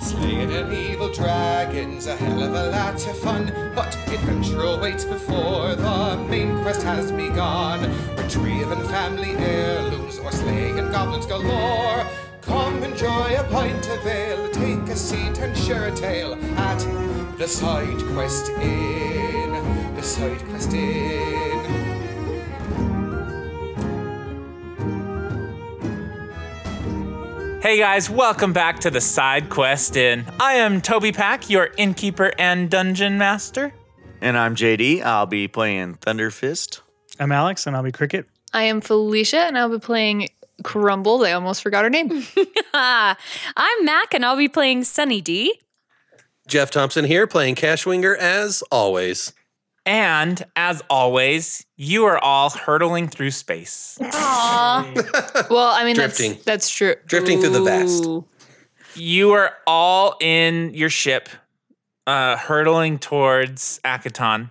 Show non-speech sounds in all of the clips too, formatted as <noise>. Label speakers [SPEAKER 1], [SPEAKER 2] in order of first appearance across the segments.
[SPEAKER 1] Slaying an evil dragon's a hell of a lot of fun, but adventure awaits before the main quest has begun. Retrieving family heirlooms or slaying goblins galore. Come enjoy a pint of ale, take a seat and share a tale at the Side Quest Inn. The Side Quest Inn.
[SPEAKER 2] Hey guys, welcome back to the Side Quest Inn. I am Toby Pack, your innkeeper and dungeon master.
[SPEAKER 3] And I'm JD. I'll be playing Thunder Fist.
[SPEAKER 4] I'm Alex, and I'll be Cricket.
[SPEAKER 5] I am Felicia, and I'll be playing Crumble. I almost forgot her
[SPEAKER 6] <laughs>
[SPEAKER 5] name.
[SPEAKER 7] Ah, I'm Mac, and I'll be playing Sunny D.
[SPEAKER 6] Jeff Thompson here, playing Cashwinger as always.
[SPEAKER 2] And as always, you are all hurtling through space.
[SPEAKER 5] well, I mean,
[SPEAKER 6] Drifting.
[SPEAKER 5] that's that's true.
[SPEAKER 6] Drifting through the vast.
[SPEAKER 5] Ooh.
[SPEAKER 2] You are all in your ship, uh, hurtling towards Akaton.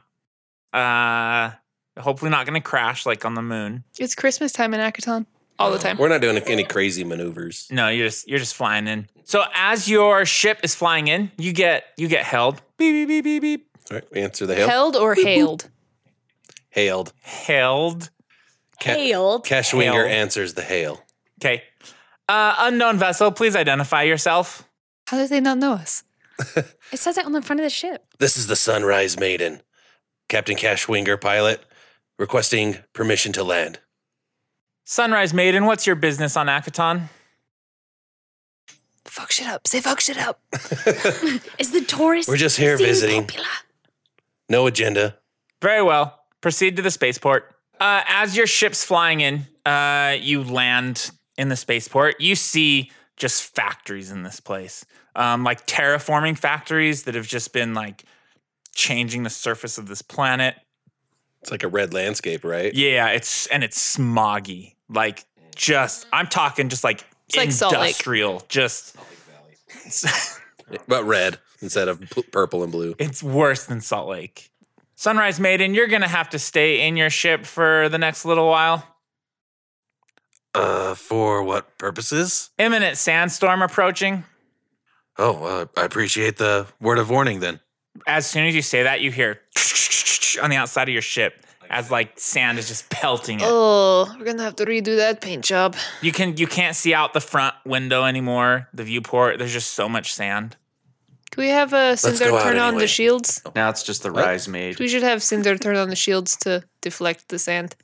[SPEAKER 2] Uh, hopefully, not going to crash like on the moon.
[SPEAKER 5] It's Christmas time in Akaton all the time.
[SPEAKER 6] We're not doing any crazy maneuvers.
[SPEAKER 2] No, you're just you're just flying in. So as your ship is flying in, you get you get held, beep beep beep beep beep,
[SPEAKER 6] All right, answer the hail.
[SPEAKER 5] Held or hailed?
[SPEAKER 6] Hailed.
[SPEAKER 2] held.
[SPEAKER 6] Ca-
[SPEAKER 7] Hailed.
[SPEAKER 6] Cashwinger
[SPEAKER 2] Hail.
[SPEAKER 6] answers the hail.
[SPEAKER 2] Okay. Uh, unknown vessel, please identify yourself.
[SPEAKER 5] How did they not know
[SPEAKER 6] <laughs>
[SPEAKER 5] us?
[SPEAKER 7] It says it on the front of the ship.
[SPEAKER 6] This is the Sunrise Maiden. Captain Cashwinger, pilot, requesting permission to land.
[SPEAKER 2] Sunrise Maiden, what's your business on Akaton?
[SPEAKER 5] Fuck shit up. Say fuck shit up.
[SPEAKER 7] Is the tourist?
[SPEAKER 6] We're just here
[SPEAKER 7] scene
[SPEAKER 6] visiting.
[SPEAKER 7] popular?
[SPEAKER 6] No agenda.
[SPEAKER 2] Very well. Proceed to the spaceport. Uh, as your ship's flying in, uh, you land in the spaceport. You see just factories in this place, um, like terraforming factories that have just been like changing the surface of this planet.
[SPEAKER 6] It's like a red landscape, right?
[SPEAKER 2] Yeah, it's and it's smoggy. Like just, I'm talking just like
[SPEAKER 5] like Salt Lake.
[SPEAKER 2] industrial. just
[SPEAKER 6] But red instead of pl- purple and blue.
[SPEAKER 2] it's worse than Salt Lake. Sunrise Maiden, you're gonna have to stay in your ship for the next little while.
[SPEAKER 6] Uh, for what purposes?
[SPEAKER 2] Imminent sandstorm approaching.
[SPEAKER 6] Oh, uh, I appreciate the word of warning then.
[SPEAKER 2] as soon as you say that, you hear <laughs> on the outside of your ship as like sand is just pelting it.
[SPEAKER 5] Oh, we're gonna have to redo that paint job.
[SPEAKER 2] You can you can't see out the front window anymore, the viewport. There's just so much sand.
[SPEAKER 5] Can we have uh, Cinder
[SPEAKER 6] go out
[SPEAKER 5] turn on
[SPEAKER 6] anyway.
[SPEAKER 5] the shields?
[SPEAKER 3] Now it's just the
[SPEAKER 6] What?
[SPEAKER 3] Rise Mage.
[SPEAKER 5] We should have Cinder turn on the shields to deflect the sand.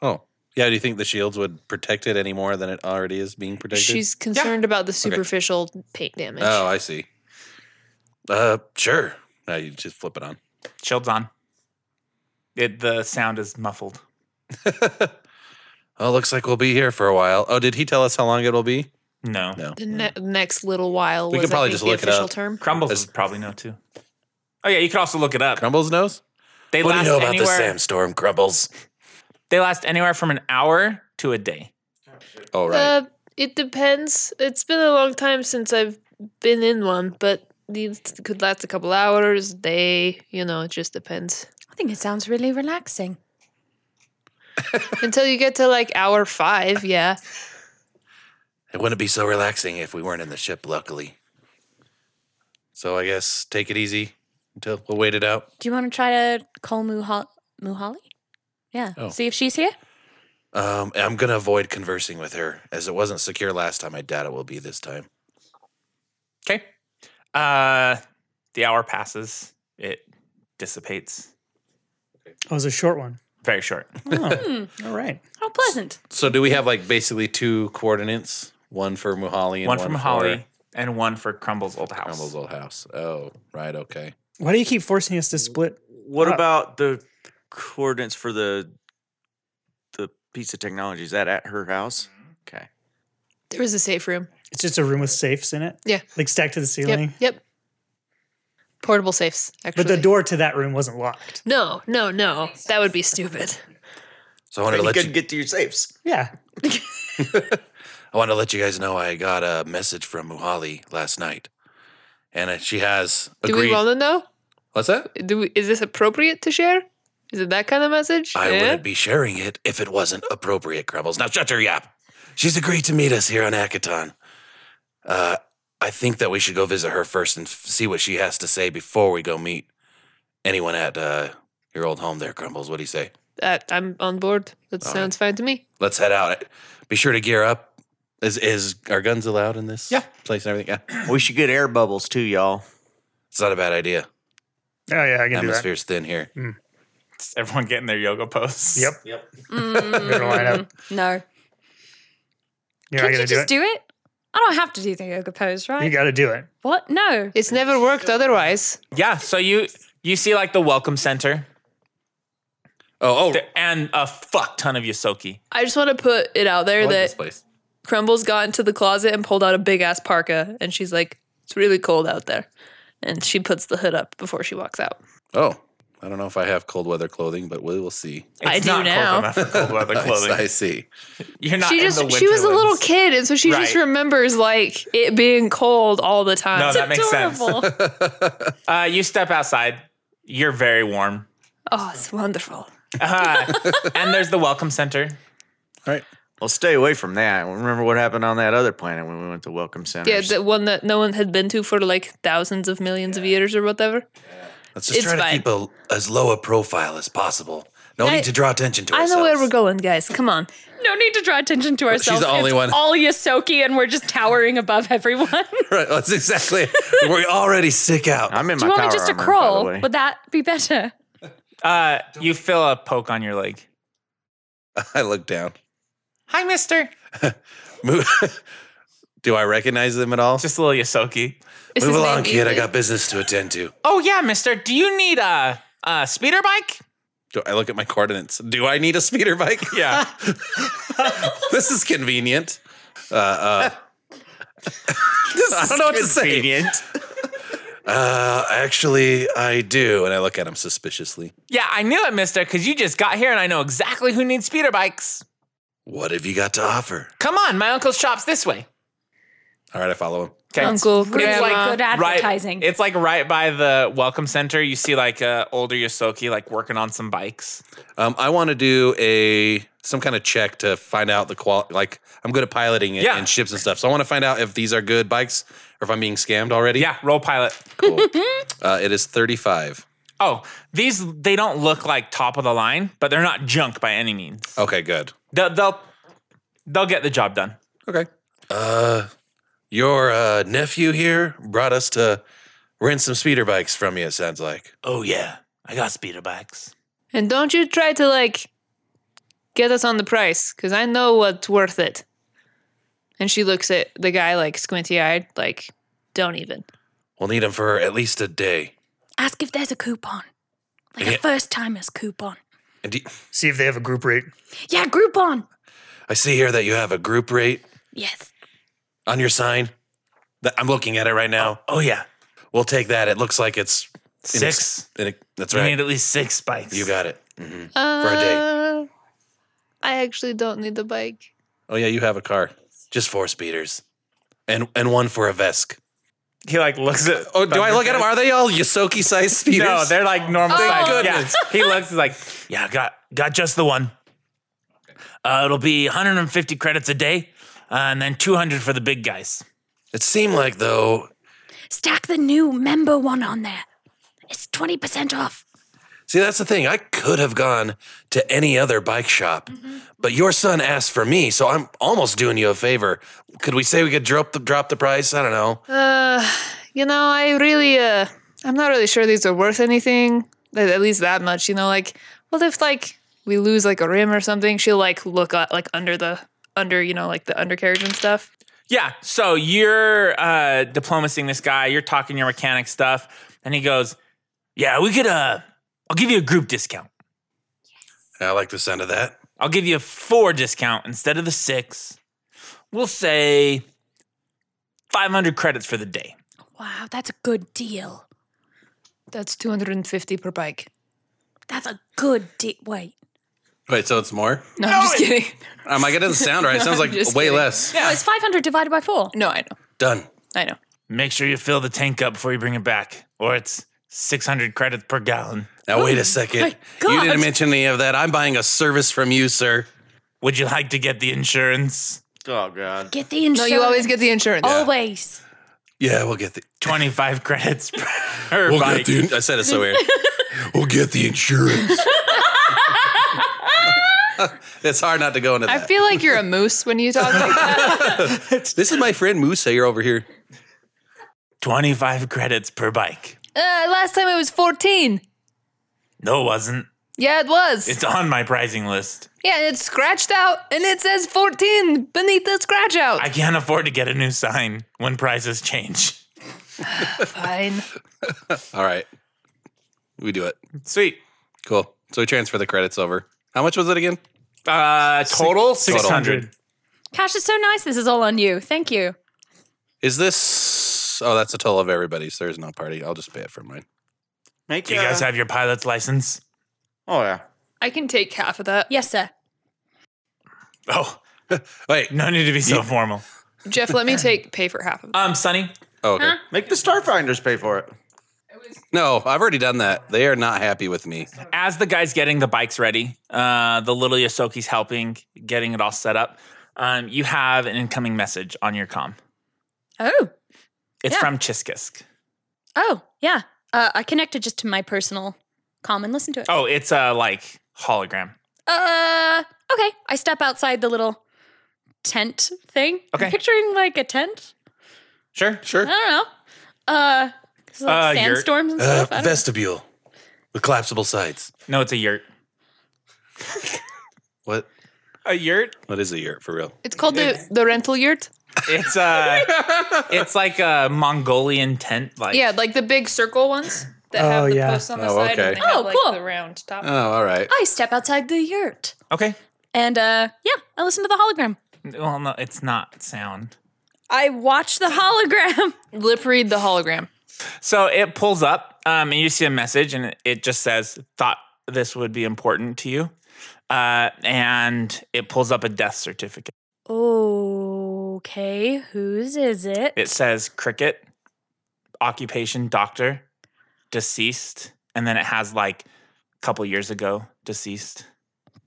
[SPEAKER 6] Oh. Yeah, do you think the shields would protect it any more than it already is being protected?
[SPEAKER 5] She's concerned about the superficial paint damage.
[SPEAKER 6] Oh, I see. Uh, sure. Now you just flip it on.
[SPEAKER 2] Shields on. It, the sound is muffled.
[SPEAKER 6] Oh, looks like we'll be here for a while. Oh, did he tell us how long it'll be?
[SPEAKER 2] No.
[SPEAKER 6] No.
[SPEAKER 5] The ne- next little while
[SPEAKER 6] We
[SPEAKER 5] was
[SPEAKER 6] could probably
[SPEAKER 5] I think,
[SPEAKER 6] just
[SPEAKER 5] the
[SPEAKER 6] look it
[SPEAKER 5] official
[SPEAKER 6] up.
[SPEAKER 5] term.
[SPEAKER 2] Crumbles
[SPEAKER 6] As-
[SPEAKER 2] is probably no too. Oh yeah, you could also look it up.
[SPEAKER 6] Crumbles knows.
[SPEAKER 2] They
[SPEAKER 6] What do you
[SPEAKER 2] last
[SPEAKER 6] know about the
[SPEAKER 2] anywhere.
[SPEAKER 6] sandstorm, Crumbles?
[SPEAKER 2] They last anywhere from an hour to a day.
[SPEAKER 6] Oh, right.
[SPEAKER 5] Uh, it depends. It's been a long time since I've been in one, but these could last a couple hours, day. You know, it just
[SPEAKER 6] <laughs>
[SPEAKER 5] depends.
[SPEAKER 7] I think it sounds really relaxing.
[SPEAKER 5] Until you get to like hour five, yeah.
[SPEAKER 6] it wouldn't be so relaxing if we weren't in the ship, luckily. So I guess take it easy until we'll wait it out.
[SPEAKER 7] Do you want to try to call Muha- Muhali? Yeah.
[SPEAKER 6] Oh.
[SPEAKER 7] See if she's here.
[SPEAKER 6] Um, I'm gonna avoid conversing with her as it wasn't secure last time. I doubt it will be this time.
[SPEAKER 2] Okay. Uh the hour passes. It dissipates.
[SPEAKER 4] Oh, it was a short one.
[SPEAKER 2] Very short.
[SPEAKER 4] Oh, <laughs> all right.
[SPEAKER 7] How pleasant.
[SPEAKER 6] So do we have like basically two coordinates? One for Muhali and
[SPEAKER 2] One, from Holly and one for Crumble's old house.
[SPEAKER 6] Crumbles' old house. Oh, right, okay.
[SPEAKER 4] Why do you keep forcing us to split?
[SPEAKER 3] What
[SPEAKER 4] Uh,
[SPEAKER 3] about the coordinates for the the piece of technology? Is that at her house? Okay.
[SPEAKER 5] There is a safe room.
[SPEAKER 4] It's just a room with safes in it.
[SPEAKER 5] Yeah.
[SPEAKER 4] like stacked to the
[SPEAKER 5] Yep.
[SPEAKER 4] ceiling.
[SPEAKER 5] Yep. Portable safes, actually.
[SPEAKER 4] But the door to that room wasn't locked.
[SPEAKER 5] No, no, no. That would be stupid.
[SPEAKER 6] So I wanted to
[SPEAKER 3] you
[SPEAKER 6] let you,
[SPEAKER 3] couldn't get to your safes.
[SPEAKER 4] Yeah,
[SPEAKER 6] I wanted to let you guys know I got a message from Muhali last night, and uh, she has
[SPEAKER 5] Do
[SPEAKER 6] agreed.
[SPEAKER 5] we want to know?
[SPEAKER 6] What's that?
[SPEAKER 5] Do we, is this appropriate to share? Is it that kind of message?
[SPEAKER 6] I
[SPEAKER 5] Yeah?
[SPEAKER 6] wouldn't be sharing it if it wasn't appropriate, Crumbles. Now shut your yap. She's agreed to meet us here on Akaton. Uh, I think that we should go visit her first and f- see what she has to say before we go meet anyone at uh, your old home there, Crumbles. What do you say?
[SPEAKER 5] That Uh, I'm on board. That
[SPEAKER 6] All right.
[SPEAKER 5] sounds fine to me.
[SPEAKER 6] Let's head out. Be sure to gear up. Is is our guns allowed in this?
[SPEAKER 3] Yeah.
[SPEAKER 6] place and everything. Yeah,
[SPEAKER 3] We should get air bubbles too, y'all.
[SPEAKER 6] it's not a bad idea.
[SPEAKER 4] Oh yeah, I can do
[SPEAKER 6] Atmosphere's thin here.
[SPEAKER 2] Just everyone getting their yoga pose.
[SPEAKER 4] that. Yep.
[SPEAKER 5] Mm.
[SPEAKER 4] We're gonna line up.
[SPEAKER 7] No.
[SPEAKER 4] You're not
[SPEAKER 7] Can
[SPEAKER 4] gonna
[SPEAKER 7] you
[SPEAKER 4] do
[SPEAKER 7] just
[SPEAKER 4] it.
[SPEAKER 7] do it? I don't have to do the yoga pose,
[SPEAKER 4] you
[SPEAKER 7] right?
[SPEAKER 4] got to do it.
[SPEAKER 7] what?
[SPEAKER 6] <laughs>
[SPEAKER 7] No.
[SPEAKER 5] It's never worked otherwise.
[SPEAKER 2] <laughs> Yeah. So you you see like the welcome center
[SPEAKER 6] Oh, oh,
[SPEAKER 2] th- and a fuck ton of Yosoki.
[SPEAKER 5] I just want to put it out there
[SPEAKER 6] I like this
[SPEAKER 5] that
[SPEAKER 6] place.
[SPEAKER 5] Crumbles got into the closet and pulled out a big ass parka, and she's like, "It's really cold out there," and she puts the hood up before she walks out.
[SPEAKER 6] Oh, I don't know if I have cold weather clothing, but we will see.
[SPEAKER 2] It's
[SPEAKER 5] I do
[SPEAKER 2] not
[SPEAKER 5] now.
[SPEAKER 2] cold enough for
[SPEAKER 6] <laughs>
[SPEAKER 2] cold weather
[SPEAKER 6] I-
[SPEAKER 2] clothing.
[SPEAKER 6] I see.
[SPEAKER 2] You're not.
[SPEAKER 5] she
[SPEAKER 2] in
[SPEAKER 5] just
[SPEAKER 2] the
[SPEAKER 5] she was a
[SPEAKER 2] winter
[SPEAKER 5] little
[SPEAKER 2] winds.
[SPEAKER 5] kid, and so she just
[SPEAKER 2] Right.
[SPEAKER 5] remembers like it being cold all the time.
[SPEAKER 2] No, that makes sense.
[SPEAKER 7] Adorable.
[SPEAKER 2] Uh, you step outside. You're very warm.
[SPEAKER 5] <laughs>
[SPEAKER 2] <laughs>
[SPEAKER 5] oh, it's wonderful.
[SPEAKER 2] Uh, and there's the welcome center.
[SPEAKER 6] All right.
[SPEAKER 3] Well, stay away from that. Remember what happened on that other planet when we went to Welcome Center.
[SPEAKER 5] Yeah, the one that no one had been to for like thousands of millions of years or whatever.
[SPEAKER 6] Let's just
[SPEAKER 5] It's
[SPEAKER 6] try
[SPEAKER 5] fine.
[SPEAKER 6] to keep a, as low a profile as possible. No
[SPEAKER 5] I-
[SPEAKER 6] need to draw attention
[SPEAKER 5] I
[SPEAKER 6] to ourselves.
[SPEAKER 5] know where we're going, guys. Come on.
[SPEAKER 7] no need to draw attention to ourselves.
[SPEAKER 6] the only
[SPEAKER 7] it's
[SPEAKER 6] one.
[SPEAKER 7] All Yosoki, and we're just towering above everyone.
[SPEAKER 6] <laughs> Right, that's exactly it. We're already sick out.
[SPEAKER 3] I'm in my
[SPEAKER 7] do you want
[SPEAKER 3] power
[SPEAKER 7] me just to
[SPEAKER 3] armor, by the
[SPEAKER 7] crawl?
[SPEAKER 3] way.
[SPEAKER 7] Would that be better?
[SPEAKER 2] Uh, you feel a poke on your leg.
[SPEAKER 6] <laughs> I look down.
[SPEAKER 2] Hi, mister.
[SPEAKER 6] Move. <laughs> Do I recognize them at all?
[SPEAKER 2] Just a little Yosoki.
[SPEAKER 5] Is
[SPEAKER 6] Move
[SPEAKER 5] his
[SPEAKER 6] along,
[SPEAKER 5] name
[SPEAKER 6] kid. I
[SPEAKER 5] Ethan?
[SPEAKER 6] got business to attend to.
[SPEAKER 2] Oh, yeah, mister. Do you need a, a speeder bike?
[SPEAKER 6] Do I look at my coordinates? Do I need a speeder bike?
[SPEAKER 2] Yeah.
[SPEAKER 6] this is convenient.
[SPEAKER 2] <laughs>
[SPEAKER 6] Uh, uh, I don't know what to say.
[SPEAKER 2] Convenient.
[SPEAKER 7] <laughs>
[SPEAKER 6] Uh, actually, I do. And I look at him suspiciously.
[SPEAKER 2] <laughs> Yeah, I knew it, mister, because you just got here and I know exactly who needs speeder bikes.
[SPEAKER 6] What have you got to offer?
[SPEAKER 2] Come on, my uncle's shop's this way.
[SPEAKER 6] All right, I follow him.
[SPEAKER 2] Okay.
[SPEAKER 5] Uncle, grandma.
[SPEAKER 7] good advertising.
[SPEAKER 2] Right, it's like right by the welcome center. You see like uh, older Yosoki like working on some bikes.
[SPEAKER 6] Um, I want to do a some kind of check to find out the quality. Like I'm good at piloting and,
[SPEAKER 2] Yeah.
[SPEAKER 6] and ships and stuff, so I want to find out if these are good bikes or if I'm being scammed already.
[SPEAKER 2] Yeah, roll pilot.
[SPEAKER 6] cool. uh, it is 35.
[SPEAKER 2] Oh, these they don't look like top of the line, but they're not junk by any means.
[SPEAKER 6] Okay, good.
[SPEAKER 2] They'll they'll, they'll get the job done.
[SPEAKER 6] Okay. Uh, your uh, nephew here brought us to rent some speeder bikes from you. It sounds like.
[SPEAKER 2] Oh yeah, I got speeder bikes.
[SPEAKER 5] And don't you try to like get us on the price, because I know what's worth it. And she looks at the guy like squinty eyed, like, don't even.
[SPEAKER 6] We'll need them for at least a day.
[SPEAKER 7] Ask if there's a coupon, like
[SPEAKER 6] Yeah.
[SPEAKER 7] a first timers coupon.
[SPEAKER 6] And do you-
[SPEAKER 4] See if they have a group rate.
[SPEAKER 7] Yeah, Groupon.
[SPEAKER 6] I see here that you have a group rate
[SPEAKER 7] Yes.
[SPEAKER 6] on your sign. That I'm looking at it right now.
[SPEAKER 2] Oh yeah,
[SPEAKER 6] We'll take that. It looks like it's in ex-
[SPEAKER 2] six.
[SPEAKER 6] in ex- that's
[SPEAKER 2] You
[SPEAKER 6] right.
[SPEAKER 2] need at least six bikes.
[SPEAKER 6] You got it. hmm
[SPEAKER 5] Uh,
[SPEAKER 6] a day.
[SPEAKER 5] I actually don't need the bike.
[SPEAKER 6] Oh yeah, you have a car. Just four speeders, and and one for a Vesk.
[SPEAKER 2] He like looks at.
[SPEAKER 6] Oh, do I look at them? Are they all Yosoki sized speeders?
[SPEAKER 2] No, they're like normal
[SPEAKER 5] Thank
[SPEAKER 2] size.
[SPEAKER 6] goodness.
[SPEAKER 2] Yeah. He looks he's like, yeah, got got just the one. Uh, it'll be 150 credits a day, uh, and then 200 for the big guys.
[SPEAKER 6] It seemed like though.
[SPEAKER 7] Stack the new member one on there. It's 20% off.
[SPEAKER 6] See, that's the thing. I could have gone to any other bike shop, but your son asked for me, so I'm almost doing you a favor. Could we say we could drop the drop the price? I don't know.
[SPEAKER 5] Uh, you know, I really, uh, I'm not really sure these are worth anything. At, at least that much, you know. Like, what if like we lose like a rim or something? She'll like look at, like under the under, you know, like the undercarriage and stuff.
[SPEAKER 2] Yeah. So you're uh, diplomacying this guy. You're talking your mechanic stuff, and he goes, "Yeah, we could. Uh, I'll give you a group discount.
[SPEAKER 6] I like the sound of that.
[SPEAKER 2] I'll give you a four discount instead of the six. We'll say 500 credits for the day.
[SPEAKER 7] Wow, that's a good deal.
[SPEAKER 5] That's 250 per bike.
[SPEAKER 7] That's a good deal. Wait.
[SPEAKER 6] Wait, so it's more?
[SPEAKER 5] No, I'm just kidding. <laughs>
[SPEAKER 6] I'm like, it doesn't sound right. It sounds like way
[SPEAKER 5] just kidding.
[SPEAKER 6] less.
[SPEAKER 7] Oh, it's 500 divided by four.
[SPEAKER 5] No, I know.
[SPEAKER 6] Done.
[SPEAKER 5] I know.
[SPEAKER 2] Make sure you fill the tank up before you bring it back, or it's 600 credits per gallon.
[SPEAKER 6] Now wait
[SPEAKER 5] Oh
[SPEAKER 6] a second. You
[SPEAKER 7] God.
[SPEAKER 6] didn't mention any of that. I'm buying a service from you, sir.
[SPEAKER 2] Would you like to get the insurance?
[SPEAKER 3] Oh God.
[SPEAKER 7] Get the insurance.
[SPEAKER 5] No, you always get the insurance.
[SPEAKER 7] Always.
[SPEAKER 6] Yeah, we'll get the
[SPEAKER 2] 25 <laughs> credits per
[SPEAKER 6] we'll
[SPEAKER 2] bike.
[SPEAKER 6] get the. I said it
[SPEAKER 5] <laughs>
[SPEAKER 6] so weird. we'll get the insurance. <laughs> it's hard not to go into
[SPEAKER 5] I
[SPEAKER 6] that.
[SPEAKER 5] feel like you're a moose when you talk like that.
[SPEAKER 6] this is my friend Moose here over here.
[SPEAKER 2] 25 credits per bike.
[SPEAKER 5] <laughs> Uh, last time it was 14.
[SPEAKER 2] No, it wasn't.
[SPEAKER 5] Yeah, it was.
[SPEAKER 2] It's on my pricing list.
[SPEAKER 5] yeah, and it's scratched out and it says 14 beneath the scratch out.
[SPEAKER 2] I can't afford to get a new sign when prices change.
[SPEAKER 5] Fine.
[SPEAKER 6] All right, we do it.
[SPEAKER 2] Sweet.
[SPEAKER 6] Cool. So we transfer the credits over. How much was it again?
[SPEAKER 2] Uh, total 600.
[SPEAKER 7] Cash is so nice. This is all on you. Thank you.
[SPEAKER 6] Is this? Oh, that's a total of everybody's. There is no party. I'll just pay it for mine.
[SPEAKER 3] Make
[SPEAKER 2] Do you guys have your pilot's license?
[SPEAKER 3] Oh yeah.
[SPEAKER 5] <laughs> I can take half of that.
[SPEAKER 7] Yes, sir.
[SPEAKER 2] Oh,
[SPEAKER 6] Wait.
[SPEAKER 2] no need to be so formal.
[SPEAKER 5] Jeff, let me take pay for half of that.
[SPEAKER 2] Um, Sonny,
[SPEAKER 6] Oh, okay.
[SPEAKER 3] Make the Starfinders pay for it.
[SPEAKER 6] No, I've already done that. They are not happy with me.
[SPEAKER 2] as the guy's getting the bikes ready, uh, the little Yosoki's helping, getting it all set up. Um, you have an incoming message on your comm.
[SPEAKER 7] Oh,
[SPEAKER 2] It's
[SPEAKER 7] Yeah.
[SPEAKER 2] from Chiskisk.
[SPEAKER 7] oh, yeah. Uh, I connected just to my personal comm and listened to it.
[SPEAKER 2] Oh, it's a like hologram.
[SPEAKER 7] Uh, okay. I step outside the little tent thing. I'm
[SPEAKER 2] Okay.
[SPEAKER 7] picturing like a tent.
[SPEAKER 2] Sure,
[SPEAKER 7] I don't know. Uh, 'cause, like
[SPEAKER 2] Uh, yurt.
[SPEAKER 7] sandstorms and
[SPEAKER 6] Uh,
[SPEAKER 7] stuff. I don't-
[SPEAKER 6] vestibule with collapsible sides.
[SPEAKER 2] No, it's a yurt.
[SPEAKER 6] What?
[SPEAKER 2] A yurt?
[SPEAKER 6] What is a yurt for real?
[SPEAKER 5] It's called the, the rental yurt.
[SPEAKER 2] It's uh <laughs> it's like a Mongolian tent. Like
[SPEAKER 5] Yeah, like the big circle ones that have
[SPEAKER 4] Oh,
[SPEAKER 5] the
[SPEAKER 4] yeah.
[SPEAKER 5] posts on the
[SPEAKER 6] Oh,
[SPEAKER 5] side
[SPEAKER 6] okay.
[SPEAKER 5] and they have
[SPEAKER 7] Oh,
[SPEAKER 5] like
[SPEAKER 7] cool.
[SPEAKER 5] the round top.
[SPEAKER 6] Oh, all right.
[SPEAKER 7] I step outside the yurt
[SPEAKER 2] okay.
[SPEAKER 7] and uh, yeah, I listen to the hologram.
[SPEAKER 2] Well, no, it's not sound.
[SPEAKER 7] I watch the hologram. <laughs>
[SPEAKER 5] Lip read the hologram.
[SPEAKER 2] So it pulls up, um, and you see a message, and it just says, "Thought this would be important to you," uh, and it pulls up a death certificate.
[SPEAKER 7] Okay, whose is it?
[SPEAKER 2] It says cricket, occupation doctor, deceased, and then it has like a couple years ago deceased.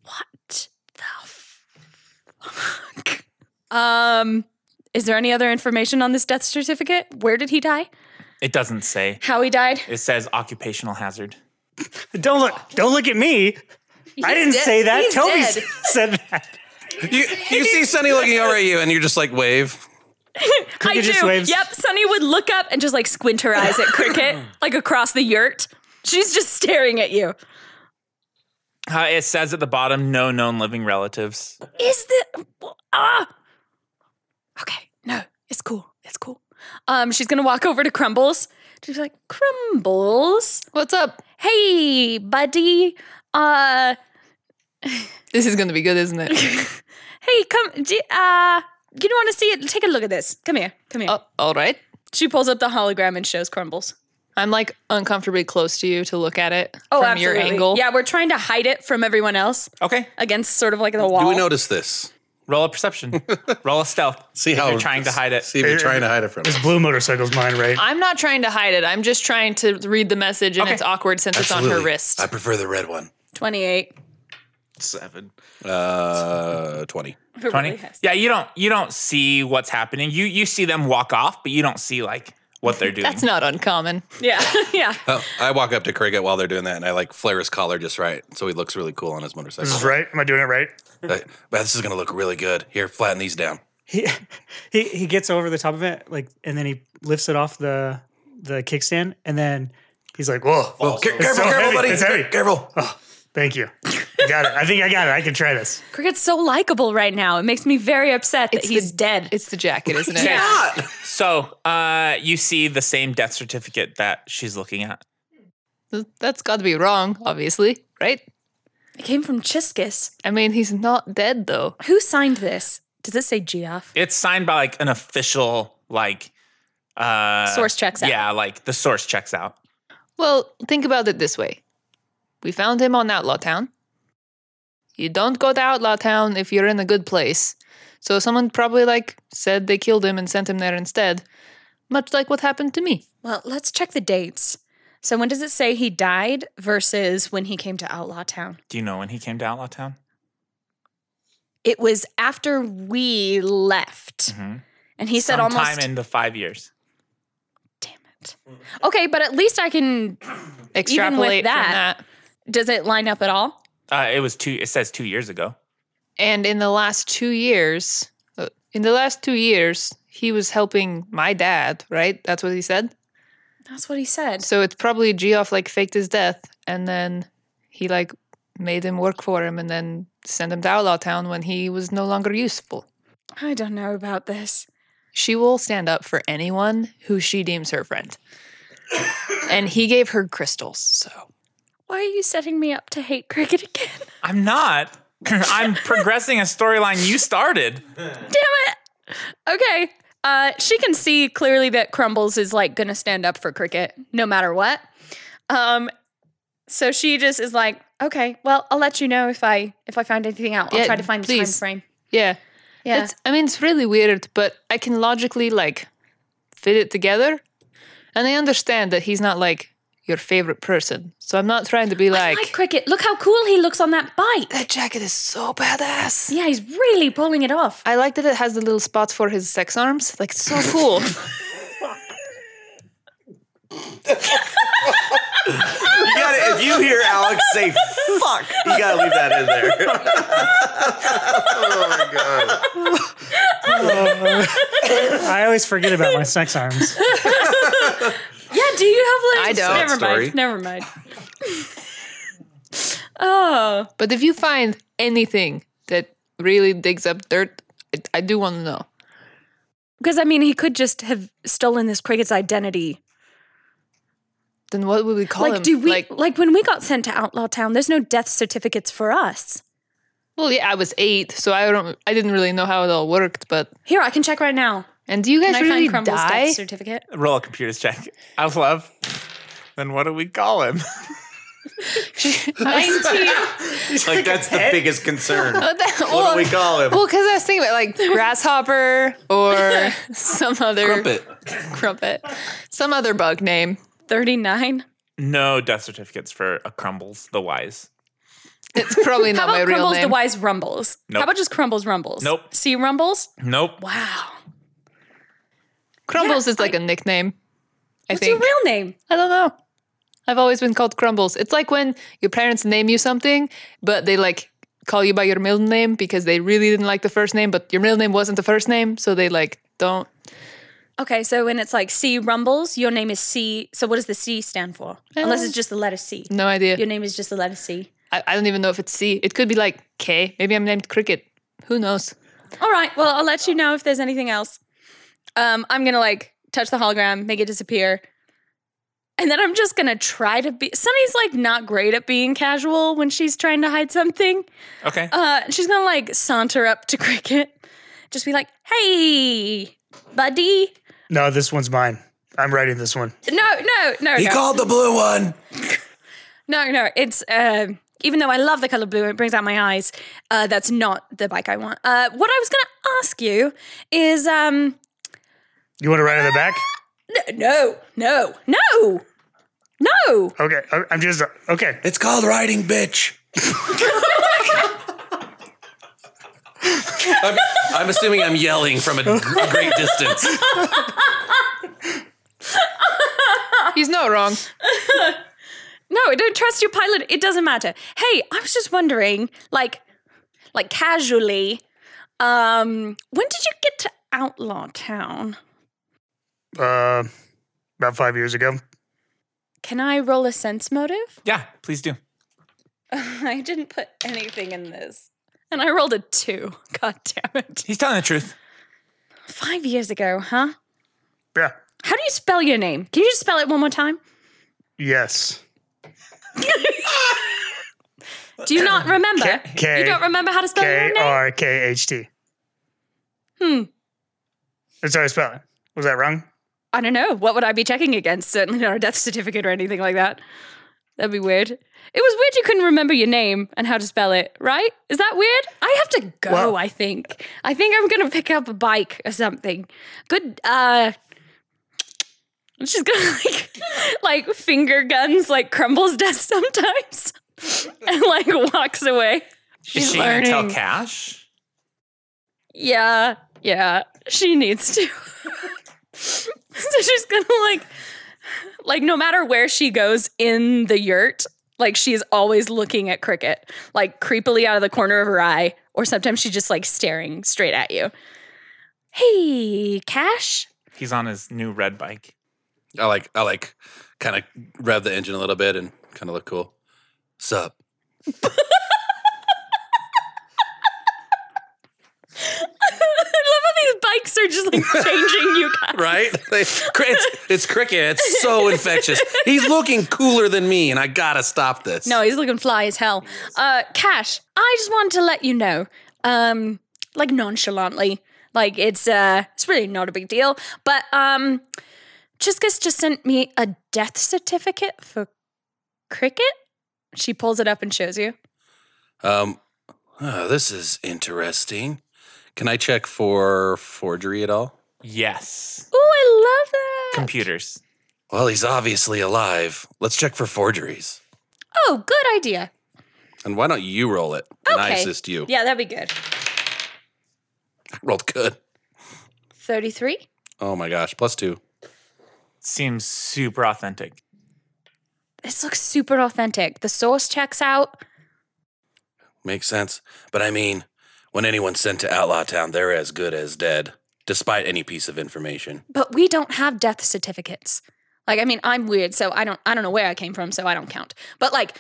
[SPEAKER 7] What the fuck? um, is there any other information on this death certificate? Where did he die?
[SPEAKER 2] It doesn't say.
[SPEAKER 7] How he died?
[SPEAKER 2] It says occupational hazard.
[SPEAKER 4] Don't look. Don't look at me. I didn't
[SPEAKER 5] dead.
[SPEAKER 4] say that.
[SPEAKER 5] He's
[SPEAKER 4] Toby
[SPEAKER 5] dead.
[SPEAKER 4] said that.
[SPEAKER 6] You, you see Sunny looking over at you, and you're just like wave.
[SPEAKER 7] I
[SPEAKER 4] Cricket
[SPEAKER 7] do.
[SPEAKER 4] just waves.
[SPEAKER 7] Yep. Sunny would look up and just like squint her eyes at Cricket, like across the yurt. She's just staring at you.
[SPEAKER 2] Uh, it says at the bottom, no known living relatives.
[SPEAKER 7] Is the ah? Okay, no, it's cool. It's cool. Um, she's gonna walk over to Crumbles. She's like, Crumbles,
[SPEAKER 5] What's up?
[SPEAKER 7] hey buddy, uh,
[SPEAKER 5] This is going to be good, isn't it? <laughs>
[SPEAKER 7] hey, come, d- uh, you don't want to see it? Take a look at this. Come here, come here.
[SPEAKER 5] oh, all right.
[SPEAKER 7] She pulls up the hologram and shows Crumbles.
[SPEAKER 5] I'm like uncomfortably close to you to look at it from your
[SPEAKER 7] Oh, absolutely.
[SPEAKER 5] angle.
[SPEAKER 7] Yeah, we're trying to hide it from everyone else
[SPEAKER 2] Okay.
[SPEAKER 7] against sort of like the wall.
[SPEAKER 6] Do we notice this?
[SPEAKER 2] Roll a <laughs> perception. Roll a stealth.
[SPEAKER 6] See
[SPEAKER 2] If
[SPEAKER 6] how
[SPEAKER 2] you're trying to hide it.
[SPEAKER 6] See if you're trying to hide it from. us.
[SPEAKER 4] Blue motorcycle's mine, right?
[SPEAKER 5] I'm not trying to hide it. I'm just trying to read the message, and
[SPEAKER 2] Okay.
[SPEAKER 5] it's awkward since it's on her wrist.
[SPEAKER 6] I prefer the red one.
[SPEAKER 7] Twenty-eight.
[SPEAKER 6] <laughs>
[SPEAKER 3] Seven.
[SPEAKER 6] Uh, twenty.
[SPEAKER 7] Who really
[SPEAKER 2] Twenty.
[SPEAKER 7] has-
[SPEAKER 2] Yeah, you don't you don't see what's happening. You you see them walk off, but you don't see like what they're doing.
[SPEAKER 5] That's not uncommon.
[SPEAKER 7] Yeah, <laughs> yeah.
[SPEAKER 6] Oh, I walk up to Cricket while they're doing that, and I like flare his collar just right, so he looks really cool on his motorcycle.
[SPEAKER 4] This is right. Am I doing it right?
[SPEAKER 6] Like, "Man, this is gonna look really good. Here, flatten these down.
[SPEAKER 8] he he he gets over the top of it like and then he lifts it off the the kickstand and then he's like whoa
[SPEAKER 6] Whoa, ca- careful,
[SPEAKER 4] so
[SPEAKER 6] careful,
[SPEAKER 4] heavy,
[SPEAKER 6] buddy.
[SPEAKER 4] Oh, it's heavy.
[SPEAKER 6] Careful.
[SPEAKER 4] thank you I got it i think i got it i can try this
[SPEAKER 7] Cricket's so likable right now. It makes me very upset that
[SPEAKER 5] It's
[SPEAKER 7] he's
[SPEAKER 5] the-
[SPEAKER 7] dead.
[SPEAKER 5] It's the jacket, isn't it?
[SPEAKER 2] Yeah. So uh, you see the same death certificate that she's looking at.
[SPEAKER 5] Th- That's got to be wrong, obviously, right?
[SPEAKER 7] It came from Chiskis.
[SPEAKER 5] I mean, he's not dead though.
[SPEAKER 7] Who signed this? Does it say Geoff?
[SPEAKER 2] It's signed by like an official like uh,
[SPEAKER 7] Source checks out.
[SPEAKER 2] Yeah, like the source checks out.
[SPEAKER 5] Well, think about it this way: we found him on Outlaw Town. You don't go to Outlaw Town if you're in a good place. So someone probably like said they killed him and sent him there instead, much like what happened to me.
[SPEAKER 7] Well, let's check the dates. So when does it say he died versus when he came to Outlaw Town?
[SPEAKER 2] Do you know when he came to Outlaw Town?
[SPEAKER 7] It was after we left.
[SPEAKER 2] Mhm.
[SPEAKER 7] And he said
[SPEAKER 2] Sometime
[SPEAKER 7] almost
[SPEAKER 2] in the five years.
[SPEAKER 7] Correct. Okay, but at least I can.
[SPEAKER 5] Extrapolate
[SPEAKER 7] that-
[SPEAKER 5] from that.
[SPEAKER 7] Does it line up at all?
[SPEAKER 2] Uh, it was two. It says two years ago.
[SPEAKER 5] And in the last two years, uh, in the last two years, he was helping my dad, right? That's what he said.
[SPEAKER 7] That's what he said.
[SPEAKER 5] So it's probably Geoff like faked his death and then he like made him work for him and then sent him to Outlaw Town when he was no longer useful.
[SPEAKER 7] I don't know about this.
[SPEAKER 5] She will stand up for anyone who she deems her friend. and he gave her crystals, so
[SPEAKER 7] Why are you setting me up to hate cricket again?
[SPEAKER 2] I'm not. <laughs>
[SPEAKER 7] <laughs>
[SPEAKER 2] I'm progressing a storyline you started.
[SPEAKER 7] Okay. Uh, she can see clearly that Crumbles is like gonna stand up for Cricket no matter what. Um, so she just is like, okay, well, I'll let you know if I if I find anything out. I'll
[SPEAKER 5] Yeah,
[SPEAKER 7] try to find the time
[SPEAKER 5] please.
[SPEAKER 7] frame.
[SPEAKER 5] yeah.
[SPEAKER 7] Yeah.
[SPEAKER 5] It's I mean it's really weird, but I can logically like fit it together. And I understand that he's not like your favorite person. So I'm not trying to be
[SPEAKER 7] I
[SPEAKER 5] like,
[SPEAKER 7] like Cricket. Look how cool he looks on that bike.
[SPEAKER 5] that jacket is so badass.
[SPEAKER 7] Yeah, he's really pulling it off.
[SPEAKER 5] I like that it has the little spots for his sex arms. Like so
[SPEAKER 7] <laughs>
[SPEAKER 5] cool.
[SPEAKER 7] <laughs>
[SPEAKER 3] You gotta, if you hear Alex say "fuck," you gotta leave that in there.
[SPEAKER 6] Oh my god.
[SPEAKER 4] I always forget about my sex arms.
[SPEAKER 7] <laughs> Yeah, do you have
[SPEAKER 5] I
[SPEAKER 7] legs?
[SPEAKER 5] don't.
[SPEAKER 7] Never
[SPEAKER 6] Sad story.
[SPEAKER 7] mind. Never mind. <laughs> oh.
[SPEAKER 5] but if you find anything that really digs up dirt, I, I do want to know.
[SPEAKER 7] Because I mean he could just have stolen this cricket's identity.
[SPEAKER 5] Then what would we call
[SPEAKER 7] Like
[SPEAKER 5] him?
[SPEAKER 7] do we
[SPEAKER 5] like,
[SPEAKER 7] like, when we got sent to Outlaw Town, there's no death certificates for us.
[SPEAKER 5] well, yeah, I was eight, so I don't, I didn't really know how it all worked. But
[SPEAKER 7] Here, I can check right now.
[SPEAKER 5] and do you guys
[SPEAKER 7] Can I
[SPEAKER 5] really
[SPEAKER 7] find Crumble's
[SPEAKER 5] die? <laughs>
[SPEAKER 7] death certificate? <laughs>
[SPEAKER 2] Roll a computer's check. I love. Then what do we call him? <laughs>
[SPEAKER 5] Nineteen.
[SPEAKER 3] Like that's the biggest concern.
[SPEAKER 5] What the-
[SPEAKER 3] What
[SPEAKER 5] well,
[SPEAKER 3] do we call him?
[SPEAKER 5] well, because I was thinking about <laughs> like grasshopper or <laughs> some other
[SPEAKER 6] Crumpet.
[SPEAKER 5] crumpet, some other bug name.
[SPEAKER 7] 39.
[SPEAKER 2] No death certificates for a Crumbles the Wise.
[SPEAKER 5] It's probably
[SPEAKER 7] How
[SPEAKER 5] not my
[SPEAKER 7] about
[SPEAKER 5] real
[SPEAKER 7] Crumbles
[SPEAKER 5] name.
[SPEAKER 7] the Wise Rumbles?
[SPEAKER 2] Nope.
[SPEAKER 7] How about just Crumbles Rumbles?
[SPEAKER 2] Nope.
[SPEAKER 7] See Rumbles?
[SPEAKER 2] Nope.
[SPEAKER 7] Wow.
[SPEAKER 5] Crumbles is like a nickname. I
[SPEAKER 7] What's your
[SPEAKER 5] think.
[SPEAKER 7] real name?
[SPEAKER 5] I don't know. I've always been called Crumbles. It's like when your parents name you something, but they like call you by your middle name because they really didn't like the first name, but your middle name wasn't the first name, so they like don't.
[SPEAKER 7] Okay, so when it's like C Rumbles, your name is C. So what does the C stand for?
[SPEAKER 5] Um,
[SPEAKER 7] Unless it's just the letter C.
[SPEAKER 5] No idea.
[SPEAKER 7] Your name is just the letter C.
[SPEAKER 5] I, I don't even know if it's C. It could be like K. Maybe I'm named Cricket. Who knows?
[SPEAKER 7] All right. Well, I'll let you know if there's anything else. Um, I'm gonna like touch the hologram, make it disappear, and then I'm just gonna try to be. Sunny's like not great at being casual when she's trying to hide something.
[SPEAKER 2] Okay.
[SPEAKER 7] Uh, she's gonna like saunter up to <laughs> Cricket, just be like, "Hey, buddy."
[SPEAKER 4] No, this one's mine. I'm writing this one.
[SPEAKER 7] No, no, no,
[SPEAKER 6] He
[SPEAKER 7] no,
[SPEAKER 6] called the blue one.
[SPEAKER 7] no, no. It's uh, even though I love the color blue, it brings out my eyes. Uh, that's not the bike I want. Uh, what I was gonna ask you is, um,
[SPEAKER 4] You want to write on the back?
[SPEAKER 7] No, no, no, no.
[SPEAKER 4] Okay, I- I'm just uh, okay.
[SPEAKER 6] It's called riding bitch. I'm, I'm assuming I'm yelling from a gr- great distance.
[SPEAKER 5] He's not wrong.
[SPEAKER 7] No, I don't trust your pilot. It doesn't matter. Hey, I was just wondering, like, like casually, um, when did you get to Outlaw Town?
[SPEAKER 4] Uh, about five years ago.
[SPEAKER 7] Can I roll a sense motive?
[SPEAKER 2] yeah, please do.
[SPEAKER 7] <laughs> I didn't put anything in this. And I rolled a two. <laughs> God damn it.
[SPEAKER 2] He's telling the truth.
[SPEAKER 7] Five years ago, huh?
[SPEAKER 4] Yeah.
[SPEAKER 7] How do you spell your name? Can you just spell it one more time?
[SPEAKER 4] Yes.
[SPEAKER 7] Do you not remember?
[SPEAKER 4] <laughs> K-
[SPEAKER 7] you don't remember how to spell your
[SPEAKER 4] K
[SPEAKER 7] own name?
[SPEAKER 4] R K H T.
[SPEAKER 7] Hmm.
[SPEAKER 4] That's how I spell it. Was that wrong?
[SPEAKER 7] I don't know. What would I be checking against? Certainly not a death certificate or anything like that. That'd be weird. It was weird you couldn't remember your name and how to spell it, right? Is that weird? I have to go,
[SPEAKER 4] Well-
[SPEAKER 7] I think. I think I'm gonna pick up a bike or something. Good uh I'm just gonna <laughs> like like finger guns like crumbles <laughs> dust sometimes <laughs> and like walks away.
[SPEAKER 2] Is she going to tell Cash?
[SPEAKER 7] <laughs> Yeah, yeah, she needs to. so she's gonna like Like no matter where she goes in the yurt, like she is always looking at Cricket, like creepily out of the corner of her eye, or sometimes she's just like staring straight at you. Hey, Cash. <laughs>
[SPEAKER 2] He's on his new red bike.
[SPEAKER 6] I like I like kind of rev the engine a little bit and kind of look cool. Sup?
[SPEAKER 7] I love how these bikes are just like changing you guys.
[SPEAKER 6] <laughs> Right? They- cri- it's, it's cricket. It's <laughs> so infectious. He's looking cooler than me, and I gotta stop this.
[SPEAKER 7] No, he's looking fly as hell. Uh, Cash, I just wanted to let you know, um, like nonchalantly, like it's uh, it's really not a big deal, but um, Chiskus just sent me a death certificate for cricket. She pulls it up and shows you.
[SPEAKER 6] Um, oh, this is interesting. Can I check for forgery at all?
[SPEAKER 2] Yes.
[SPEAKER 7] Oh, I love that.
[SPEAKER 2] Computers.
[SPEAKER 6] Well, he's obviously alive. Let's check for forgeries.
[SPEAKER 7] oh, good idea.
[SPEAKER 6] And why don't you roll it? And I
[SPEAKER 7] Okay.
[SPEAKER 6] assist you.
[SPEAKER 7] Yeah, that'd be good.
[SPEAKER 6] I rolled good.
[SPEAKER 7] Thirty-three.
[SPEAKER 6] Oh my gosh, plus two.
[SPEAKER 2] Seems super authentic.
[SPEAKER 7] This looks super authentic. The source checks out.
[SPEAKER 6] Makes sense. But I mean, when anyone's sent to Outlaw Town, they're as good as dead, despite any piece of information.
[SPEAKER 7] but we don't have death certificates. Like, I mean, I'm weird, so I don't I don't know where I came from, so I don't count. But like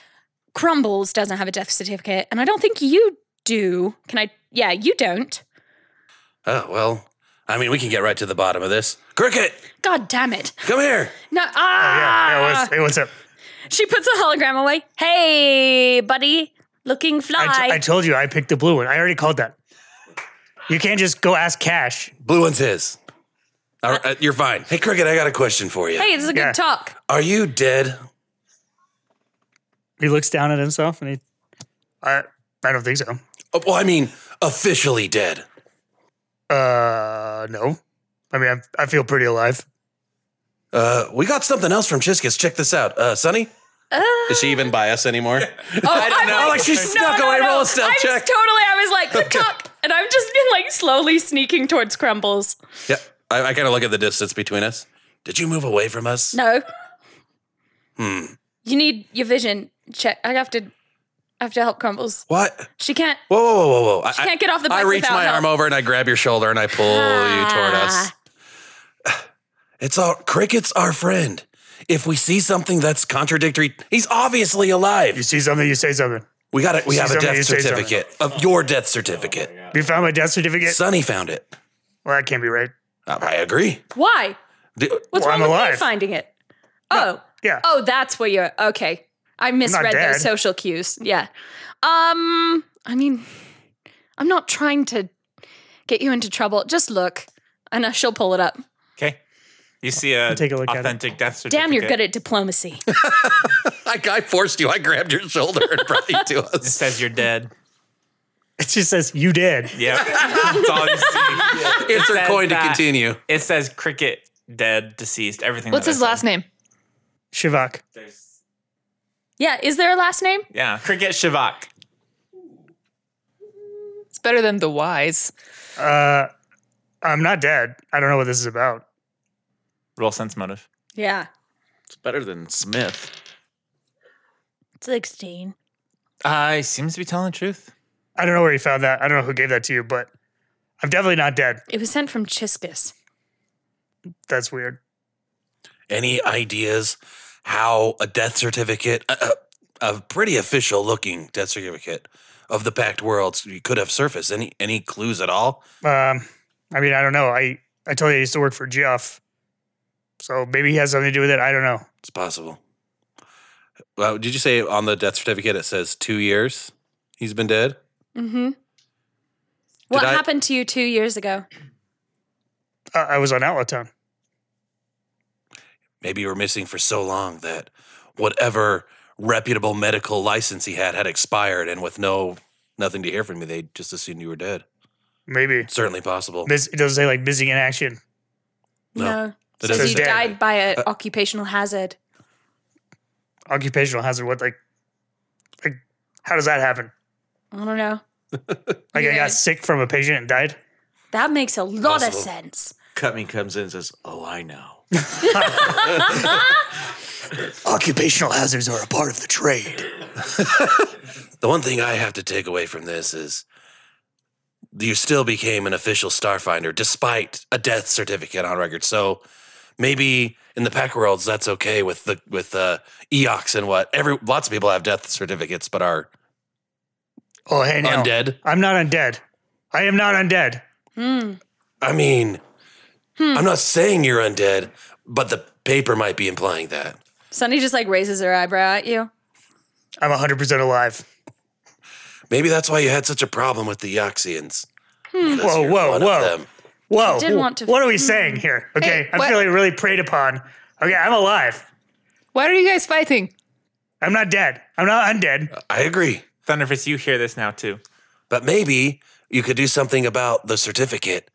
[SPEAKER 7] Crumbles doesn't have a death certificate, and I don't think you do. Can I yeah, you don't.
[SPEAKER 6] Oh, well, I mean, we can get right to the bottom of this. Cricket,
[SPEAKER 7] God damn it.
[SPEAKER 6] come here.
[SPEAKER 7] No ah
[SPEAKER 4] Yeah, what's, hey, what's up?
[SPEAKER 7] She puts a hologram away. Hey, buddy. Looking fly.
[SPEAKER 4] I, t- I told you I picked the blue one. I already called that. You can't just go ask Cash.
[SPEAKER 6] Blue one's his. All right, you're fine. Hey, Cricket, I got a question for you.
[SPEAKER 7] hey, this is a good
[SPEAKER 4] Yeah.
[SPEAKER 7] talk.
[SPEAKER 6] Are you dead?
[SPEAKER 4] He looks down at himself and he, I, I don't think so.
[SPEAKER 6] Oh, well, I mean, officially dead.
[SPEAKER 4] Uh, no. I mean, I, I feel pretty alive.
[SPEAKER 6] Uh, we got something else from Chiskus. Check this out. Uh, Sonny? Is she even by
[SPEAKER 7] <laughs>
[SPEAKER 6] us anymore?
[SPEAKER 7] Oh, I
[SPEAKER 6] didn't know. Like, she snuck away. Roll a stealth
[SPEAKER 7] I'm just
[SPEAKER 6] check.
[SPEAKER 7] Totally, I was like, good talk. And I've just been like slowly sneaking towards Crumbles.
[SPEAKER 6] yeah, I, I kind of look at the distance between us. Did you move away from us?
[SPEAKER 7] No. Hmm.
[SPEAKER 6] Hmm.
[SPEAKER 7] You need your vision check. I have to. I have to help Crumbles.
[SPEAKER 6] What?
[SPEAKER 7] She can't.
[SPEAKER 6] Whoa, whoa, whoa, whoa, whoa. I,
[SPEAKER 7] can't get off the
[SPEAKER 6] I
[SPEAKER 7] bike
[SPEAKER 6] reach
[SPEAKER 7] without
[SPEAKER 6] my
[SPEAKER 7] help.
[SPEAKER 6] arm over and I grab your shoulder and I pull you toward us.
[SPEAKER 7] Ah.
[SPEAKER 6] <sighs> It's all cricket's our friend. If we see something that's contradictory, he's obviously
[SPEAKER 4] You
[SPEAKER 6] alive.
[SPEAKER 4] see something, you say something.
[SPEAKER 6] We got it. We
[SPEAKER 4] see
[SPEAKER 6] have a
[SPEAKER 4] something,
[SPEAKER 6] death
[SPEAKER 4] you say something.
[SPEAKER 6] certificate of your death certificate.
[SPEAKER 4] You found my death certificate?
[SPEAKER 6] Sonny found it.
[SPEAKER 4] well, that can't be right. <laughs>
[SPEAKER 6] Uh, I agree.
[SPEAKER 7] Why?
[SPEAKER 6] D-
[SPEAKER 7] What's
[SPEAKER 4] Well,
[SPEAKER 7] wrong
[SPEAKER 4] I'm
[SPEAKER 7] with me
[SPEAKER 4] alive.
[SPEAKER 7] finding it? Oh.
[SPEAKER 4] Yeah.
[SPEAKER 7] Oh, that's where you're. Okay. I misread their
[SPEAKER 4] dead.
[SPEAKER 7] social cues. Yeah. Um. I mean, I'm not trying to get you into trouble. Just look, and uh, she'll pull it up.
[SPEAKER 2] Okay. You see a,
[SPEAKER 4] take a look at it.
[SPEAKER 2] authentic death certificate.
[SPEAKER 7] Damn, you're good at
[SPEAKER 6] <laughs>
[SPEAKER 7] diplomacy.
[SPEAKER 6] <laughs> I, I forced you. I grabbed your shoulder and brought you to
[SPEAKER 2] It
[SPEAKER 6] us.
[SPEAKER 2] says you're
[SPEAKER 5] <laughs>
[SPEAKER 2] dead.
[SPEAKER 4] It just says, you did.
[SPEAKER 2] Yep. That's all you see.
[SPEAKER 6] It's her
[SPEAKER 2] says
[SPEAKER 6] coin to
[SPEAKER 2] that.
[SPEAKER 6] continue.
[SPEAKER 2] It says cricket, dead, deceased, everything.
[SPEAKER 9] What's his last name?
[SPEAKER 4] Shivak.
[SPEAKER 2] name?
[SPEAKER 7] yeah. Is there a last name?
[SPEAKER 2] Yeah, cricket Shivak.
[SPEAKER 9] It's better than the wise.
[SPEAKER 4] Uh, I'm not dead. I don't know what this is about.
[SPEAKER 2] Roll sense motive.
[SPEAKER 7] Yeah.
[SPEAKER 10] It's better than Smith.
[SPEAKER 7] Sixteen.
[SPEAKER 2] Uh, he seems to be telling the truth.
[SPEAKER 4] I don't know where you found that. I don't know who gave that to you, but I'm definitely not dead.
[SPEAKER 7] It was sent from Chiskus.
[SPEAKER 4] That's weird.
[SPEAKER 6] Any ideas how a death certificate, a, a, a pretty official looking death certificate of the Pact Worlds, you could have surfaced? Any any clues at all?
[SPEAKER 4] Um, I mean, I don't know. I, I told you I used to work for Geoff. So maybe he has something to do with it. I don't know.
[SPEAKER 6] It's possible. Well, did you say on the death certificate it says two years? He's been dead.
[SPEAKER 7] Mm-hmm. What
[SPEAKER 6] I-
[SPEAKER 7] happened to you two years ago?
[SPEAKER 4] Uh, I was on Outlet Town.
[SPEAKER 6] Maybe you were missing for so long that whatever reputable medical license he had had expired, and with no nothing to hear from you, they just assumed you were dead.
[SPEAKER 4] Maybe.
[SPEAKER 6] Certainly possible.
[SPEAKER 4] Mis- it doesn't say like missing in action.
[SPEAKER 6] No.
[SPEAKER 7] So
[SPEAKER 6] That doesn't
[SPEAKER 7] you
[SPEAKER 6] say-
[SPEAKER 7] died by an occupational hazard.
[SPEAKER 4] Occupational hazard. What like, like how does that happen?
[SPEAKER 7] I don't know.
[SPEAKER 4] Like I
[SPEAKER 7] Yeah.
[SPEAKER 4] got sick from a patient and died.
[SPEAKER 7] That makes a lot
[SPEAKER 6] Possible.
[SPEAKER 7] of sense.
[SPEAKER 3] Cut me comes in and says, "Oh, I know."
[SPEAKER 4] Occupational hazards are a part of the trade.
[SPEAKER 6] The one thing I have to take away from this is you still became an official Starfinder despite a death certificate on record. So maybe in the pack worlds that's okay with the with uh, Eox and what every lots of people have death certificates but are
[SPEAKER 4] Oh, hey, now.
[SPEAKER 6] undead.
[SPEAKER 4] I'm not undead. I am not undead.
[SPEAKER 6] I mean, I'm not saying you're undead, but the paper might be implying that.
[SPEAKER 7] Sunny just like raises her eyebrow at you.
[SPEAKER 4] I'm 100% alive.
[SPEAKER 6] Maybe that's why you had such a problem with the Yoxians.
[SPEAKER 4] Whoa, whoa, whoa. Whoa.
[SPEAKER 7] did want to- mm.
[SPEAKER 4] What are we saying here? Okay. I'm
[SPEAKER 5] what-
[SPEAKER 4] feeling really preyed upon. Okay. I'm alive.
[SPEAKER 5] Why are you guys fighting?
[SPEAKER 4] I'm not dead. I'm not undead.
[SPEAKER 6] I agree.
[SPEAKER 2] Thunderfist, you hear this now too.
[SPEAKER 6] But maybe you could do something about the certificate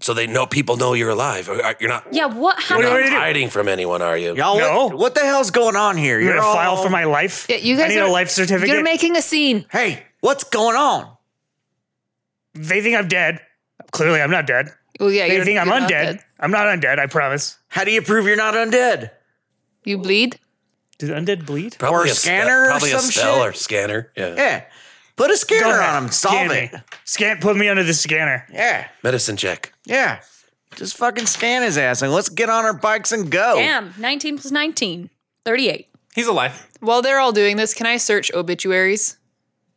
[SPEAKER 6] so they know people know you're alive. Or- or You're not,
[SPEAKER 7] Yeah, what
[SPEAKER 6] you're
[SPEAKER 7] happened?
[SPEAKER 6] not
[SPEAKER 4] you do?
[SPEAKER 6] hiding from anyone, are you?
[SPEAKER 3] Y'all,
[SPEAKER 4] No.
[SPEAKER 3] what, what the hell's going on here?
[SPEAKER 4] You're going to
[SPEAKER 3] all-
[SPEAKER 4] file for my life?
[SPEAKER 5] Yeah, you guys
[SPEAKER 4] I need
[SPEAKER 5] are,
[SPEAKER 4] a life certificate.
[SPEAKER 5] You're making a scene.
[SPEAKER 3] Hey, what's going on?
[SPEAKER 4] they think I'm dead. Clearly, I'm not dead.
[SPEAKER 5] Well, yeah,
[SPEAKER 4] They
[SPEAKER 5] you're,
[SPEAKER 4] think I'm
[SPEAKER 5] you're
[SPEAKER 4] undead.
[SPEAKER 5] not
[SPEAKER 4] I'm not undead, I promise.
[SPEAKER 3] How do you prove you're not undead?
[SPEAKER 5] You bleed.
[SPEAKER 4] Does undead bleed?
[SPEAKER 6] Probably
[SPEAKER 3] Or a
[SPEAKER 6] spe-
[SPEAKER 3] scanner or
[SPEAKER 6] probably
[SPEAKER 3] some
[SPEAKER 6] a spell
[SPEAKER 3] shit?
[SPEAKER 6] or scanner. Yeah.
[SPEAKER 3] Yeah, put a
[SPEAKER 4] Go
[SPEAKER 3] scanner
[SPEAKER 4] ahead.
[SPEAKER 3] on him. Solve
[SPEAKER 4] Scan me.
[SPEAKER 3] it.
[SPEAKER 4] Scan, put me under the scanner.
[SPEAKER 3] Yeah,
[SPEAKER 6] Medicine check.
[SPEAKER 3] yeah. Just fucking scan his ass and let's get on our bikes and go.
[SPEAKER 7] Damn, 19 plus 19, 38.
[SPEAKER 2] He's alive.
[SPEAKER 5] While they're all doing this, can I search obituaries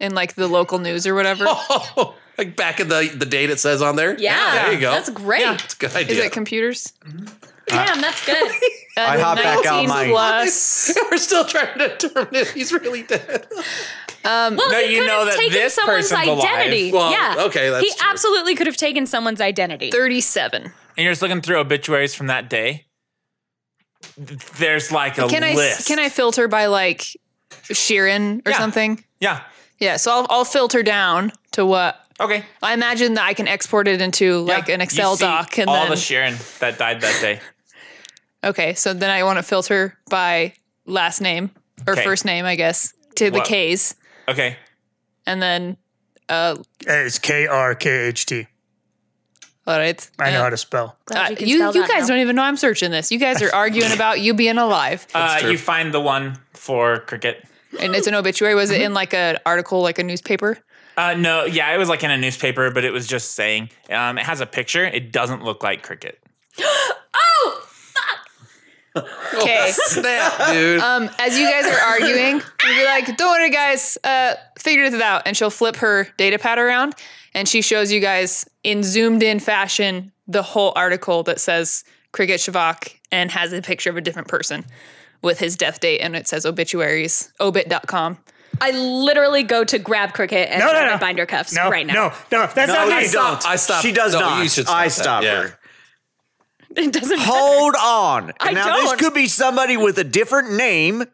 [SPEAKER 5] in like the local news or whatever?
[SPEAKER 6] <laughs> Oh, like back in the, the date it says on there?
[SPEAKER 7] Yeah,
[SPEAKER 6] there you go.
[SPEAKER 7] That's great.
[SPEAKER 6] It's a good
[SPEAKER 5] Is
[SPEAKER 6] idea.
[SPEAKER 5] it computers?
[SPEAKER 7] Damn, that's good.
[SPEAKER 3] I hop back out
[SPEAKER 5] 19
[SPEAKER 3] my.
[SPEAKER 5] plus.
[SPEAKER 6] <laughs> We're still trying to determine if he's really dead.
[SPEAKER 7] Well,
[SPEAKER 2] No,
[SPEAKER 7] he
[SPEAKER 2] you
[SPEAKER 7] could
[SPEAKER 2] know
[SPEAKER 7] have
[SPEAKER 2] that
[SPEAKER 7] taken
[SPEAKER 2] this
[SPEAKER 7] someone's
[SPEAKER 2] person's alive.
[SPEAKER 7] identity.
[SPEAKER 6] Well,
[SPEAKER 7] yeah.
[SPEAKER 6] okay, that's
[SPEAKER 7] He
[SPEAKER 6] true.
[SPEAKER 7] absolutely could have taken someone's identity.
[SPEAKER 5] 37.
[SPEAKER 2] And you're just looking through obituaries from that day. There's like a
[SPEAKER 5] Can I
[SPEAKER 2] list.
[SPEAKER 5] can I filter by like Sheeran or
[SPEAKER 2] Yeah.
[SPEAKER 5] something?
[SPEAKER 2] Yeah.
[SPEAKER 5] Yeah, so I'll, I'll filter down to what
[SPEAKER 2] Okay.
[SPEAKER 5] I imagine that I can export it into like
[SPEAKER 2] Yeah.
[SPEAKER 5] an
[SPEAKER 2] You
[SPEAKER 5] Excel
[SPEAKER 2] see
[SPEAKER 5] doc and
[SPEAKER 2] all
[SPEAKER 5] then
[SPEAKER 2] the Sharon that died that day.
[SPEAKER 5] okay, so then I want to filter by last name or
[SPEAKER 2] Okay.
[SPEAKER 5] first name, I guess, to the
[SPEAKER 2] What?
[SPEAKER 5] K's,
[SPEAKER 2] Okay.
[SPEAKER 5] and then uh,
[SPEAKER 4] It's K R K H T.
[SPEAKER 5] all right,
[SPEAKER 4] I know
[SPEAKER 5] Uh,
[SPEAKER 4] how to spell.
[SPEAKER 7] Glad
[SPEAKER 5] uh,
[SPEAKER 7] can
[SPEAKER 5] you
[SPEAKER 7] spell
[SPEAKER 5] you
[SPEAKER 7] that
[SPEAKER 5] guys
[SPEAKER 7] now.
[SPEAKER 5] don't even know I'm searching this. You guys are arguing about you being alive,
[SPEAKER 2] Uh,
[SPEAKER 6] true.
[SPEAKER 2] you find the one for cricket.
[SPEAKER 5] and it's an obituary.
[SPEAKER 4] Mm-hmm.
[SPEAKER 5] Was it in like an article, like
[SPEAKER 4] <laughs>
[SPEAKER 5] a newspaper?
[SPEAKER 2] Uh, no, yeah, it was like in a newspaper, but it was just saying. Um, it has a picture. It doesn't look like cricket.
[SPEAKER 7] Oh!
[SPEAKER 5] Okay.
[SPEAKER 6] Snap, dude.
[SPEAKER 7] Uh,
[SPEAKER 5] Um, as you guys are arguing, you'll be like, "Don't worry, guys, uh, figured it out." And she'll flip her data pad around, and she shows you guys in zoomed in fashion the whole article that says Cricket Shavak and has a picture of a different person with his death date, and it says obituaries, obit.com.
[SPEAKER 7] I literally go to grab Cricket and
[SPEAKER 4] No, no,
[SPEAKER 7] try to
[SPEAKER 4] no.
[SPEAKER 7] bind her cuffs
[SPEAKER 4] No,
[SPEAKER 7] right
[SPEAKER 4] no,
[SPEAKER 7] now.
[SPEAKER 4] no, that's not
[SPEAKER 3] I
[SPEAKER 4] me.
[SPEAKER 3] don't.
[SPEAKER 6] I stopped-
[SPEAKER 3] She does
[SPEAKER 6] no,
[SPEAKER 3] not.
[SPEAKER 6] you should
[SPEAKER 3] I
[SPEAKER 6] stop
[SPEAKER 3] stop
[SPEAKER 6] that.
[SPEAKER 3] her.
[SPEAKER 6] Yeah.
[SPEAKER 7] <laughs> It doesn't matter.
[SPEAKER 3] Hold
[SPEAKER 5] <laughs>
[SPEAKER 3] on.
[SPEAKER 7] I
[SPEAKER 3] now
[SPEAKER 7] don't.
[SPEAKER 3] this could be somebody with a different name.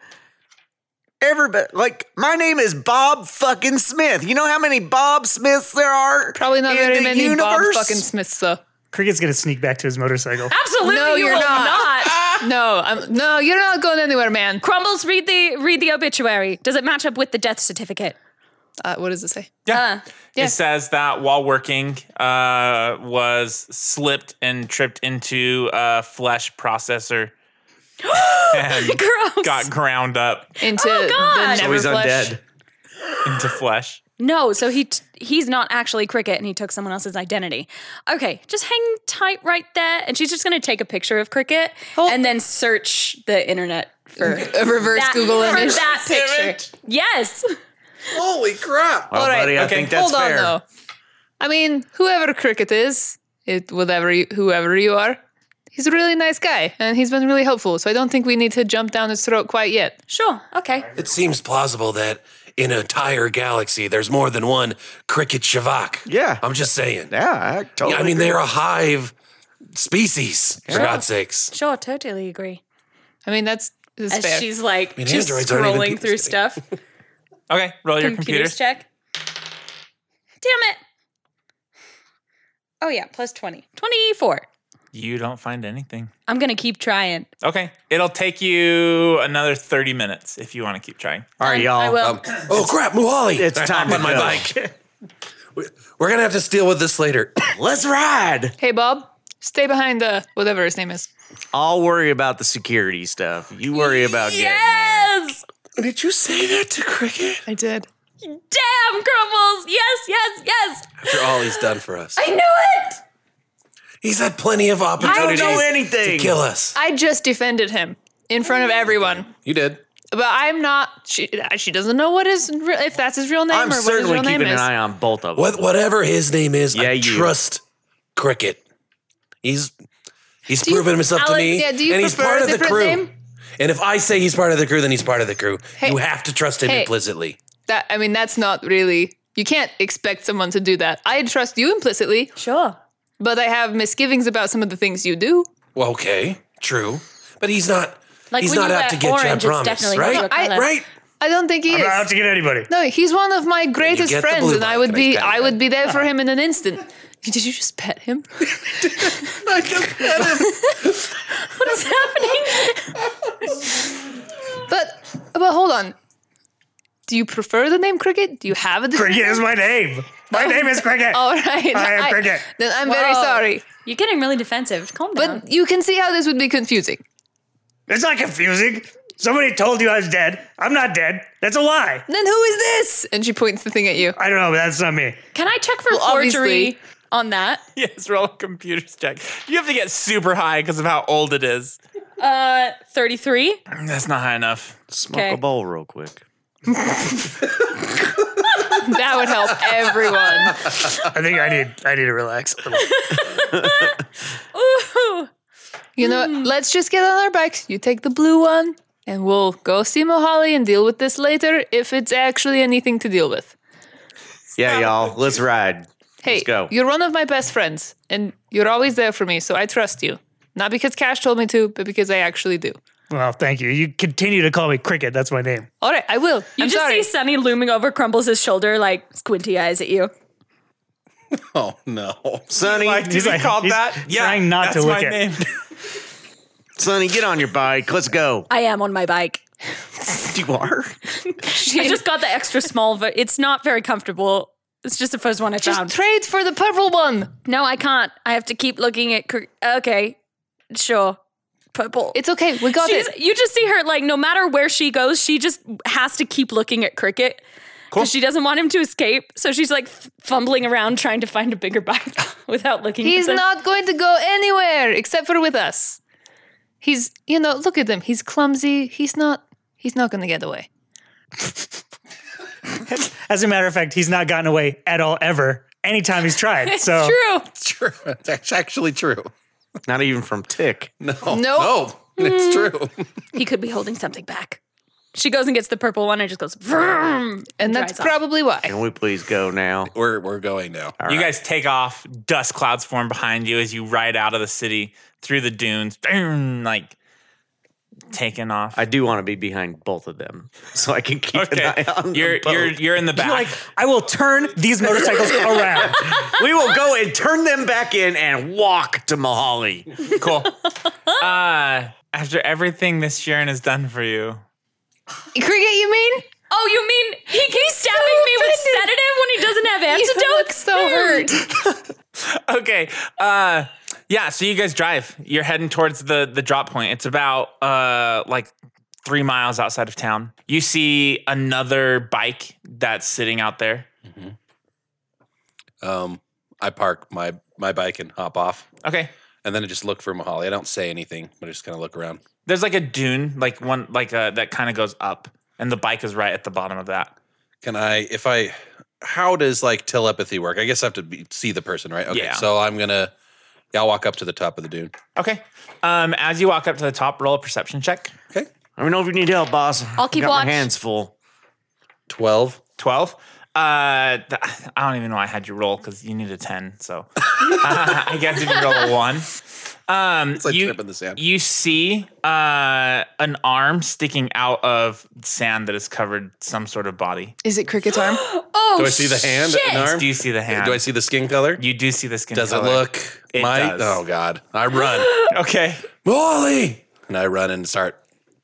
[SPEAKER 3] Everybody, like my name is Bob fucking Smith. You know how many Bob Smiths there are?
[SPEAKER 5] Probably not
[SPEAKER 3] in
[SPEAKER 5] very
[SPEAKER 3] the
[SPEAKER 5] many
[SPEAKER 3] universe?
[SPEAKER 5] Bob fucking Smiths though.
[SPEAKER 4] Cricket's gonna sneak back to his motorcycle.
[SPEAKER 7] Absolutely,
[SPEAKER 5] No,
[SPEAKER 7] you
[SPEAKER 5] you're
[SPEAKER 7] will
[SPEAKER 5] not.
[SPEAKER 7] not.
[SPEAKER 5] No, I'm, no, you're not going anywhere, man.
[SPEAKER 7] Crumbles, read the read the obituary. Does it match up with the death certificate? <laughs>
[SPEAKER 5] Uh, what does it say?
[SPEAKER 7] Yeah.
[SPEAKER 5] Yeah.
[SPEAKER 2] It says that while working, uh, was slipped and tripped into a flesh
[SPEAKER 5] <gasps>
[SPEAKER 2] processor and
[SPEAKER 7] Gross.
[SPEAKER 2] got ground up
[SPEAKER 5] Into
[SPEAKER 7] Oh, God.
[SPEAKER 5] the
[SPEAKER 7] So
[SPEAKER 5] never flesh.
[SPEAKER 2] into flesh.
[SPEAKER 7] No, so he t- he's not actually cricket, and he took someone else's identity. Okay, just hang tight right there, and she's just gonna take a picture of cricket and then search the internet for
[SPEAKER 5] A reverse
[SPEAKER 7] that,
[SPEAKER 5] Google
[SPEAKER 7] for
[SPEAKER 5] image.
[SPEAKER 7] that picture. Yes,
[SPEAKER 6] Holy crap.
[SPEAKER 3] Well,
[SPEAKER 5] All right,
[SPEAKER 3] buddy, I
[SPEAKER 2] okay,
[SPEAKER 3] think that's
[SPEAKER 5] Hold on
[SPEAKER 3] fair.
[SPEAKER 5] though. I mean, whoever Cricket is, it whatever you, whoever you are, he's a really nice guy and he's been really helpful. So I don't think we need to jump down his throat quite yet.
[SPEAKER 7] sure, okay.
[SPEAKER 6] It seems plausible that in an entire galaxy, there's more than one cricket shavak.
[SPEAKER 3] Yeah.
[SPEAKER 6] I'm just saying.
[SPEAKER 3] Um, Yeah, I totally.
[SPEAKER 6] Yeah, I mean,
[SPEAKER 3] agree.
[SPEAKER 6] they're a hive species, for God's sakes.
[SPEAKER 7] Sure, totally agree.
[SPEAKER 5] I mean, that's, that's
[SPEAKER 7] As
[SPEAKER 5] fair.
[SPEAKER 7] she's like
[SPEAKER 6] mean,
[SPEAKER 7] just
[SPEAKER 6] androids aren't even
[SPEAKER 7] scrolling
[SPEAKER 6] people-
[SPEAKER 7] through stuff,
[SPEAKER 2] Okay, roll your computer.
[SPEAKER 7] computers check. Damn it! Oh yeah, plus 20. 24.
[SPEAKER 2] You don't find anything.
[SPEAKER 7] I'm gonna keep trying.
[SPEAKER 2] Okay, it'll take you another thirty minutes if you want to keep trying.
[SPEAKER 3] All right,
[SPEAKER 7] I
[SPEAKER 3] y'all.
[SPEAKER 7] will.
[SPEAKER 6] Um, oh, crap, Muhali.
[SPEAKER 3] It's
[SPEAKER 6] I
[SPEAKER 3] time
[SPEAKER 6] hop on
[SPEAKER 3] to
[SPEAKER 6] my
[SPEAKER 3] go. <laughs>
[SPEAKER 6] bike. We- We're going to have to deal with this later. <coughs>
[SPEAKER 3] Let's ride.
[SPEAKER 5] hey, Bob, Stay behind the whatever his name is.
[SPEAKER 3] I'll worry about the security stuff. You worry about getting there.
[SPEAKER 7] Yes!
[SPEAKER 6] Did you say that to Cricket?
[SPEAKER 5] I did.
[SPEAKER 7] Damn, Crumbles! Yes, yes, yes!
[SPEAKER 6] After all he's done for us,
[SPEAKER 7] I knew it!
[SPEAKER 6] he's had plenty of
[SPEAKER 3] I don't
[SPEAKER 6] opportunities
[SPEAKER 3] know
[SPEAKER 6] to
[SPEAKER 3] anything.
[SPEAKER 6] kill us.
[SPEAKER 5] I just defended him in front of everyone.
[SPEAKER 6] You did.
[SPEAKER 5] But I'm not. She she doesn't know what his re- if that's his real name
[SPEAKER 3] I'm
[SPEAKER 5] or what his
[SPEAKER 3] certainly
[SPEAKER 5] real name
[SPEAKER 3] keeping an
[SPEAKER 5] is.
[SPEAKER 3] eye on both of them.
[SPEAKER 6] What, whatever his name is,
[SPEAKER 3] Yeah,
[SPEAKER 6] I
[SPEAKER 3] you.
[SPEAKER 6] trust Cricket. He's he's proven himself to
[SPEAKER 5] Alex,
[SPEAKER 6] me,
[SPEAKER 5] yeah, do you
[SPEAKER 6] and he's
[SPEAKER 5] prefer
[SPEAKER 6] part
[SPEAKER 5] a
[SPEAKER 6] of the
[SPEAKER 5] different
[SPEAKER 6] crew.
[SPEAKER 5] name?
[SPEAKER 6] And if I say he's part of the crew, then he's part of the crew.
[SPEAKER 5] Hey.
[SPEAKER 6] you have to trust him
[SPEAKER 5] Hey.
[SPEAKER 6] implicitly.
[SPEAKER 5] That I mean, that's not really. You can't expect someone to do that. I trust you implicitly,
[SPEAKER 7] Sure.
[SPEAKER 5] but I have misgivings about some of the things you do.
[SPEAKER 6] Well, okay, true, but he's not.
[SPEAKER 7] Like
[SPEAKER 6] he's
[SPEAKER 7] when
[SPEAKER 6] not
[SPEAKER 7] you
[SPEAKER 6] out
[SPEAKER 7] got
[SPEAKER 6] to get you. I
[SPEAKER 7] orange, it's
[SPEAKER 6] promise,
[SPEAKER 7] definitely
[SPEAKER 6] right?
[SPEAKER 7] your color.
[SPEAKER 6] right?
[SPEAKER 5] I don't think he
[SPEAKER 4] I'm not out
[SPEAKER 5] is.
[SPEAKER 4] to get anybody.
[SPEAKER 5] No, he's one of my
[SPEAKER 6] get
[SPEAKER 5] greatest
[SPEAKER 6] the
[SPEAKER 5] friends,
[SPEAKER 6] blue
[SPEAKER 5] and I
[SPEAKER 6] light,
[SPEAKER 5] would
[SPEAKER 6] and I
[SPEAKER 5] be
[SPEAKER 6] pat
[SPEAKER 5] I
[SPEAKER 6] him
[SPEAKER 5] would be there for him in an instant. <laughs> Did you just pet him? <laughs>
[SPEAKER 7] What is happening?
[SPEAKER 5] But but hold on. Do you prefer the name Cricket? Do you have a different
[SPEAKER 4] Cricket is my name. My name is Cricket.
[SPEAKER 5] <laughs> All right.
[SPEAKER 4] I am Cricket.
[SPEAKER 5] Then I'm very
[SPEAKER 7] Whoa.
[SPEAKER 5] sorry.
[SPEAKER 7] <laughs> You're getting really defensive. Calm
[SPEAKER 5] But
[SPEAKER 7] down.
[SPEAKER 5] you can see how this would be confusing.
[SPEAKER 4] It's not confusing. Somebody told you I was dead. I'm not dead. That's a lie.
[SPEAKER 5] Then who is this? And she points the thing at you.
[SPEAKER 4] I don't know, but that's not me.
[SPEAKER 7] Can I check for
[SPEAKER 5] Well,
[SPEAKER 7] forgery
[SPEAKER 5] obviously-
[SPEAKER 7] on that?
[SPEAKER 2] <laughs> Yes, roll a computer's check. You have to get super high because of how old it is.
[SPEAKER 7] Uh, 33?
[SPEAKER 2] That's not high enough.
[SPEAKER 3] Smoke
[SPEAKER 7] Okay.
[SPEAKER 3] a bowl real quick.
[SPEAKER 5] That would help
[SPEAKER 4] I
[SPEAKER 5] everyone.
[SPEAKER 4] think I need I need to relax. a little.
[SPEAKER 7] Ooh!
[SPEAKER 5] You know, let's just get on our bikes. You take the blue one, and we'll go see Mohali and deal with this later if it's actually anything to deal with.
[SPEAKER 3] Yeah, y'all. Let's ride.
[SPEAKER 5] Hey,
[SPEAKER 3] Let's go.
[SPEAKER 5] you're one of my best friends, and you're always there for me, so I trust you. Not because Cash told me to, but because I actually do.
[SPEAKER 4] Well, thank you. You continue to call me Cricket. That's my name.
[SPEAKER 5] All right, I will.
[SPEAKER 7] You
[SPEAKER 5] I'm
[SPEAKER 7] just
[SPEAKER 5] sorry.
[SPEAKER 7] see Sunny looming over Crumbles' shoulder, like squinty eyes at you.
[SPEAKER 6] Oh no,
[SPEAKER 3] Sonny,
[SPEAKER 2] Like, did
[SPEAKER 4] He's
[SPEAKER 2] he
[SPEAKER 4] like-
[SPEAKER 2] call
[SPEAKER 4] he's
[SPEAKER 2] that?
[SPEAKER 4] trying not to
[SPEAKER 2] Uh, that's
[SPEAKER 4] look
[SPEAKER 2] my
[SPEAKER 4] at-
[SPEAKER 2] name.
[SPEAKER 3] Sonny, get on your bike. Let's go.
[SPEAKER 7] I am on my bike.
[SPEAKER 3] You are?
[SPEAKER 7] I just got the extra small, but it's not very comfortable. It's just the first one I
[SPEAKER 5] just
[SPEAKER 7] found.
[SPEAKER 5] trade for the purple one.
[SPEAKER 7] no, I can't. I have to keep looking at. Cr- okay, sure. Purple.
[SPEAKER 5] It's okay. We got
[SPEAKER 7] She's,
[SPEAKER 5] it.
[SPEAKER 7] you just see her like no matter where she goes, she just has to keep looking at Cricket because she doesn't want him to escape. So she's like f- fumbling around trying to find a bigger bike <laughs> without looking.
[SPEAKER 5] He's
[SPEAKER 7] at them.
[SPEAKER 5] not going to go anywhere except for with us. He's, you know, look at him. He's clumsy. He's not. He's not going to get away.
[SPEAKER 4] <laughs> As a matter of fact, he's not gotten away at all ever. Anytime he's
[SPEAKER 5] <laughs>
[SPEAKER 4] tried. So
[SPEAKER 7] true.
[SPEAKER 6] true. That's actually true.
[SPEAKER 3] Not even from Tick.
[SPEAKER 6] No,
[SPEAKER 5] Nope.
[SPEAKER 6] no, it's true.
[SPEAKER 7] He could be holding something back. She goes and gets the purple one and just goes vroom.
[SPEAKER 5] And that's
[SPEAKER 7] dries off.
[SPEAKER 5] probably why.
[SPEAKER 3] Can we please go now?
[SPEAKER 6] We're we're going now.
[SPEAKER 2] you guys take off. Dust clouds form behind you as you ride out of the city through the dunes. Boom, like taking off.
[SPEAKER 3] I do want to be behind both of them so I can keep
[SPEAKER 2] <laughs> okay,
[SPEAKER 3] an eye on
[SPEAKER 2] you're
[SPEAKER 3] them both.
[SPEAKER 2] you're you're in the back.
[SPEAKER 4] like I will turn
[SPEAKER 2] <laughs>
[SPEAKER 4] these motorcycles around.
[SPEAKER 3] we will go and turn them back in and walk to Mahali.
[SPEAKER 2] cool. Uh, after everything this Sharon has done for you,
[SPEAKER 5] Cricket, you mean?
[SPEAKER 7] Oh, you mean he keeps stabbing me with sedative when <laughs> he doesn't have
[SPEAKER 5] You look
[SPEAKER 7] antidotes?
[SPEAKER 5] so hurt.
[SPEAKER 2] okay. Uh, yeah. So you guys drive. You're heading towards the the drop point. It's about uh like three miles outside of town. You see another bike that's sitting out there.
[SPEAKER 6] Um, I park my my bike and hop off,
[SPEAKER 2] Okay.
[SPEAKER 6] and then I just look for Mahali. I don't say anything, but I just kind of look around.
[SPEAKER 2] There's like a dune, like one, like uh that kind of goes up, and the bike is right at the bottom of that.
[SPEAKER 6] Can I, if I, how does like telepathy work? I guess I have to be, see the person, right? Okay.
[SPEAKER 2] Yeah.
[SPEAKER 6] So I'm going to, yeah, I'll walk up to the top of the dune.
[SPEAKER 2] Okay. Um, as you walk up to the top, roll a perception check.
[SPEAKER 6] Okay.
[SPEAKER 3] Let me know if you need help, boss.
[SPEAKER 7] I'll keep
[SPEAKER 3] got
[SPEAKER 7] watch.
[SPEAKER 3] my hands full.
[SPEAKER 6] 12.
[SPEAKER 2] Twelve. Uh, th- I don't even know why I had you roll because you need a ten.
[SPEAKER 6] <laughs>
[SPEAKER 2] So I guess if you roll a one, um,
[SPEAKER 6] It's like
[SPEAKER 2] you
[SPEAKER 6] trip in the sand.
[SPEAKER 2] you see uh an arm sticking out of sand that has covered some sort of body.
[SPEAKER 5] Is it Cricket's arm?
[SPEAKER 7] Oh,
[SPEAKER 6] do I see the hand
[SPEAKER 7] shit.
[SPEAKER 6] and arm?
[SPEAKER 2] Do you see the hand?
[SPEAKER 6] Do I see the skin color?
[SPEAKER 2] You do see the skin.
[SPEAKER 6] does it
[SPEAKER 2] color.
[SPEAKER 6] look
[SPEAKER 2] It
[SPEAKER 6] my,
[SPEAKER 2] does.
[SPEAKER 6] oh God. I run.
[SPEAKER 2] <laughs> okay?
[SPEAKER 6] Mahali! And I run and start,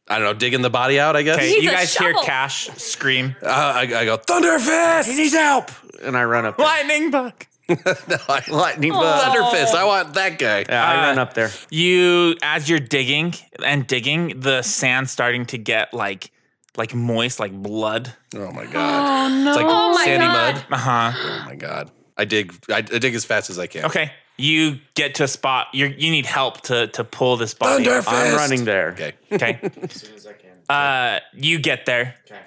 [SPEAKER 6] I don't know, digging the body out, I guess.
[SPEAKER 2] Okay,
[SPEAKER 7] He's
[SPEAKER 2] you
[SPEAKER 7] a
[SPEAKER 2] guys hear
[SPEAKER 7] shovel.
[SPEAKER 2] Cash scream,
[SPEAKER 6] <laughs> Uh, I, I go, Thunder Fist!
[SPEAKER 3] He needs help. And I run up. there.
[SPEAKER 2] "Lightning bug!"
[SPEAKER 6] <laughs> no, I
[SPEAKER 3] Lightning
[SPEAKER 6] Lightning
[SPEAKER 3] bug.
[SPEAKER 6] Thunderfist. I want that guy.
[SPEAKER 3] Yeah, I
[SPEAKER 2] Uh,
[SPEAKER 3] run up there.
[SPEAKER 2] you as you're digging and digging the sand starting to get like like moist like blood
[SPEAKER 6] Oh my god. Oh no. It's like
[SPEAKER 7] Oh my
[SPEAKER 6] sandy
[SPEAKER 7] God.
[SPEAKER 6] mud.
[SPEAKER 2] uh-huh
[SPEAKER 6] Oh my god. I dig. I, I dig as fast as I can.
[SPEAKER 2] okay you get to a spot you you need help to to pull this body up.
[SPEAKER 4] <laughs>
[SPEAKER 6] Thunderfist.
[SPEAKER 3] I'm running there.
[SPEAKER 6] Okay.
[SPEAKER 2] okay
[SPEAKER 11] as soon as I can.
[SPEAKER 2] uh you get there
[SPEAKER 11] Okay.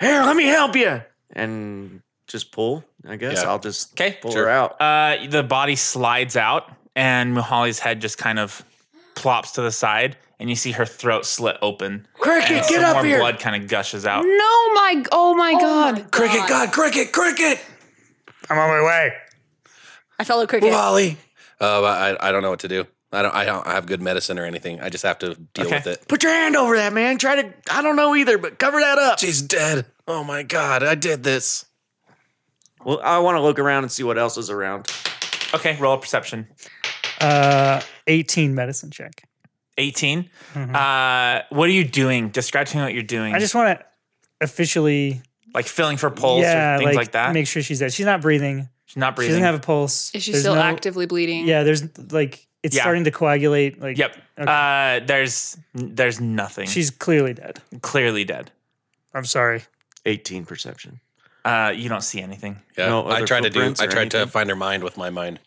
[SPEAKER 3] Here, let me help you. And just pull, I guess.
[SPEAKER 6] Yeah.
[SPEAKER 3] I'll just
[SPEAKER 2] Okay,
[SPEAKER 3] pull
[SPEAKER 6] sure.
[SPEAKER 3] her out.
[SPEAKER 2] uh the body slides out and muhali's head just kind of plops to the side and you see her throat slit open
[SPEAKER 3] Cricket,
[SPEAKER 2] and
[SPEAKER 3] get
[SPEAKER 2] some
[SPEAKER 3] up
[SPEAKER 2] more
[SPEAKER 3] here.
[SPEAKER 2] blood kind of gushes out
[SPEAKER 5] <gasps> No, my. Oh my god.
[SPEAKER 6] Cricket, God, cricket, cricket.
[SPEAKER 12] I'm on my way.
[SPEAKER 7] I follow cricket.
[SPEAKER 6] Wally. Uh, I I don't know what to do. I don't. I don't have good medicine or anything. I just have to deal
[SPEAKER 2] Okay.
[SPEAKER 6] with it.
[SPEAKER 3] Put your hand over that, man. Try to, I don't know either, but cover that up.
[SPEAKER 6] She's dead. Oh my god. I did this.
[SPEAKER 3] Well, I want to look around and see what else is around.
[SPEAKER 2] okay roll a perception
[SPEAKER 4] Uh, 18 medicine check.
[SPEAKER 2] 18 uh what are you doing describe to me what you're doing
[SPEAKER 4] Mm-hmm. I just want to officially,
[SPEAKER 2] like feeling for pulse
[SPEAKER 4] yeah,
[SPEAKER 2] or things like, that.
[SPEAKER 4] make sure she's dead. She's not breathing.
[SPEAKER 2] She's not
[SPEAKER 4] She
[SPEAKER 2] breathing.
[SPEAKER 4] doesn't have a pulse.
[SPEAKER 5] Is she
[SPEAKER 4] There's
[SPEAKER 5] still
[SPEAKER 4] no-
[SPEAKER 5] actively bleeding?
[SPEAKER 4] Yeah, there's like it's
[SPEAKER 2] Yeah.
[SPEAKER 4] starting to coagulate. Like,
[SPEAKER 2] yep. Uh, there's there's nothing. She's
[SPEAKER 4] she's clearly dead.
[SPEAKER 2] clearly dead.
[SPEAKER 4] I'm sorry.
[SPEAKER 3] 18 perception.
[SPEAKER 2] Uh, you don't see anything.
[SPEAKER 6] Yeah.
[SPEAKER 3] No
[SPEAKER 6] I
[SPEAKER 3] other
[SPEAKER 6] tried to do.
[SPEAKER 3] footprints
[SPEAKER 6] I
[SPEAKER 3] or
[SPEAKER 6] tried to
[SPEAKER 3] anything?
[SPEAKER 6] find her mind with my mind.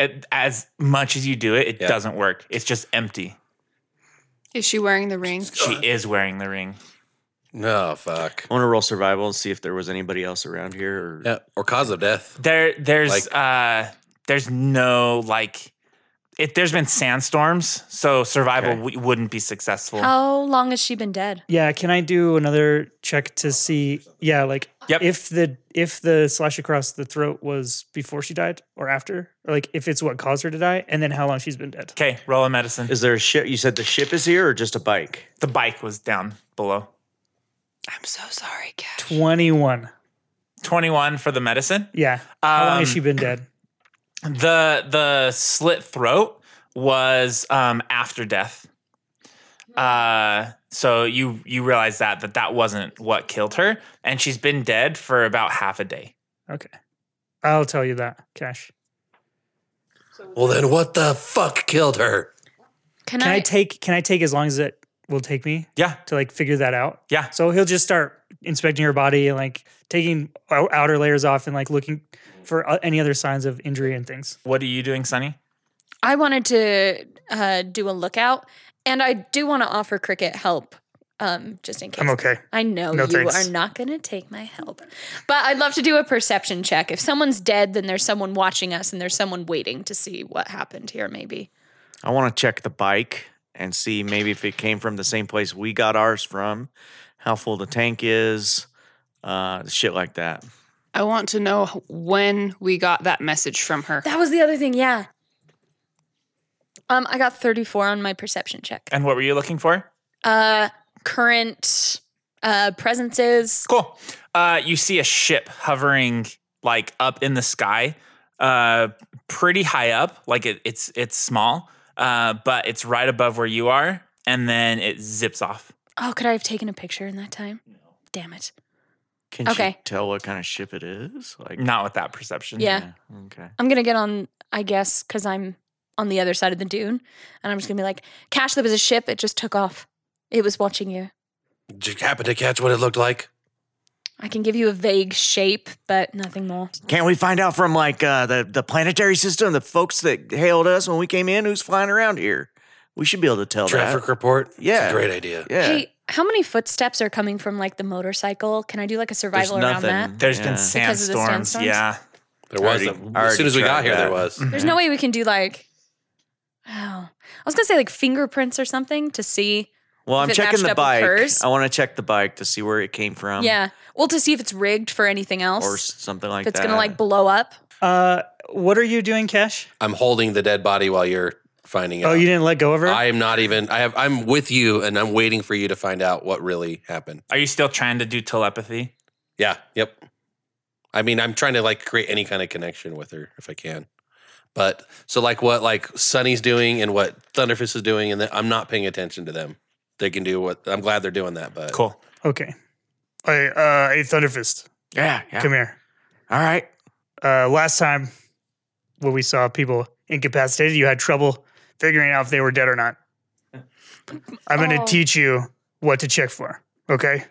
[SPEAKER 2] It, as much as you do it, it
[SPEAKER 6] Yeah.
[SPEAKER 2] doesn't work. It's just empty.
[SPEAKER 5] Is she wearing the ring?
[SPEAKER 2] She is wearing the ring.
[SPEAKER 6] No fuck.
[SPEAKER 3] I want to roll survival and see if there was anybody else around here. Or,
[SPEAKER 6] Yeah. Or cause of death.
[SPEAKER 2] There there's uh there's no like it, there's been sandstorms, so survival
[SPEAKER 3] Okay.
[SPEAKER 2] w- wouldn't be successful.
[SPEAKER 7] How long has she been dead?
[SPEAKER 4] Yeah, can I do another check to see? Yeah, like
[SPEAKER 2] Yep.
[SPEAKER 4] if the if the slash across the throat was before she died or after, or like if it's what caused her to die, and then how long she's been dead.
[SPEAKER 2] Okay, roll a medicine.
[SPEAKER 3] Is there a ship? You said the ship is here or just a bike?
[SPEAKER 2] The bike was down below.
[SPEAKER 5] I'm so sorry, Cat.
[SPEAKER 4] Twenty one.
[SPEAKER 2] Twenty one for the medicine.
[SPEAKER 4] Yeah. How long has
[SPEAKER 2] Um,
[SPEAKER 4] she been dead?
[SPEAKER 2] the the slit throat was um after death uh so you you realize that that that wasn't what killed her and she's been dead for about half a day
[SPEAKER 4] Okay. I'll tell you that, Cash.
[SPEAKER 6] Well then, what the fuck killed her?
[SPEAKER 7] Can,
[SPEAKER 4] Can
[SPEAKER 7] I?
[SPEAKER 4] I take can I take as long as it will take me
[SPEAKER 2] yeah
[SPEAKER 4] to like figure that out?
[SPEAKER 2] yeah
[SPEAKER 4] So he'll just start inspecting her body and like taking ou- outer layers off and like looking for uh, any other signs of injury and things.
[SPEAKER 2] what are you doing sonny
[SPEAKER 7] I wanted to uh, do a lookout, and I do want to offer cricket help, um, just in case.
[SPEAKER 4] okay.
[SPEAKER 7] I know
[SPEAKER 4] No,
[SPEAKER 7] you
[SPEAKER 4] thanks.
[SPEAKER 7] are not going to take my help, but I'd love to do a perception check. If someone's dead, then there's someone watching us, and there's someone waiting to see what happened here. Maybe.
[SPEAKER 3] I want to check the bike and see maybe if it came from the same place we got ours from, how full the tank is, uh, shit like that.
[SPEAKER 5] I want to know when we got that message from her.
[SPEAKER 7] That was the other thing. Yeah. Um, I got 34 on my perception check.
[SPEAKER 2] and what were you looking for
[SPEAKER 7] Uh, current uh presences.
[SPEAKER 2] cool uh you see a ship hovering like up in the sky uh pretty high up like it, it's it's small uh but it's right above where you are and then it zips off
[SPEAKER 7] Oh, could I have taken a picture in that time? No. Damn it.
[SPEAKER 3] Can
[SPEAKER 7] Okay.
[SPEAKER 3] she tell what kind of ship it is? Like,
[SPEAKER 2] not with that perception
[SPEAKER 7] Yeah.
[SPEAKER 3] Okay.
[SPEAKER 7] I'm gonna get on, I guess, because I'm on the other side of the dune, and I'm just gonna be like, "Cash, there was a ship. It just took off. It was watching you.
[SPEAKER 6] Did you happen to catch what it looked like?
[SPEAKER 7] I can give you a vague shape, but nothing more."
[SPEAKER 3] Can't we find out from like uh, the the planetary system, the folks that hailed us when we came in, who's flying around here? We should be able to tell
[SPEAKER 6] Traffic
[SPEAKER 3] that.
[SPEAKER 6] report. It's a
[SPEAKER 3] Yeah.
[SPEAKER 6] great idea.
[SPEAKER 3] Yeah.
[SPEAKER 7] Hey, how many footsteps are coming from like the motorcycle? Can I do like a
[SPEAKER 3] there's
[SPEAKER 7] survival around
[SPEAKER 3] nothing.
[SPEAKER 7] that?
[SPEAKER 2] There's
[SPEAKER 3] Yeah.
[SPEAKER 2] been
[SPEAKER 7] Because of the
[SPEAKER 2] sandstorms.
[SPEAKER 7] sandstorms?
[SPEAKER 2] Yeah.
[SPEAKER 6] There was.
[SPEAKER 3] Already-
[SPEAKER 6] a- as
[SPEAKER 3] already
[SPEAKER 6] soon as we got
[SPEAKER 3] tried
[SPEAKER 6] here, there
[SPEAKER 3] that.
[SPEAKER 6] was.
[SPEAKER 7] There's no way we can do like, oh, I was gonna say like fingerprints or something to see.
[SPEAKER 3] Well, I'm
[SPEAKER 7] it
[SPEAKER 3] checking
[SPEAKER 7] matched
[SPEAKER 3] the
[SPEAKER 7] up with
[SPEAKER 3] bike.
[SPEAKER 7] hers.
[SPEAKER 3] I want to check the bike to see where it came from.
[SPEAKER 7] yeah, well, to see if it's rigged for anything else,
[SPEAKER 3] Um. Or something like
[SPEAKER 7] if it's
[SPEAKER 3] that.
[SPEAKER 7] gonna like blow up.
[SPEAKER 4] Uh, what are you doing, Cash?
[SPEAKER 6] I'm holding the dead body while you're finding out.
[SPEAKER 4] Oh, you didn't let go of her.
[SPEAKER 6] I am not even. I have. I'm with you, and I'm waiting for you to find out what really happened.
[SPEAKER 2] Are you still trying to do telepathy?
[SPEAKER 6] Yeah. Yep. I mean, I'm trying to like create any kind of connection with her if I can. But so like what like Sunny's doing and what Thunderfist is doing, and then I'm not paying attention to them. They can do what. I'm glad they're doing that. But
[SPEAKER 2] Cool.
[SPEAKER 10] oh,
[SPEAKER 4] okay. Hey, uh, hey, Thunderfist,
[SPEAKER 3] yeah, yeah.
[SPEAKER 4] come here.
[SPEAKER 3] All right.
[SPEAKER 4] Uh, last time when we saw people incapacitated, you had trouble figuring out if they were dead or not. I'm going to
[SPEAKER 7] Oh.
[SPEAKER 4] teach you what to check for. Okay.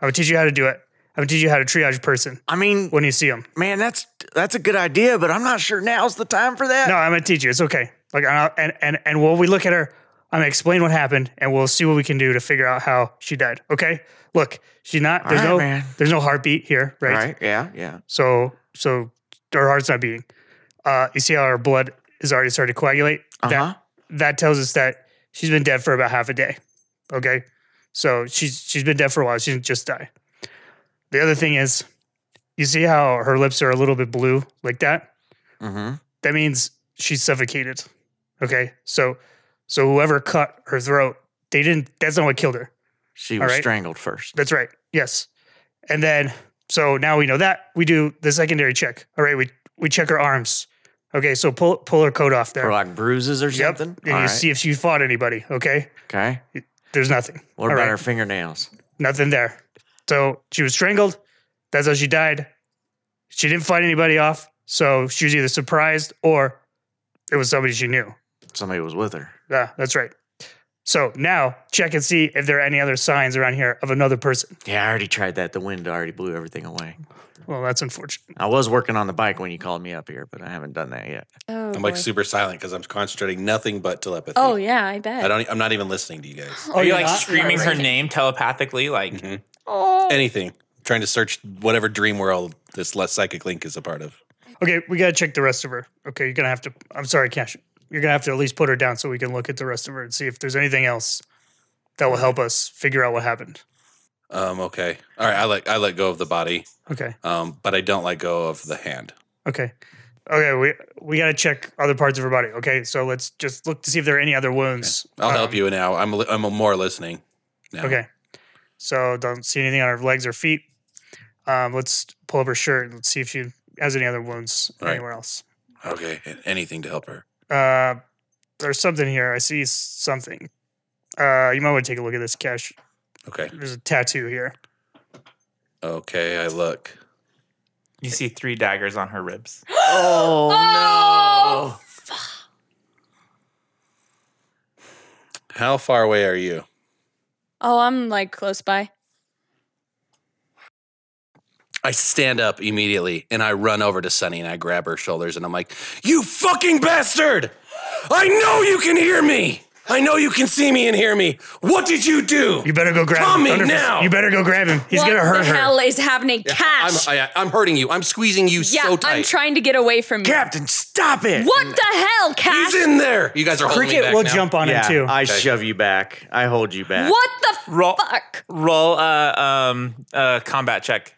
[SPEAKER 4] I would teach you how to do it. I would teach you how to triage a person
[SPEAKER 10] I mean,
[SPEAKER 4] when you see them.
[SPEAKER 10] man, that's that's a good idea, but I'm not sure now's the time for that.
[SPEAKER 4] No, I'm going to teach you. It's okay. Like, I- and and and while we look at her, I'm going to explain what happened, and we'll see what we can do to figure out how she died. Okay. Look, she's not. There's
[SPEAKER 10] right,
[SPEAKER 4] no.
[SPEAKER 10] man.
[SPEAKER 4] There's no heartbeat here,
[SPEAKER 10] Right.
[SPEAKER 4] right?
[SPEAKER 10] Yeah. Yeah.
[SPEAKER 4] So so her heart's not beating. Uh, you see how her blood is already started to coagulate.
[SPEAKER 10] Uh-huh.
[SPEAKER 4] That that tells us that she's been dead for about half a day. Okay, so she's she's been dead for a while. She didn't just die. The other thing is, you see how her lips are a little bit blue like that.
[SPEAKER 10] Mm-hmm.
[SPEAKER 4] That means she's suffocated. Okay, so so whoever cut her throat, they didn't. That's not what killed her.
[SPEAKER 10] She
[SPEAKER 4] All
[SPEAKER 10] was
[SPEAKER 4] right.
[SPEAKER 10] strangled first.
[SPEAKER 4] That's right. Yes. And then so now we know that we do the secondary check. All right, we we check her arms. Okay, so pull pull her coat off there.
[SPEAKER 10] Or like bruises or
[SPEAKER 4] Yep.
[SPEAKER 10] something.
[SPEAKER 4] And
[SPEAKER 10] All
[SPEAKER 4] you
[SPEAKER 10] right.
[SPEAKER 4] see if she fought anybody. Okay,
[SPEAKER 10] Okay.
[SPEAKER 4] there's nothing.
[SPEAKER 10] What
[SPEAKER 4] All
[SPEAKER 10] about
[SPEAKER 4] right.
[SPEAKER 10] her fingernails?
[SPEAKER 4] Nothing there. So she was strangled. That's how she died. She didn't fight anybody off. So she was either surprised or it was somebody she knew.
[SPEAKER 10] Somebody was with her.
[SPEAKER 4] Yeah, that's right. So now check and see if there are any other signs around here of another person.
[SPEAKER 10] Yeah, I already tried that. The wind already blew everything away.
[SPEAKER 4] Well, that's unfortunate.
[SPEAKER 10] I was working on the bike when you called me up here, but I haven't done that yet.
[SPEAKER 7] Oh,
[SPEAKER 6] I'm like
[SPEAKER 7] boy.
[SPEAKER 6] super silent because I'm concentrating nothing but telepathy.
[SPEAKER 7] oh yeah, I bet.
[SPEAKER 6] I don't. e, I'm not even listening to you guys.
[SPEAKER 2] Are you like
[SPEAKER 4] not?
[SPEAKER 2] screaming her name telepathically? Like,
[SPEAKER 7] Oh.
[SPEAKER 6] Anything. I'm trying to search whatever dream world this less psychic link is a part of.
[SPEAKER 4] Okay, we gotta check the rest of her. Okay, you're gonna have to. I'm sorry, Cash. You're gonna have to at least put her down so we can look at the rest of her and see if there's anything else that will help us figure out what happened.
[SPEAKER 6] Um. Okay. All right. I let I let go of the body.
[SPEAKER 4] Okay,
[SPEAKER 6] Um. But I don't let go of the hand.
[SPEAKER 4] okay, okay. We we gotta check other parts of her body. Okay, so let's just look to see if there are any other wounds.
[SPEAKER 6] I'll help
[SPEAKER 4] Um,
[SPEAKER 6] you now. I'm li- I'm more listening. Now.
[SPEAKER 4] Okay, so don't see anything on her legs or feet. Um, let's pull up her shirt and let's see if she has any other wounds
[SPEAKER 6] All right.
[SPEAKER 4] anywhere else.
[SPEAKER 6] Okay. and Anything to help her.
[SPEAKER 4] Uh, there's something here. I see something. Uh, you might want to take a look at this, Cash.
[SPEAKER 6] Okay.
[SPEAKER 4] There's a tattoo here.
[SPEAKER 6] Okay. I look.
[SPEAKER 2] you see three daggers on her ribs.
[SPEAKER 10] Oh,
[SPEAKER 7] Oh,
[SPEAKER 6] How far away are you?
[SPEAKER 7] Oh, I'm like close by.
[SPEAKER 6] I stand up immediately and I run over to Sunny and I grab her shoulders and I'm like, You fucking bastard! I know you can hear me! I know you can see me and hear me! What did you do?
[SPEAKER 4] You better go grab
[SPEAKER 6] Tommy,
[SPEAKER 4] him. Thunderfist.
[SPEAKER 6] now!
[SPEAKER 4] You better go grab him. He's
[SPEAKER 7] what
[SPEAKER 4] gonna hurt
[SPEAKER 7] the
[SPEAKER 4] her.
[SPEAKER 7] hell is happening,
[SPEAKER 6] I'm,
[SPEAKER 7] Cash?
[SPEAKER 6] I, I'm hurting you. I'm squeezing you
[SPEAKER 7] yeah,
[SPEAKER 6] so tight.
[SPEAKER 7] I'm trying to get away from you.
[SPEAKER 10] Captain, stop it.
[SPEAKER 7] What the hell, Cash?
[SPEAKER 6] He's in there! You guys are holding me
[SPEAKER 4] Cricket
[SPEAKER 6] back
[SPEAKER 4] will
[SPEAKER 6] now.
[SPEAKER 4] jump on
[SPEAKER 10] Yeah,
[SPEAKER 4] him too.
[SPEAKER 10] I shove you back. I hold you back.
[SPEAKER 7] What the
[SPEAKER 2] Roll,
[SPEAKER 7] fuck?
[SPEAKER 2] roll uh, um, uh, combat check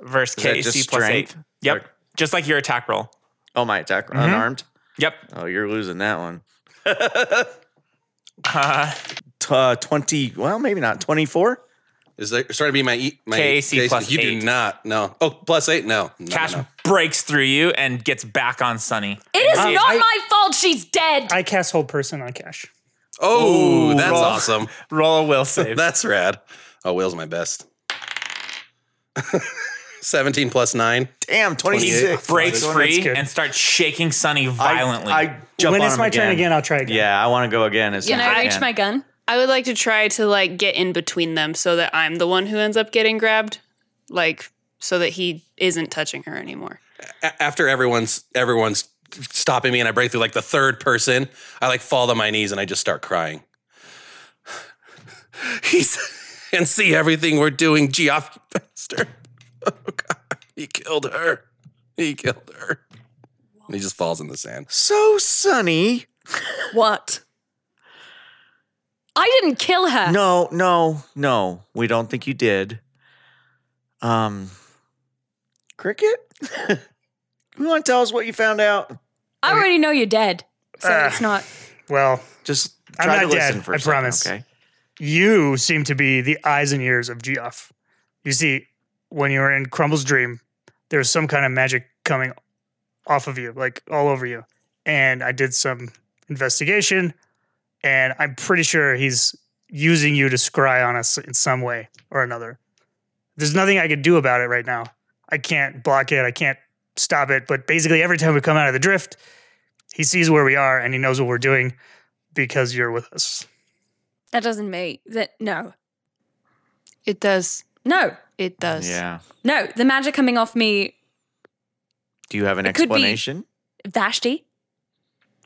[SPEAKER 2] versus
[SPEAKER 10] that
[SPEAKER 2] KC
[SPEAKER 10] just
[SPEAKER 2] plus
[SPEAKER 10] strength?
[SPEAKER 2] eight. Yep,
[SPEAKER 10] Or-
[SPEAKER 2] just like your attack roll.
[SPEAKER 10] Oh, my attack
[SPEAKER 4] Mm-hmm.
[SPEAKER 10] unarmed.
[SPEAKER 2] Yep.
[SPEAKER 10] Oh, you're losing that
[SPEAKER 4] <laughs>
[SPEAKER 10] one.
[SPEAKER 2] Uh,
[SPEAKER 10] T- uh, Twenty. Well, maybe not twenty-four.
[SPEAKER 6] Is there it's starting to be my, e- my
[SPEAKER 2] KAC
[SPEAKER 6] Jason,
[SPEAKER 2] plus
[SPEAKER 6] You
[SPEAKER 2] eight.
[SPEAKER 6] do not. No. Oh, plus eight? No. no no,
[SPEAKER 2] Cash
[SPEAKER 6] no.
[SPEAKER 2] breaks through you and gets back on Sunny.
[SPEAKER 7] It is
[SPEAKER 2] Um,
[SPEAKER 7] not
[SPEAKER 4] I-
[SPEAKER 7] my fault she's dead.
[SPEAKER 4] I cast whole person on Cash.
[SPEAKER 6] Oh,
[SPEAKER 2] Ooh,
[SPEAKER 6] that's
[SPEAKER 2] roll.
[SPEAKER 6] awesome.
[SPEAKER 2] Roll a
[SPEAKER 10] <laughs>
[SPEAKER 2] will save.
[SPEAKER 6] That's rad. Oh, Will's my best. <laughs> 17 plus nine.
[SPEAKER 10] Damn, twenty-six.
[SPEAKER 2] breaks
[SPEAKER 4] That's good.
[SPEAKER 2] free and starts shaking Sunny
[SPEAKER 10] I-
[SPEAKER 2] violently.
[SPEAKER 10] I, jump
[SPEAKER 4] when
[SPEAKER 10] on
[SPEAKER 4] it's
[SPEAKER 10] him
[SPEAKER 4] my turn again, I'll try again.
[SPEAKER 10] Yeah, I want to go again. As
[SPEAKER 7] Can
[SPEAKER 10] soon as
[SPEAKER 7] I reach my gun?
[SPEAKER 5] I would like to try to like get in between them so that I'm the one who ends up getting grabbed, like so that he isn't touching her anymore.
[SPEAKER 6] a- after everyone's everyone's stopping me and I break through like the third person, I like fall to my knees and I just start crying. <laughs> He's and see everything we're doing, Geoff Bastard. <laughs> Oh god, he killed her. He killed her. And he just falls in the sand.
[SPEAKER 10] So sunny.
[SPEAKER 7] What? I didn't kill her.
[SPEAKER 10] No, no, no. We don't think you did. Um, cricket. <laughs> you want to tell us what you found out?
[SPEAKER 7] I already know you're dead. So
[SPEAKER 4] Ah.
[SPEAKER 7] it's not.
[SPEAKER 4] Well,
[SPEAKER 10] Just
[SPEAKER 4] I'm
[SPEAKER 10] try to
[SPEAKER 4] not
[SPEAKER 10] listen
[SPEAKER 4] dead,
[SPEAKER 10] for a
[SPEAKER 4] I
[SPEAKER 10] second,
[SPEAKER 4] promise.
[SPEAKER 10] Okay.
[SPEAKER 4] you seem to be the eyes and ears of Geoff. You see, when you were in Crumble's dream, there was some kind of magic coming off of you, like all over you. And I did some investigation, and I'm pretty sure he's using you to scry on us in some way or another. There's nothing I could do about it right now. I can't block it. I can't stop it. But basically, every time we come out of the drift, he sees where we are and he knows what we're doing because you're with us.
[SPEAKER 7] That doesn't make that. No,
[SPEAKER 9] It does.
[SPEAKER 7] no,
[SPEAKER 9] It does.
[SPEAKER 3] Yeah.
[SPEAKER 7] no. The magic coming off me,
[SPEAKER 3] Do you have an
[SPEAKER 7] It could be-
[SPEAKER 3] explanation?
[SPEAKER 7] Vashti,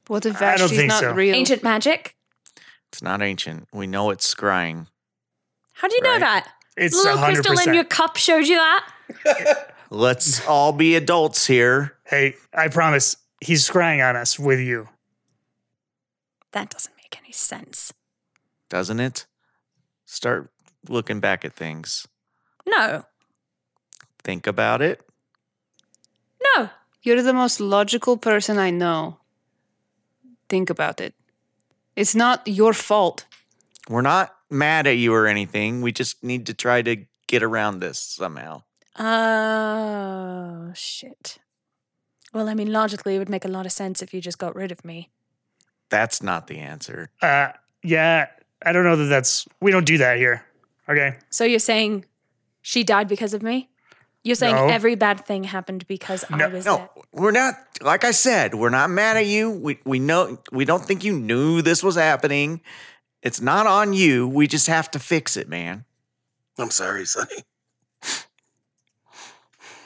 [SPEAKER 9] What if
[SPEAKER 4] I don't
[SPEAKER 9] Vashti's
[SPEAKER 4] think
[SPEAKER 9] not
[SPEAKER 4] so.
[SPEAKER 9] real?
[SPEAKER 7] ancient magic.
[SPEAKER 3] It's not ancient. We know it's scrying.
[SPEAKER 7] How do you
[SPEAKER 3] Right.
[SPEAKER 7] know that?
[SPEAKER 4] It's
[SPEAKER 7] Little crystal in your
[SPEAKER 4] 100%.
[SPEAKER 7] cup showed you that.
[SPEAKER 3] Let's all be adults here.
[SPEAKER 4] Hey, I promise he's scrying on us with you.
[SPEAKER 7] That doesn't make any sense.
[SPEAKER 3] doesn't it? Start looking back at things.
[SPEAKER 7] No,
[SPEAKER 3] Think about it.
[SPEAKER 7] no.
[SPEAKER 9] You're the most logical person I know. Think about it. It's not your fault.
[SPEAKER 3] We're not mad at you or anything. We just need to try to get around this somehow.
[SPEAKER 7] Oh shit. Well, I mean, logically, it would make a lot of sense if you just got rid of me.
[SPEAKER 3] That's not the answer.
[SPEAKER 4] Uh, yeah, I don't know that that's, we don't do that here. Okay.
[SPEAKER 7] So you're saying she died because of me? You're saying
[SPEAKER 4] No.
[SPEAKER 7] every bad thing happened because I
[SPEAKER 4] No,
[SPEAKER 7] was
[SPEAKER 3] No,
[SPEAKER 7] there.
[SPEAKER 3] we're not. Like I said, we're not mad at you. We we know we don't think you knew this was happening. It's not on you. We just have to fix it, man.
[SPEAKER 6] I'm sorry, Sonny.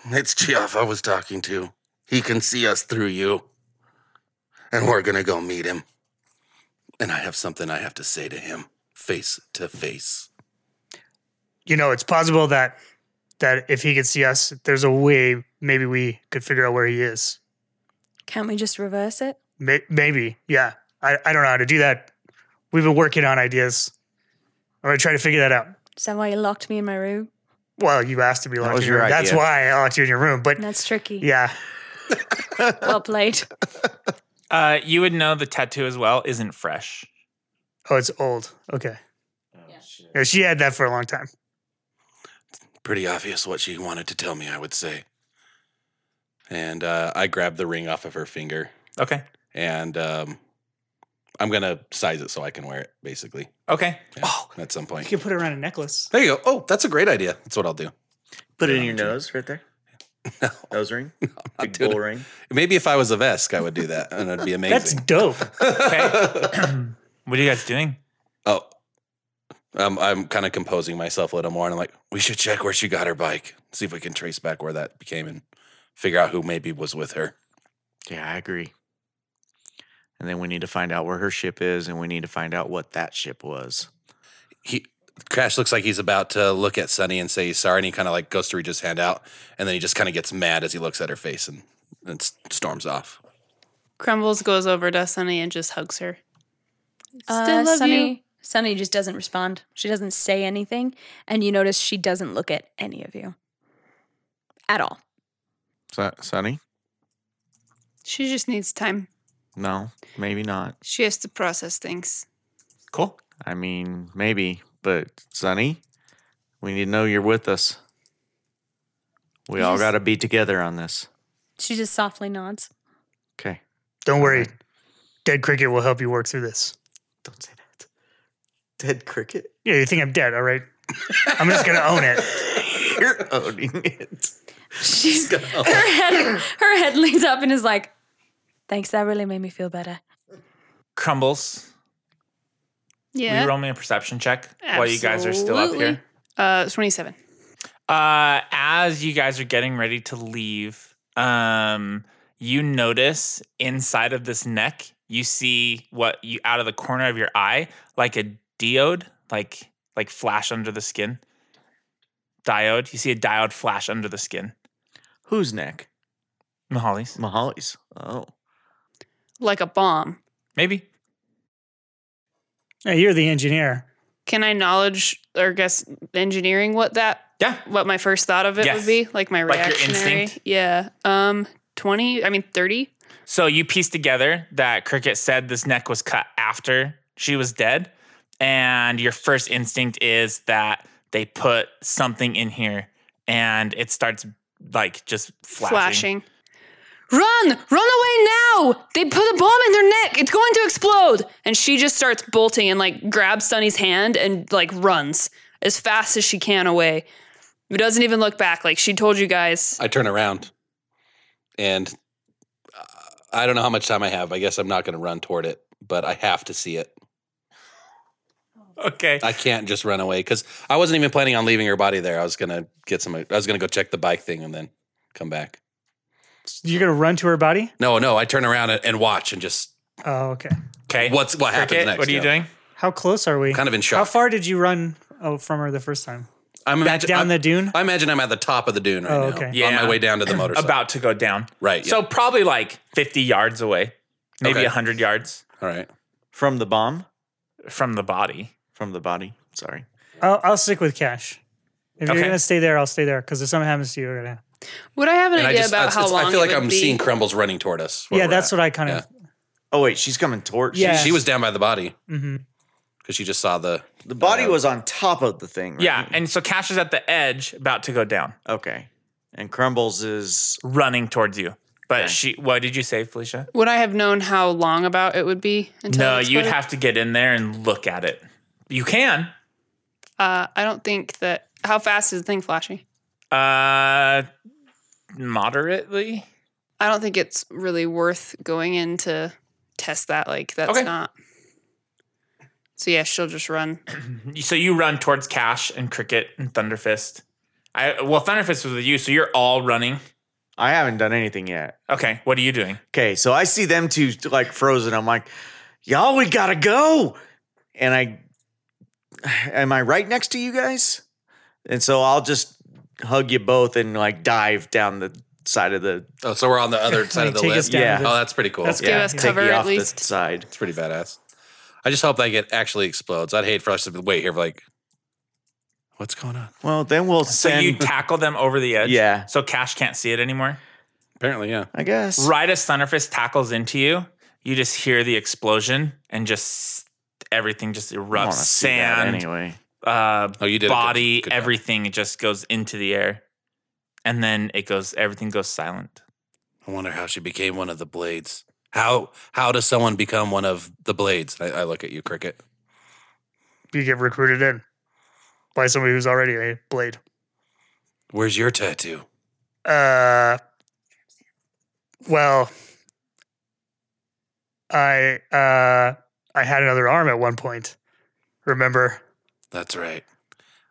[SPEAKER 6] It's Geoff I was talking to. He can see us through you. And we're going to go meet him. And I have something I have to say to him face to face.
[SPEAKER 4] You know, it's possible that, that if he could see us, there's a way maybe we could figure out where he is.
[SPEAKER 7] Can't we just reverse it?
[SPEAKER 4] May- maybe. Yeah. I, I don't know how to do that. We've been working on ideas. I'm going to try to figure that out.
[SPEAKER 7] Is that why you locked me in my room?
[SPEAKER 4] Well, you asked to be locked
[SPEAKER 3] was
[SPEAKER 4] in your
[SPEAKER 3] your
[SPEAKER 4] room. That's
[SPEAKER 3] idea.
[SPEAKER 4] why I locked you in your room. But
[SPEAKER 7] That's tricky.
[SPEAKER 4] yeah,
[SPEAKER 7] Well played.
[SPEAKER 2] Uh, you would know the tattoo as well isn't fresh.
[SPEAKER 4] oh, it's old. Okay. Oh, Yeah, she had that for a long time.
[SPEAKER 6] Pretty obvious what she wanted to tell me, I would say. And uh, I grabbed the ring off of her finger
[SPEAKER 2] Okay.
[SPEAKER 6] and um, I'm going to size it so I can wear it, basically,
[SPEAKER 2] Okay. <clears throat>
[SPEAKER 6] Yeah, at some point.
[SPEAKER 4] put it around a necklace.
[SPEAKER 6] Oh. There you go. Oh, that's a great idea. That's what I'll do.
[SPEAKER 10] Put it in
[SPEAKER 6] Yeah,
[SPEAKER 10] your
[SPEAKER 6] true.
[SPEAKER 10] nose right
[SPEAKER 3] <laughs>
[SPEAKER 10] there. Nose ring.
[SPEAKER 6] I'll
[SPEAKER 10] Big
[SPEAKER 6] do
[SPEAKER 10] bull
[SPEAKER 6] it.
[SPEAKER 10] ring.
[SPEAKER 6] Maybe if I was a Vesk, I would do that, and it'd be
[SPEAKER 4] That's
[SPEAKER 6] amazing.
[SPEAKER 4] dope.
[SPEAKER 2] What are you guys doing?
[SPEAKER 6] <laughs> oh, um, I'm kind of composing myself a little more, and I'm like, we should check where she got her bike, see if we can trace back where that became, and figure out who maybe was with her.
[SPEAKER 3] Yeah, I agree. And then we need to find out where her ship is, and we need to find out what that ship was.
[SPEAKER 6] He Crash looks like he's about to look at Sunny and say he's sorry, and he kind of like goes to reach his hand out, and then he just kind of gets mad as he looks at her face and, and s- storms off.
[SPEAKER 5] Crumbles goes over to Sunny and just hugs her.
[SPEAKER 7] Uh, Sunny, Sunny just doesn't respond. She doesn't say anything. And you notice she doesn't look at any of you at all.
[SPEAKER 3] Su- Sunny?
[SPEAKER 5] She just needs time.
[SPEAKER 3] No, maybe not.
[SPEAKER 5] She has to process things.
[SPEAKER 2] Cool.
[SPEAKER 3] I mean, maybe, but Sonny, we need to know you're with us. We all
[SPEAKER 7] Yes.
[SPEAKER 3] got to be together on this.
[SPEAKER 7] She just softly nods.
[SPEAKER 6] <laughs>
[SPEAKER 3] Okay.
[SPEAKER 4] Don't worry. Dead Cricket will help you work through this.
[SPEAKER 10] Don't say that. Dead cricket.
[SPEAKER 3] <laughs>
[SPEAKER 4] Yeah, you think I'm dead, all right? I'm just going to own <laughs> it.
[SPEAKER 10] You're owning it.
[SPEAKER 3] <laughs>
[SPEAKER 7] She's her head her head leans up and is like, Thanks, that really made me feel better.
[SPEAKER 2] Crumbles. Will you roll me a perception check while you guys are still up here?
[SPEAKER 5] Uh, 27.
[SPEAKER 2] Uh, as you guys are getting ready to leave, um, you notice inside of this neck, you see what you out of the corner of your eye, like a diode, like like flash under the skin. Diode. You see a diode flash under the skin.
[SPEAKER 3] Whose neck?
[SPEAKER 2] Mahali's.
[SPEAKER 3] Mahali's. Oh.
[SPEAKER 5] Like a bomb.
[SPEAKER 2] Maybe.
[SPEAKER 4] Hey, you're the engineer.
[SPEAKER 5] Can I knowledge or guess engineering what that
[SPEAKER 2] Yeah.
[SPEAKER 5] what my first thought of it
[SPEAKER 2] Yes.
[SPEAKER 5] would be? Like my
[SPEAKER 2] Like your
[SPEAKER 5] reactionary.
[SPEAKER 2] instinct?
[SPEAKER 5] Yeah. Um 20, I mean 30.
[SPEAKER 2] So you piece together that Cricket said this neck was cut after she was dead. And your first instinct is that they put something in here and it starts like just flashing.
[SPEAKER 5] Flashing. Run! Run away now! They put a bomb in their neck. It's going to explode. And she just starts bolting and like grabs Sunny's hand and like runs as fast as she can away. But doesn't even look back. Like she told you guys.
[SPEAKER 6] I turn around, and uh, I don't know how much time I have. I guess I'm not going to run toward it, but I have to see it.
[SPEAKER 2] Okay.
[SPEAKER 6] I can't just run away because I wasn't even planning on leaving her body there. I was gonna get some. I was gonna go check the bike thing and then come back.
[SPEAKER 4] You're gonna run to her body?
[SPEAKER 6] No, no. I turn around and, and watch and just
[SPEAKER 4] Oh, okay.
[SPEAKER 2] Okay.
[SPEAKER 6] what's what happens
[SPEAKER 2] Cricket,
[SPEAKER 6] next.
[SPEAKER 2] what are you
[SPEAKER 6] yeah.
[SPEAKER 2] doing?
[SPEAKER 4] How close are we?
[SPEAKER 6] Kind of in
[SPEAKER 4] How
[SPEAKER 6] shock.
[SPEAKER 4] far did you run oh, from her the first time?
[SPEAKER 6] I'm
[SPEAKER 4] Back
[SPEAKER 6] imagine- uh,
[SPEAKER 4] down
[SPEAKER 6] I'm-
[SPEAKER 4] the dune?
[SPEAKER 6] I imagine I'm at the top of the dune right
[SPEAKER 4] Oh,
[SPEAKER 6] now.
[SPEAKER 4] okay.
[SPEAKER 6] On
[SPEAKER 2] Yeah.
[SPEAKER 6] my way down
[SPEAKER 4] <laughs>
[SPEAKER 6] to the motorcycle.
[SPEAKER 2] About to go down.
[SPEAKER 6] Right.
[SPEAKER 2] So
[SPEAKER 6] So
[SPEAKER 2] probably like 50 yards away, maybe
[SPEAKER 6] Okay.
[SPEAKER 2] 100 yards
[SPEAKER 6] all right.
[SPEAKER 3] From the bomb?
[SPEAKER 2] from the body.
[SPEAKER 3] From the body. Sorry.
[SPEAKER 4] I'll, I'll stick with Cash. If
[SPEAKER 2] Okay.
[SPEAKER 4] you're gonna stay there, I'll stay there. Because if something happens to you, you're gonna.
[SPEAKER 9] Would I have an
[SPEAKER 6] And I
[SPEAKER 9] idea
[SPEAKER 6] just
[SPEAKER 9] about
[SPEAKER 6] it's-
[SPEAKER 9] how
[SPEAKER 6] it's-
[SPEAKER 9] long?
[SPEAKER 6] I feel
[SPEAKER 9] it
[SPEAKER 6] like
[SPEAKER 9] would
[SPEAKER 6] I'm
[SPEAKER 9] be?
[SPEAKER 6] seeing crumbles running toward us.
[SPEAKER 4] yeah, that's what I kind of.
[SPEAKER 3] Oh wait, she's coming towards.
[SPEAKER 4] Yeah.
[SPEAKER 6] She was down by the body
[SPEAKER 4] hmm
[SPEAKER 6] because she just saw the.
[SPEAKER 3] The body was on top of the thing. Right?
[SPEAKER 2] Uh, Yeah. And so Cash is at the edge, about to go down,
[SPEAKER 3] Okay. And Crumbles is
[SPEAKER 2] running towards you. But
[SPEAKER 3] Okay.
[SPEAKER 2] she, what did you say, Felicia?
[SPEAKER 5] Would I have known how long about it would be? Until
[SPEAKER 2] No,
[SPEAKER 5] it
[SPEAKER 2] you'd
[SPEAKER 5] exploded?
[SPEAKER 2] have to get in there and look at it. You can.
[SPEAKER 5] Uh, I don't think that. How fast is the thing flashing?
[SPEAKER 2] Uh, moderately.
[SPEAKER 5] I don't think it's really worth going in to test that. Like that's
[SPEAKER 2] Okay.
[SPEAKER 5] not. So yeah, she'll just run.
[SPEAKER 3] Mm-hmm.
[SPEAKER 2] So you run towards Cash and Cricket and Thunderfist. I well, Thunderfist was with you, so you're all running.
[SPEAKER 3] I haven't done anything yet.
[SPEAKER 2] Okay, what are you doing?
[SPEAKER 3] Okay, so I see them two like frozen. I'm like, y'all, we gotta go. And I, <sighs> am I right next to you guys? And so I'll just hug you both and like dive down the side of the
[SPEAKER 6] Oh, so we're on
[SPEAKER 4] <laughs>
[SPEAKER 6] the other side of the
[SPEAKER 4] take us
[SPEAKER 6] lift.
[SPEAKER 4] down
[SPEAKER 3] Yeah.
[SPEAKER 4] to
[SPEAKER 6] Oh, that's pretty cool.
[SPEAKER 4] That's
[SPEAKER 3] yeah,
[SPEAKER 5] us
[SPEAKER 3] take
[SPEAKER 5] cover
[SPEAKER 3] you
[SPEAKER 5] at
[SPEAKER 3] off
[SPEAKER 5] least.
[SPEAKER 3] the side.
[SPEAKER 6] It's pretty badass. I just hope that it actually explodes. I'd hate for us to wait here for like, what's going on?
[SPEAKER 3] Well, then we'll
[SPEAKER 2] So
[SPEAKER 3] send. <laughs>
[SPEAKER 2] you tackle them over the edge.
[SPEAKER 3] Yeah.
[SPEAKER 2] So Cash can't see it anymore.
[SPEAKER 6] Apparently, yeah.
[SPEAKER 3] I guess.
[SPEAKER 2] Right as Thunderfist tackles into you, you just hear the explosion and just everything just
[SPEAKER 3] I
[SPEAKER 2] erupts.
[SPEAKER 3] wanna see that
[SPEAKER 2] Sand,
[SPEAKER 3] anyway.
[SPEAKER 2] uh,
[SPEAKER 6] Oh, you did. a good-
[SPEAKER 2] body,
[SPEAKER 6] good job.
[SPEAKER 2] everything it just goes into the air, and then it goes. Everything goes silent.
[SPEAKER 6] I wonder how she became one of the blades. How how does someone become one of the blades? I, I look at you, cricket.
[SPEAKER 4] You get recruited in by somebody who's already a blade.
[SPEAKER 6] Where's your tattoo?
[SPEAKER 4] Uh, well, I uh I had another arm at one point. Remember?
[SPEAKER 6] That's right,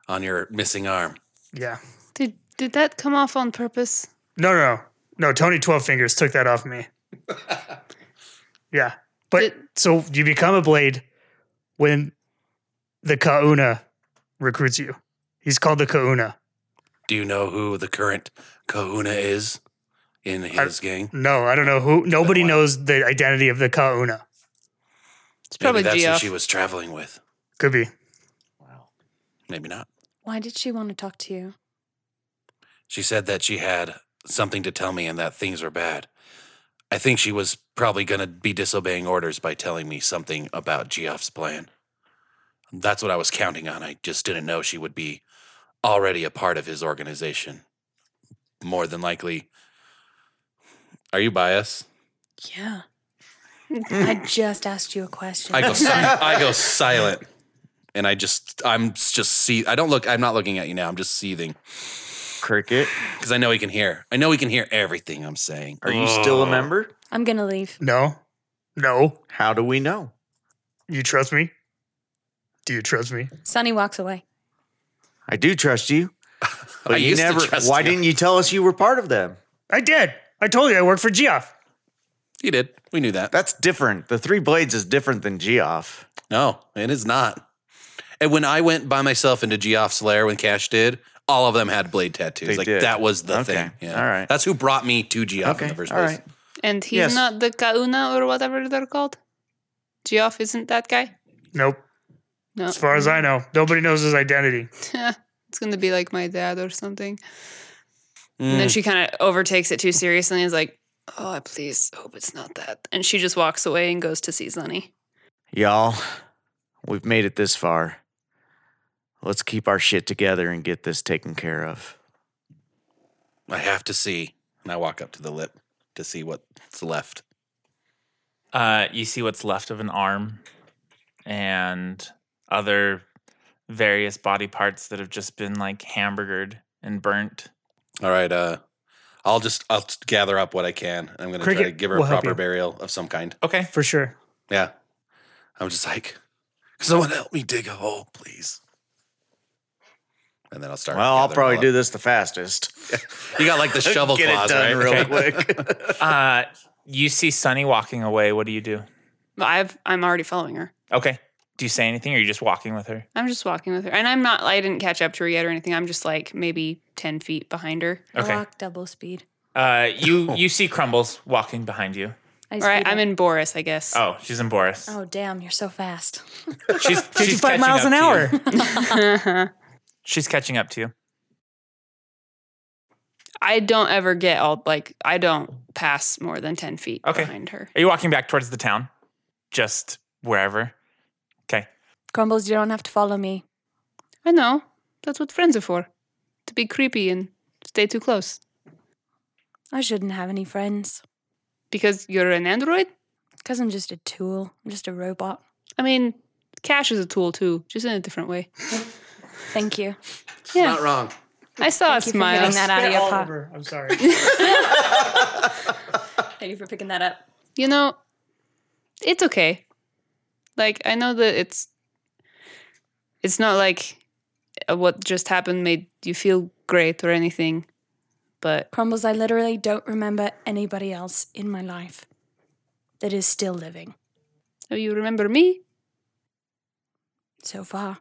[SPEAKER 6] on your missing arm.
[SPEAKER 4] Yeah.
[SPEAKER 5] Did did that come off on purpose?
[SPEAKER 4] No, no, no. no. Tony Twelve Fingers took that off me. yeah, but
[SPEAKER 5] Did-
[SPEAKER 4] so you become a blade when the Kauna recruits you. He's called the Kauna.
[SPEAKER 6] Do you know who the current Kahuna is in his gang?
[SPEAKER 4] No, I don't know who. Nobody
[SPEAKER 6] why?
[SPEAKER 4] knows the identity of the Kauna.
[SPEAKER 5] It's
[SPEAKER 6] Maybe
[SPEAKER 5] probably
[SPEAKER 6] that's who
[SPEAKER 5] Geoff.
[SPEAKER 6] she was traveling with.
[SPEAKER 4] Could be.
[SPEAKER 6] Maybe not.
[SPEAKER 7] Why did she want to talk to you?
[SPEAKER 6] She said that she had something to tell me and that things were bad. I think she was probably going to be disobeying orders by telling me something about Geoff's plan. That's what I was counting on. I just didn't know she would be already a part of his organization. More than likely. Are you biased?
[SPEAKER 7] Yeah. I just asked you a question. <laughs>
[SPEAKER 6] I go, si- I go silent. And I just, I'm just see. I don't look. I'm not looking at you now. I'm just seething
[SPEAKER 3] Cricket,
[SPEAKER 6] because I know he can hear. I know he can hear everything I'm saying.
[SPEAKER 3] are you still a member?
[SPEAKER 7] I'm gonna leave.
[SPEAKER 4] No, no.
[SPEAKER 3] How do we know?
[SPEAKER 4] You trust me? Do you trust me?
[SPEAKER 7] Sonny walks away.
[SPEAKER 3] I do trust you, but
[SPEAKER 6] I
[SPEAKER 3] you
[SPEAKER 6] used to
[SPEAKER 3] never.
[SPEAKER 6] trust
[SPEAKER 3] why
[SPEAKER 6] you.
[SPEAKER 3] didn't you tell us you were part of them?
[SPEAKER 4] I did. I told you I work for Geoff.
[SPEAKER 6] He did. We knew that.
[SPEAKER 3] That's different. The Three Blades is different than Geoff.
[SPEAKER 6] No, it is not. And when I went by myself into Geoff's lair when Cash did, all of them had blade tattoos.
[SPEAKER 3] They
[SPEAKER 6] like
[SPEAKER 3] did.
[SPEAKER 6] that was the
[SPEAKER 3] Okay.
[SPEAKER 6] thing. Yeah.
[SPEAKER 3] All right.
[SPEAKER 6] That's who brought me to Geoff in the first place.
[SPEAKER 5] And he's
[SPEAKER 3] Yes.
[SPEAKER 5] not the Kauna or whatever they're called. Geoff isn't that guy.
[SPEAKER 4] Nope.
[SPEAKER 5] No, Mm.
[SPEAKER 4] As far as I know, nobody knows his identity.
[SPEAKER 5] it's gonna be like my dad or something. And
[SPEAKER 6] Mm.
[SPEAKER 5] then she kind of overtakes it too seriously and is like, "Oh, I please hope it's not that." And she just walks away and goes to see Sunny.
[SPEAKER 3] Y'all, we've made it this far. Let's keep our shit together and get this taken care of.
[SPEAKER 6] I have to see. And I walk up to the lip to see what's left.
[SPEAKER 2] Uh, you see what's left of an arm and other various body parts that have just been like hamburgered and burnt.
[SPEAKER 6] All right, uh I'll just I'll just gather up what I can. I'm gonna try to
[SPEAKER 4] Cricket
[SPEAKER 6] give her a
[SPEAKER 4] will help
[SPEAKER 6] proper
[SPEAKER 4] you.
[SPEAKER 6] burial of some kind. <laughs>
[SPEAKER 2] Okay.
[SPEAKER 4] for sure.
[SPEAKER 6] Yeah. I'm just like, someone help me dig a hole, please. And then I'll start.
[SPEAKER 3] Well, I'll
[SPEAKER 6] gathering
[SPEAKER 3] probably
[SPEAKER 6] all
[SPEAKER 3] do this the fastest.
[SPEAKER 6] up. <laughs> You got like the
[SPEAKER 3] <laughs>
[SPEAKER 6] shovel
[SPEAKER 3] Get
[SPEAKER 6] claws,
[SPEAKER 3] it done
[SPEAKER 6] right? <laughs>
[SPEAKER 3] real
[SPEAKER 6] Okay.
[SPEAKER 3] quick.
[SPEAKER 7] <laughs>
[SPEAKER 2] Uh, you see Sunny walking away. What do you do?
[SPEAKER 5] But I've I'm already following her.
[SPEAKER 2] Okay. Do you say anything, or are you just walking with her?
[SPEAKER 5] I'm just walking with her, and I'm not. I didn't catch up to her yet or anything. I'm just like maybe ten feet behind her.
[SPEAKER 2] Okay.
[SPEAKER 7] Walk double speed.
[SPEAKER 2] Uh,
[SPEAKER 6] <laughs>
[SPEAKER 2] you you see Crumbles walking behind you.
[SPEAKER 7] I
[SPEAKER 5] All right,
[SPEAKER 7] speed
[SPEAKER 5] I'm
[SPEAKER 7] up.
[SPEAKER 5] in Boris, I guess.
[SPEAKER 2] <laughs> Oh, she's in Boris.
[SPEAKER 7] Oh damn, you're so fast.
[SPEAKER 4] <laughs>
[SPEAKER 2] She's she's
[SPEAKER 4] 55
[SPEAKER 2] catching
[SPEAKER 4] miles
[SPEAKER 2] up
[SPEAKER 4] an
[SPEAKER 2] to you.
[SPEAKER 4] hour.
[SPEAKER 2] She's catching up to you.
[SPEAKER 5] <laughs> I don't ever get all like I don't pass more than ten feet
[SPEAKER 2] Okay.
[SPEAKER 5] behind her.
[SPEAKER 2] Are you walking back towards the town? Just wherever. Okay.
[SPEAKER 7] Crumbles, you don't have to follow me.
[SPEAKER 5] I know that's what friends are for—to be creepy and stay too close.
[SPEAKER 7] I shouldn't have any friends.
[SPEAKER 5] Because you're an android.
[SPEAKER 7] Because I'm just a tool. I'm just a robot.
[SPEAKER 5] I mean, cash is a tool too, just in a different way.
[SPEAKER 7] Thank you.
[SPEAKER 5] Yeah.
[SPEAKER 6] Not wrong.
[SPEAKER 5] I saw a
[SPEAKER 7] Thank you for
[SPEAKER 5] smile.
[SPEAKER 7] getting that out of your pocket.
[SPEAKER 4] I'm sorry.
[SPEAKER 7] Thank you for picking that up.
[SPEAKER 5] you know, it's okay. Like I know that it's it's not like uh, what just happened made you feel great or anything, but
[SPEAKER 7] Crumbles, I literally don't remember anybody else in my life that is still living
[SPEAKER 5] oh, you remember me?
[SPEAKER 7] so far.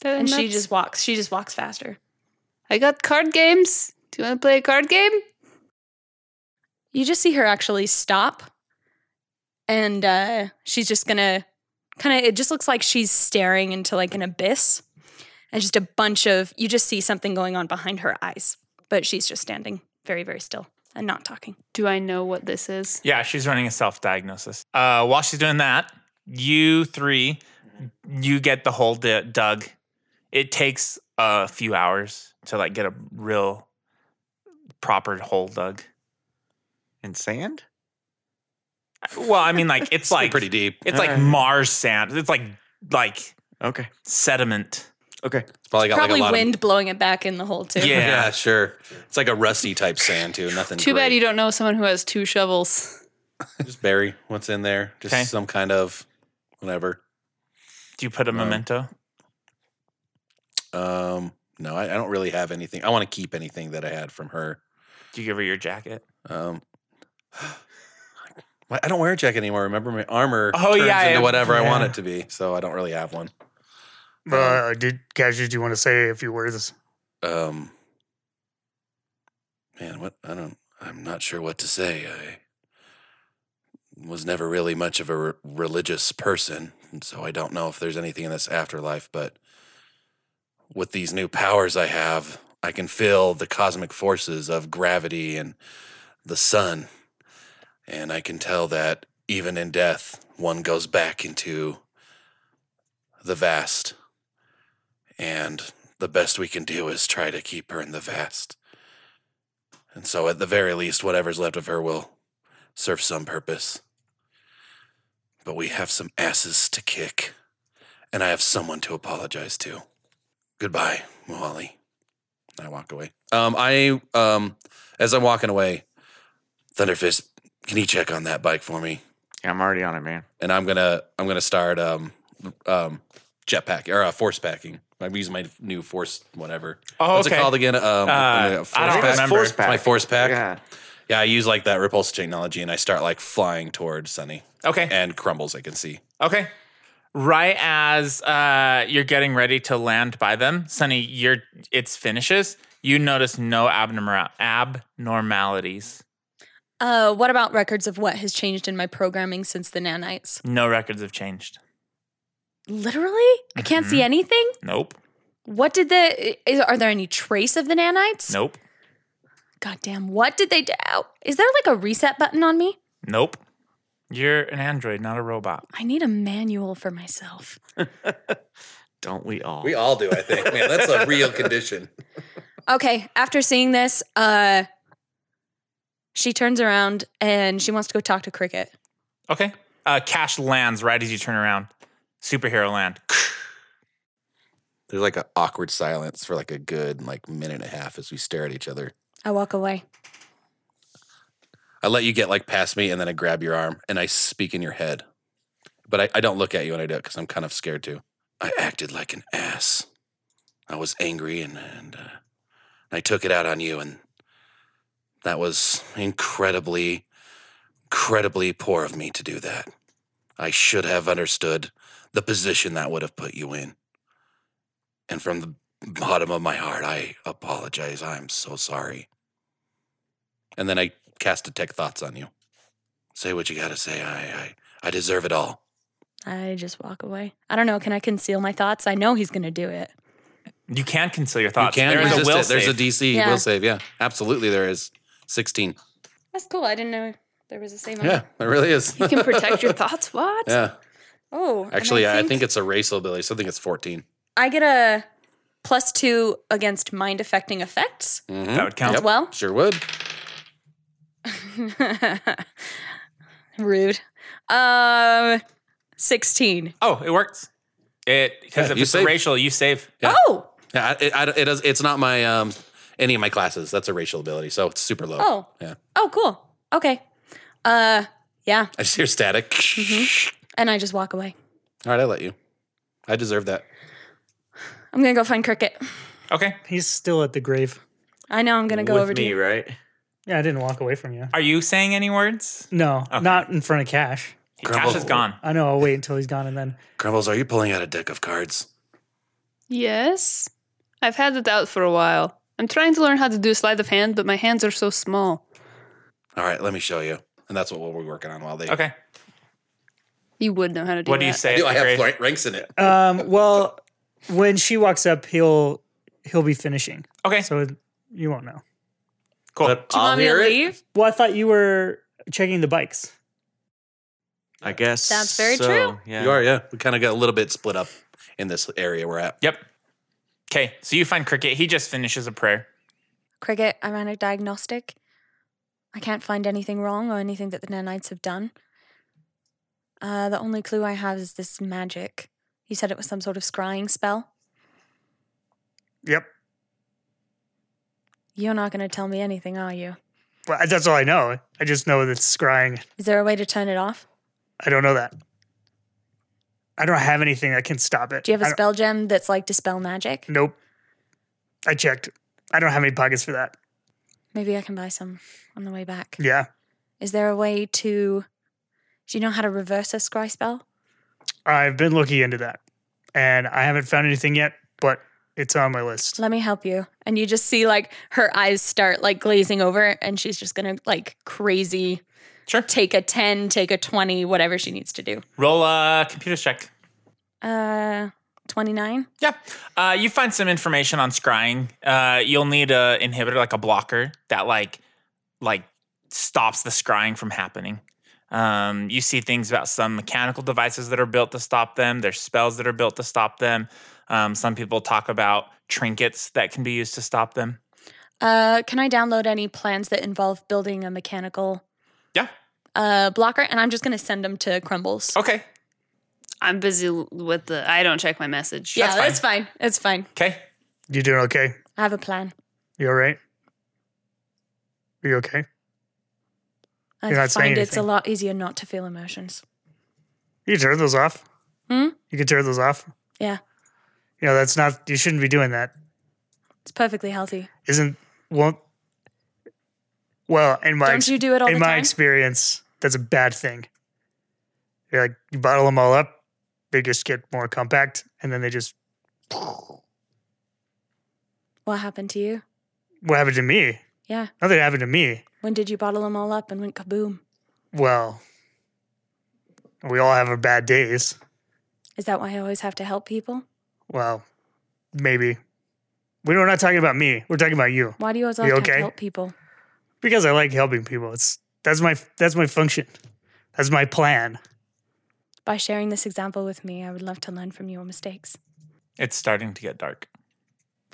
[SPEAKER 5] Then
[SPEAKER 7] And she
[SPEAKER 5] that's-
[SPEAKER 7] just walks. She just walks faster.
[SPEAKER 5] I got card games. Do you want to play a card game?
[SPEAKER 7] You just see her actually stop. And uh, she's just gonna kind of, it just looks like she's staring into like an abyss. And just a bunch of, you just see something going on behind her eyes. But she's just standing very, very still and not talking.
[SPEAKER 5] Do I know what this is?
[SPEAKER 2] Yeah, she's running a self diagnosis. Uh, while she's doing that, you three, you get the whole di- dug. It takes a few hours to like get a real proper hole dug.
[SPEAKER 10] And sand?
[SPEAKER 2] Well, I mean, like <laughs> it's like
[SPEAKER 6] Pretty deep.
[SPEAKER 2] It's like
[SPEAKER 10] Alright.
[SPEAKER 2] Mars sand. It's like like
[SPEAKER 10] Okay.
[SPEAKER 2] sediment.
[SPEAKER 10] Okay.
[SPEAKER 6] It's probably got
[SPEAKER 7] Probably
[SPEAKER 6] like a lot
[SPEAKER 7] wind
[SPEAKER 6] of.
[SPEAKER 7] blowing it back in the hole too.
[SPEAKER 2] Yeah.
[SPEAKER 6] Yeah. sure. It's like a rusty type sand too. Nothing.
[SPEAKER 5] Too
[SPEAKER 6] great.
[SPEAKER 5] bad you don't know someone who has two shovels.
[SPEAKER 6] Just bury what's in there. Just
[SPEAKER 2] Okay.
[SPEAKER 6] some kind of whatever.
[SPEAKER 2] Do you put a
[SPEAKER 6] No.
[SPEAKER 2] memento?
[SPEAKER 6] Um, no, I, I don't really have anything. I want to keep anything that I had from her.
[SPEAKER 2] Do you give her your jacket?
[SPEAKER 6] Um, <gasps> I don't wear a jacket anymore. Remember, my armor
[SPEAKER 2] Oh,
[SPEAKER 6] turns
[SPEAKER 2] yeah,
[SPEAKER 6] into
[SPEAKER 2] yeah.
[SPEAKER 6] whatever I want
[SPEAKER 4] Yeah.
[SPEAKER 6] it to be, so I don't really have one.
[SPEAKER 4] Uh, did Cash, did you want to say a few words?
[SPEAKER 6] Um, man, what I don't, I'm not sure what to say. I was never really much of a re- religious person, and so I don't know if there's anything in this afterlife. But with these new powers I have, I can feel the cosmic forces of gravity and the sun, and I can tell that even in death, one goes back into the vast and the best we can do is try to keep her in the vast. And so, at the very least, whatever's left of her will serve some purpose. But we have some asses to kick, and I have someone to apologize to. Goodbye, Muhali. And I walk away. Um, I um, as I'm walking away, Thunderfist, can you check on that bike for me?
[SPEAKER 10] Yeah, I'm already on it, man.
[SPEAKER 6] And I'm gonna I'm gonna start um, um, jetpack or uh, force packing. I'm using my new force whatever.
[SPEAKER 2] Oh,
[SPEAKER 6] What's
[SPEAKER 2] okay.
[SPEAKER 6] it called again? Um,
[SPEAKER 2] I
[SPEAKER 6] force
[SPEAKER 2] don't
[SPEAKER 6] pack?
[SPEAKER 2] remember. Force
[SPEAKER 6] My force pack. Yeah.
[SPEAKER 10] Yeah.
[SPEAKER 6] I use like that repulsive technology, and I start like flying toward Sunny
[SPEAKER 2] Okay.
[SPEAKER 6] and crumbles. I can see.
[SPEAKER 2] Okay. Right as uh, you're getting ready to land by them, Sunny, your it's finishes. You notice no abnormal abnormalities,
[SPEAKER 7] Uh, what about records of what has changed in my programming since the nanites?
[SPEAKER 2] no records have changed.
[SPEAKER 7] Literally, I can't
[SPEAKER 6] Mm-hmm.
[SPEAKER 7] see anything.
[SPEAKER 2] Nope,
[SPEAKER 7] What did the? Is, are there any trace of the nanites?
[SPEAKER 2] nope,
[SPEAKER 7] God damn! What did they do? Is there like a reset button on me?
[SPEAKER 2] nope. You're an android, not a robot.
[SPEAKER 7] I need a manual for myself.
[SPEAKER 10] Don't we all?
[SPEAKER 6] We all do, I think. Man, that's a real condition.
[SPEAKER 7] Okay. After seeing this, uh, she turns around and she wants to go talk to Cricket.
[SPEAKER 2] Okay. Uh, Cash lands right as you turn around. Superhero land.
[SPEAKER 6] There's like an awkward silence for like a good like minute and a half as we stare at each other.
[SPEAKER 7] I walk away.
[SPEAKER 6] I let you get like past me and then I grab your arm and I speak in your head. But I, I don't look at you when I do it because I'm kind of scared too. I acted like an ass. I was angry and, and uh, I took it out on you. And that was incredibly, incredibly poor of me to do that. I should have understood the position that would have put you in. And from the bottom of my heart, I apologize. I'm so sorry. And then I cast detect thoughts on you. Say what you gotta say. I, I, I deserve it all.
[SPEAKER 7] I just walk away. I don't know. Can I conceal my thoughts? I know he's going to do it.
[SPEAKER 2] You can conceal your thoughts.
[SPEAKER 6] You can
[SPEAKER 2] there is a
[SPEAKER 6] resist
[SPEAKER 2] will
[SPEAKER 6] it. There's a
[SPEAKER 2] save.
[SPEAKER 6] DC
[SPEAKER 7] Yeah.
[SPEAKER 6] will save. Yeah, absolutely. There is 16.
[SPEAKER 7] That's cool. I didn't know there was a save on
[SPEAKER 6] Yeah,
[SPEAKER 7] that.
[SPEAKER 6] there really is.
[SPEAKER 5] You can protect <laughs>
[SPEAKER 6] <laughs>
[SPEAKER 5] your thoughts. What?
[SPEAKER 6] yeah,
[SPEAKER 7] Oh, and
[SPEAKER 6] actually, I think, it's a race ability. So I think it's 14.
[SPEAKER 7] I get a plus two against mind affecting effects
[SPEAKER 6] Mhm.
[SPEAKER 2] that would count.
[SPEAKER 7] as well. <laughs>
[SPEAKER 6] Sure would.
[SPEAKER 7] Rude. Um, sixteen.
[SPEAKER 2] Oh, it works. It because
[SPEAKER 6] Yeah,
[SPEAKER 2] if
[SPEAKER 6] you
[SPEAKER 2] it's
[SPEAKER 6] save.
[SPEAKER 2] a racial, you save.
[SPEAKER 3] Ah.
[SPEAKER 6] Yeah.
[SPEAKER 7] Oh,
[SPEAKER 6] Yeah, I- it, I, it does, it's not my um any of my classes. That's a racial ability, so it's super low.
[SPEAKER 7] oh,
[SPEAKER 6] yeah.
[SPEAKER 7] oh, cool. Okay. Uh, yeah.
[SPEAKER 6] I just hear static.
[SPEAKER 7] And I just walk away.
[SPEAKER 6] All right, I let you. I deserve that.
[SPEAKER 7] I'm gonna go find Cricket.
[SPEAKER 2] Okay.
[SPEAKER 4] He's still at the grave.
[SPEAKER 7] I know I'm gonna go
[SPEAKER 3] with
[SPEAKER 7] over
[SPEAKER 3] me,
[SPEAKER 7] to you.
[SPEAKER 3] right?
[SPEAKER 4] Yeah, I didn't walk away from you.
[SPEAKER 2] Are you saying any words?
[SPEAKER 4] No,
[SPEAKER 2] Okay.
[SPEAKER 4] not in front of Cash.
[SPEAKER 2] Cash is gone.
[SPEAKER 4] I know. I'll wait until he's gone and then.
[SPEAKER 6] Crumbles, are you pulling out a deck of cards?
[SPEAKER 5] Yes. I've had it out for a while. I'm trying to learn how to do sleight of hand, but my hands are so small.
[SPEAKER 6] All right, let me show you. And that's what we'll be working on while they.
[SPEAKER 2] Okay.
[SPEAKER 5] You would know how to do
[SPEAKER 2] What do you
[SPEAKER 5] that.
[SPEAKER 2] say?
[SPEAKER 6] Do
[SPEAKER 2] at
[SPEAKER 6] I
[SPEAKER 2] the
[SPEAKER 6] have
[SPEAKER 2] grave?
[SPEAKER 6] fl- ranks in it?
[SPEAKER 4] Um, well, when she walks up, he'll he'll be finishing,
[SPEAKER 2] Okay.
[SPEAKER 4] so you won't know.
[SPEAKER 2] Cool.
[SPEAKER 3] But
[SPEAKER 5] Do you
[SPEAKER 3] I'll
[SPEAKER 5] want me to
[SPEAKER 3] hear it,
[SPEAKER 5] leave?
[SPEAKER 4] Well, I thought you were checking the bikes.
[SPEAKER 3] I guess
[SPEAKER 7] That's very
[SPEAKER 3] so,
[SPEAKER 7] true.
[SPEAKER 3] Yeah.
[SPEAKER 6] You are, yeah. We kind of got a little bit split up in this area we're at.
[SPEAKER 2] Yep. Okay. So you find Cricket. He just finishes a prayer.
[SPEAKER 7] Cricket, I ran a diagnostic. I can't find anything wrong or anything that the nanites have done. Uh, the only clue I have is this magic. You said it was some sort of scrying spell.
[SPEAKER 4] Yep,
[SPEAKER 7] You're not going to tell me anything, are you?
[SPEAKER 4] well, that's all I know. I just know that it's scrying.
[SPEAKER 7] Is there a way to turn it off?
[SPEAKER 4] I don't know that. I don't have anything that can stop it.
[SPEAKER 7] Do you have
[SPEAKER 4] I
[SPEAKER 7] a
[SPEAKER 4] don't-
[SPEAKER 7] spell gem that's like dispel magic?
[SPEAKER 4] Nope. I checked. I don't have any pockets for that.
[SPEAKER 7] Maybe I can buy some on the way back.
[SPEAKER 4] Yeah.
[SPEAKER 7] Is there a way to. Do you know how to reverse a scry spell?
[SPEAKER 4] I've been looking into that and I haven't found anything yet, but it's on my list.
[SPEAKER 7] Let me help you. And you just see like her eyes start like glazing over and she's just gonna like crazy
[SPEAKER 2] Sure.
[SPEAKER 7] take a 10, take a 20, whatever she needs to do.
[SPEAKER 2] Roll a computer's check.
[SPEAKER 7] Uh 29.
[SPEAKER 2] Yeah. Uh, you find some information on scrying. Uh, you'll need a inhibitor, like a blocker that like like stops the scrying from happening. Um, you see things about some mechanical devices that are built to stop them. There's spells that are built to stop them. Um, some people talk about trinkets that can be used to stop them.
[SPEAKER 7] Uh can I download any plans that involve building a mechanical
[SPEAKER 2] Yeah. Oh,
[SPEAKER 7] uh blocker? And I'm just gonna send them to Crumbles.
[SPEAKER 2] Okay.
[SPEAKER 5] I'm busy l- with the. I don't check my message.
[SPEAKER 7] yeah,
[SPEAKER 2] that's
[SPEAKER 7] that's fine. It's fine.
[SPEAKER 2] Okay.
[SPEAKER 4] You doing okay?
[SPEAKER 7] I have a plan.
[SPEAKER 4] You all right? Are you okay?
[SPEAKER 7] I
[SPEAKER 4] You're not
[SPEAKER 7] find
[SPEAKER 4] saying
[SPEAKER 7] it's a
[SPEAKER 4] anything.
[SPEAKER 7] lot easier not to feel emotions.
[SPEAKER 4] You can turn those off.
[SPEAKER 7] Hmm?
[SPEAKER 4] You can turn those off.
[SPEAKER 7] Yeah.
[SPEAKER 4] You know, that's not, you shouldn't be doing that.
[SPEAKER 7] It's perfectly healthy.
[SPEAKER 4] Isn't, won't, well, in my,
[SPEAKER 7] Don't
[SPEAKER 4] ex-
[SPEAKER 7] you do it all
[SPEAKER 4] in
[SPEAKER 7] the
[SPEAKER 4] my
[SPEAKER 7] time?
[SPEAKER 4] experience, that's a bad thing. You're like, you bottle them all up, they just get more compact and then they just,
[SPEAKER 7] what happened to you?
[SPEAKER 4] what happened to me?
[SPEAKER 7] Yeah.
[SPEAKER 4] Nothing happened to me.
[SPEAKER 7] When did you bottle them all up and went kaboom?
[SPEAKER 4] Well, we all have our bad days.
[SPEAKER 7] Is that why I always have to help people?
[SPEAKER 4] Well, maybe. We- We're not talking about me. We're talking about you.
[SPEAKER 7] Why do you always
[SPEAKER 4] You
[SPEAKER 7] have to
[SPEAKER 4] okay?
[SPEAKER 7] help people?
[SPEAKER 4] Because I like helping people. It's that's my that's my function. That's my plan.
[SPEAKER 7] By sharing this example with me, I would love to learn from your mistakes.
[SPEAKER 2] It's starting to get dark.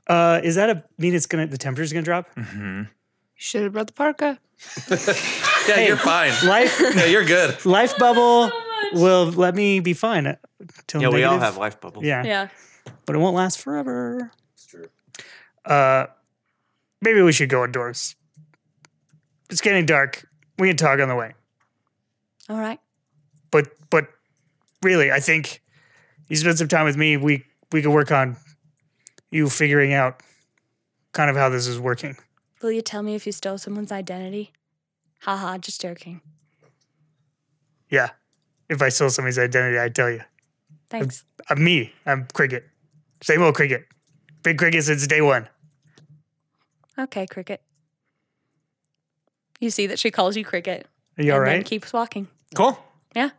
[SPEAKER 4] Uh, is that a mean? It's gonna the temperature's
[SPEAKER 3] <laughs>
[SPEAKER 4] gonna drop.
[SPEAKER 2] hmm
[SPEAKER 5] Should have brought the parka.
[SPEAKER 6] Yeah, you're fine.
[SPEAKER 4] Life
[SPEAKER 6] yeah, you're good.
[SPEAKER 4] life
[SPEAKER 7] <laughs>
[SPEAKER 4] bubble will let me be fine. Till
[SPEAKER 3] Yeah, we all
[SPEAKER 4] negative.
[SPEAKER 3] have life bubbles.
[SPEAKER 4] Yeah,
[SPEAKER 7] Yeah.
[SPEAKER 4] but it won't last forever. It's true. Uh, maybe we should go indoors. It's getting dark. We can talk on the way.
[SPEAKER 7] All right.
[SPEAKER 4] But but really, I think you spend some time with me. We we could work on you figuring out kind of how this is working.
[SPEAKER 7] Will you tell me if you stole someone's identity? Haha, just joking.
[SPEAKER 4] Yeah. If I steal somebody's identity, I tell you.
[SPEAKER 7] Thanks.
[SPEAKER 4] I'm me. I'm Cricket. Same old Cricket. Been Cricket since day one.
[SPEAKER 7] Okay, Cricket. You see that she calls you Cricket.
[SPEAKER 4] Are you all
[SPEAKER 7] and then
[SPEAKER 4] right?
[SPEAKER 7] keeps walking.
[SPEAKER 2] Cool.
[SPEAKER 7] Yeah.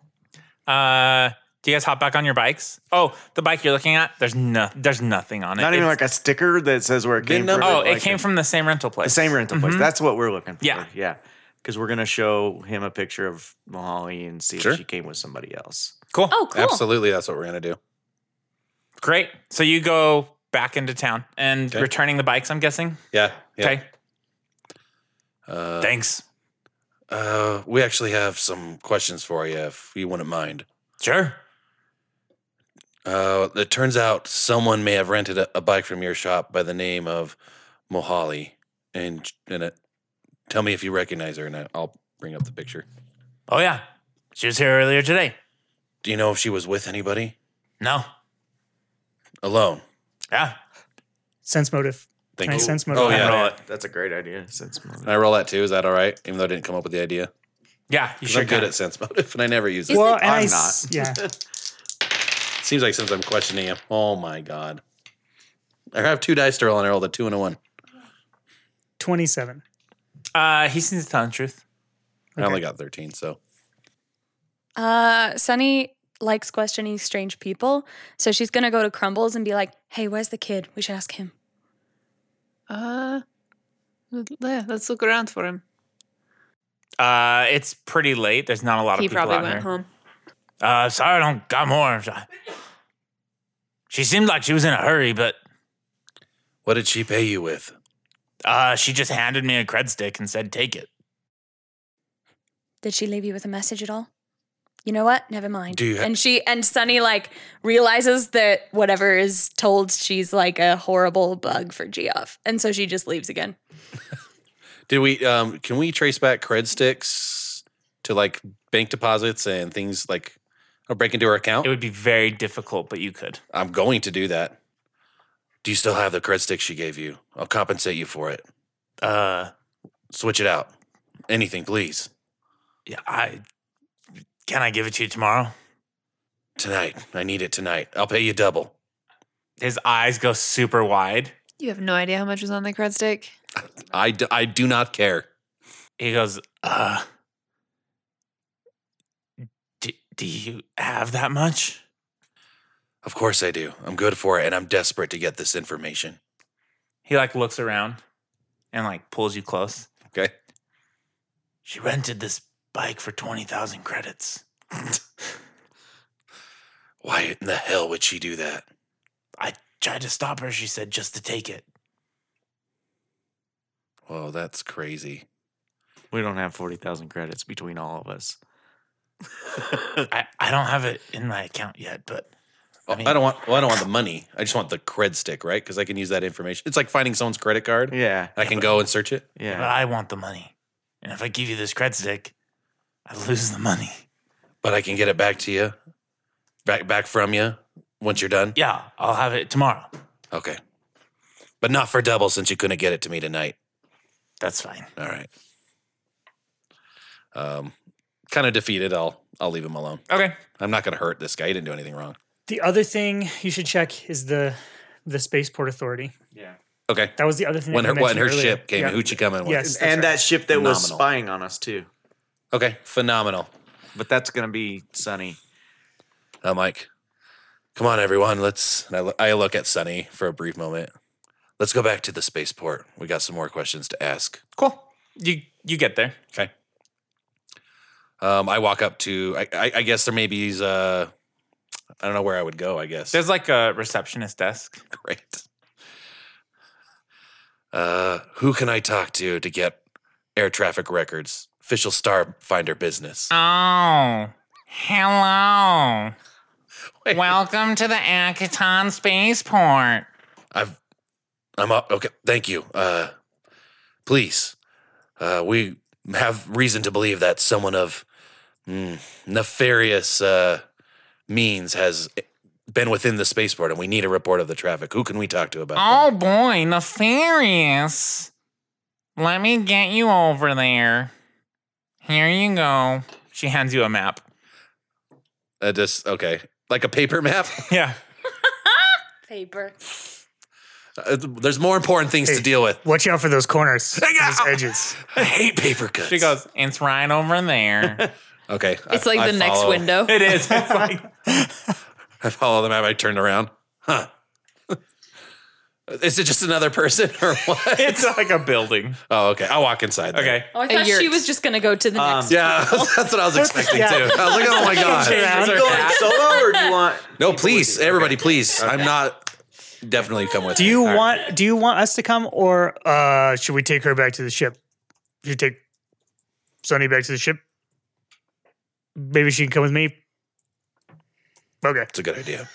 [SPEAKER 2] Uh, do you guys hop back on your bikes? Oh, the bike you're looking at, there's no, there's nothing on it.
[SPEAKER 3] Not even
[SPEAKER 2] It's-
[SPEAKER 3] like a sticker that says where it came
[SPEAKER 6] no-
[SPEAKER 3] from.
[SPEAKER 2] Oh,
[SPEAKER 3] Like
[SPEAKER 2] it came from the same rental place. Mm-hmm.
[SPEAKER 3] the same rental place. That's what we're looking for.
[SPEAKER 2] Yeah.
[SPEAKER 3] yeah. Because we're gonna show him a picture of Mahali and see
[SPEAKER 6] Sure.
[SPEAKER 3] if she came with somebody else.
[SPEAKER 2] Cool.
[SPEAKER 7] Oh, cool.
[SPEAKER 6] Absolutely, that's what we're gonna do.
[SPEAKER 2] Great. So you go back into town and
[SPEAKER 6] Okay.
[SPEAKER 2] returning the bikes, I'm guessing.
[SPEAKER 6] Yeah. yeah.
[SPEAKER 2] Okay.
[SPEAKER 6] Uh,
[SPEAKER 2] Thanks.
[SPEAKER 6] uh, we actually have some questions for you, if you wouldn't mind.
[SPEAKER 2] Sure.
[SPEAKER 6] Uh, it turns out someone may have rented a, a bike from your shop by the name of Mohali, and and it, tell me if you recognize her, and I, I'll bring up the picture.
[SPEAKER 2] Oh yeah. She was here earlier today.
[SPEAKER 6] Do you know if she was with anybody?
[SPEAKER 2] No.
[SPEAKER 6] Alone.
[SPEAKER 2] Yeah.
[SPEAKER 4] Sense motive.
[SPEAKER 6] Thank
[SPEAKER 4] Can I
[SPEAKER 6] you.
[SPEAKER 4] sense
[SPEAKER 6] oh
[SPEAKER 4] motive?
[SPEAKER 6] yeah.
[SPEAKER 2] Roll it.
[SPEAKER 3] That's a great idea. <laughs> Since
[SPEAKER 6] Can I roll that too? Is that all right? Even though I didn't come up with the idea,
[SPEAKER 2] Yeah. You
[SPEAKER 6] 'Cause
[SPEAKER 2] should
[SPEAKER 6] I'm good
[SPEAKER 2] kinda-
[SPEAKER 6] at sense motive, and I never use it.
[SPEAKER 4] Well, and
[SPEAKER 3] I'm
[SPEAKER 4] I s-
[SPEAKER 3] not. <laughs>
[SPEAKER 4] Yeah.
[SPEAKER 6] Seems like since I'm questioning him. Oh my god. I have two dice to roll, and I rolled a two and a one.
[SPEAKER 4] 27.
[SPEAKER 2] Uh, he seems to tell the truth.
[SPEAKER 6] I
[SPEAKER 4] Okay.
[SPEAKER 6] only got thirteen, so
[SPEAKER 7] Uh, Sunny likes questioning strange people, so she's gonna go to Crumbles and be like, "Hey, where's the kid? We should ask him."
[SPEAKER 5] Uh, yeah, let's look around for him.
[SPEAKER 2] Uh, it's pretty late. There's not a lot
[SPEAKER 5] He
[SPEAKER 2] of people
[SPEAKER 5] probably
[SPEAKER 2] out
[SPEAKER 5] went
[SPEAKER 2] here.
[SPEAKER 5] home.
[SPEAKER 2] Uh, sorry, I don't got more. She seemed like she was in a hurry, but
[SPEAKER 6] what did she pay you with?
[SPEAKER 2] uh, she just handed me a cred stick and said, "Take it."
[SPEAKER 7] Did she leave you with a message at all? You know what? Never mind.
[SPEAKER 6] Do you ha-
[SPEAKER 7] and she and Sunny like realizes that whatever is told, she's like a horrible bug for Geoff, and so she just leaves again.
[SPEAKER 6] Did we? Um, can we trace back cred sticks to like bank deposits and things like? Or break into her account.
[SPEAKER 2] It would be very difficult, but you could.
[SPEAKER 6] I'm going to do that. Do you still have the cred stick she gave you? I'll compensate you for it.
[SPEAKER 2] Uh,
[SPEAKER 6] Switch it out. Anything, please.
[SPEAKER 2] yeah, I can I give it to you tomorrow?
[SPEAKER 6] Tonight. I need it tonight. I'll pay you double.
[SPEAKER 2] His eyes go super wide.
[SPEAKER 5] You have no idea how much was on the cred stick.
[SPEAKER 6] I, d- I do not care.
[SPEAKER 2] He goes, "Uh, do, do you have that much?"
[SPEAKER 6] Of course I do. I'm good for it, and I'm desperate to get this information.
[SPEAKER 2] He like looks around and like pulls you close.
[SPEAKER 6] Okay.
[SPEAKER 2] She rented this bike for twenty thousand credits. <laughs>
[SPEAKER 6] Why in the hell would she do that?
[SPEAKER 2] I tried to stop her. She said just to take it.
[SPEAKER 6] Whoa, that's crazy.
[SPEAKER 3] we don't have forty thousand credits between all of us.
[SPEAKER 2] I, I don't have it in my account yet, but
[SPEAKER 6] Oh, I,
[SPEAKER 2] mean-
[SPEAKER 6] don't want. Well, I don't want the money. I just want the cred stick, right? Because I can use that information. It's like finding someone's credit card.
[SPEAKER 3] Yeah,
[SPEAKER 6] I can go and search it.
[SPEAKER 2] but
[SPEAKER 3] yeah.
[SPEAKER 2] I want the money. And if I give you this cred stick, I lose the money.
[SPEAKER 6] but I can get it back to you, back back from you once you're done.
[SPEAKER 2] Yeah, I'll have it tomorrow.
[SPEAKER 6] Okay, but not for double since you couldn't get it to me tonight.
[SPEAKER 2] That's fine.
[SPEAKER 6] All right. Um, kind of defeated. I'll I'll leave him alone.
[SPEAKER 2] Okay.
[SPEAKER 6] I'm not gonna hurt this guy. He didn't do anything wrong.
[SPEAKER 4] The other thing you should check is the the Spaceport Authority.
[SPEAKER 6] Okay.
[SPEAKER 4] That was the other thing.
[SPEAKER 6] When
[SPEAKER 4] that
[SPEAKER 6] her
[SPEAKER 4] you
[SPEAKER 6] when
[SPEAKER 4] mentioned
[SPEAKER 6] her
[SPEAKER 4] earlier.
[SPEAKER 6] ship came,
[SPEAKER 4] Yeah.
[SPEAKER 6] in, who'd she come in with?
[SPEAKER 4] Yes. that's
[SPEAKER 3] and
[SPEAKER 4] right.
[SPEAKER 3] that ship that was
[SPEAKER 6] Phenomenal.
[SPEAKER 3] spying on us too.
[SPEAKER 6] Okay. Phenomenal.
[SPEAKER 3] But that's gonna be <laughs> Sunny.
[SPEAKER 6] I'm like, come on, everyone. Let's. And I lo- I look at Sunny for a brief moment. Let's go back to the spaceport. We got some more questions to ask.
[SPEAKER 2] Cool. You you get there.
[SPEAKER 6] Okay. Um, I walk up to. I, I, I guess there may be. Uh, I don't know where I would go. I guess.
[SPEAKER 2] There's like a receptionist desk.
[SPEAKER 6] <laughs> great. Uh, who can I talk to to get air traffic records? Official Starfinder business.
[SPEAKER 2] Oh. Hello.
[SPEAKER 6] Wait,
[SPEAKER 2] Welcome to the Akaton Spaceport.
[SPEAKER 6] I've. I'm up. Okay. Thank you. Uh, Please, uh, we have reason to believe that someone of mm, nefarious uh, means has been within the spaceport, and we need a report of the traffic. Who can we talk to about that?
[SPEAKER 2] Oh boy, nefarious. Let me get you over there. Here you go. She hands you a map. Oh.
[SPEAKER 6] Uh, just okay, like a
[SPEAKER 2] <laughs>
[SPEAKER 6] paper map.
[SPEAKER 2] Yeah.
[SPEAKER 7] Paper.
[SPEAKER 6] Uh, there's more important things to
[SPEAKER 4] Hey.
[SPEAKER 6] deal with.
[SPEAKER 4] Watch out for those corners,
[SPEAKER 6] <laughs> Hang
[SPEAKER 4] those
[SPEAKER 6] on.
[SPEAKER 4] edges.
[SPEAKER 6] <laughs> I hate paper cuts.
[SPEAKER 2] She goes, it's right over there.
[SPEAKER 6] okay.
[SPEAKER 5] It's like the next
[SPEAKER 6] follow- <laughs>
[SPEAKER 5] window.
[SPEAKER 2] <laughs> it is. It's like,
[SPEAKER 6] I follow the map. I turned around. Huh. <laughs> Is it just another person or
[SPEAKER 2] <laughs>
[SPEAKER 6] what?
[SPEAKER 2] it's like a building. <laughs>
[SPEAKER 6] oh, okay. I'll walk inside. then.
[SPEAKER 2] Okay.
[SPEAKER 7] Oh, I thought she
[SPEAKER 5] yurt.
[SPEAKER 7] was just gonna go to the
[SPEAKER 3] Um,
[SPEAKER 7] next.
[SPEAKER 6] <laughs> Yeah, that's what I was expecting too. I was like, oh my god.
[SPEAKER 3] Are you going solo or do you want?
[SPEAKER 6] No, please, everybody, please. I'm not. Definitely come with.
[SPEAKER 4] Do you
[SPEAKER 6] me.
[SPEAKER 4] want do you want us to come or uh should we take her back to the ship? You take Sunny back to the ship? Maybe she can come with me. Okay,
[SPEAKER 6] It's a good idea.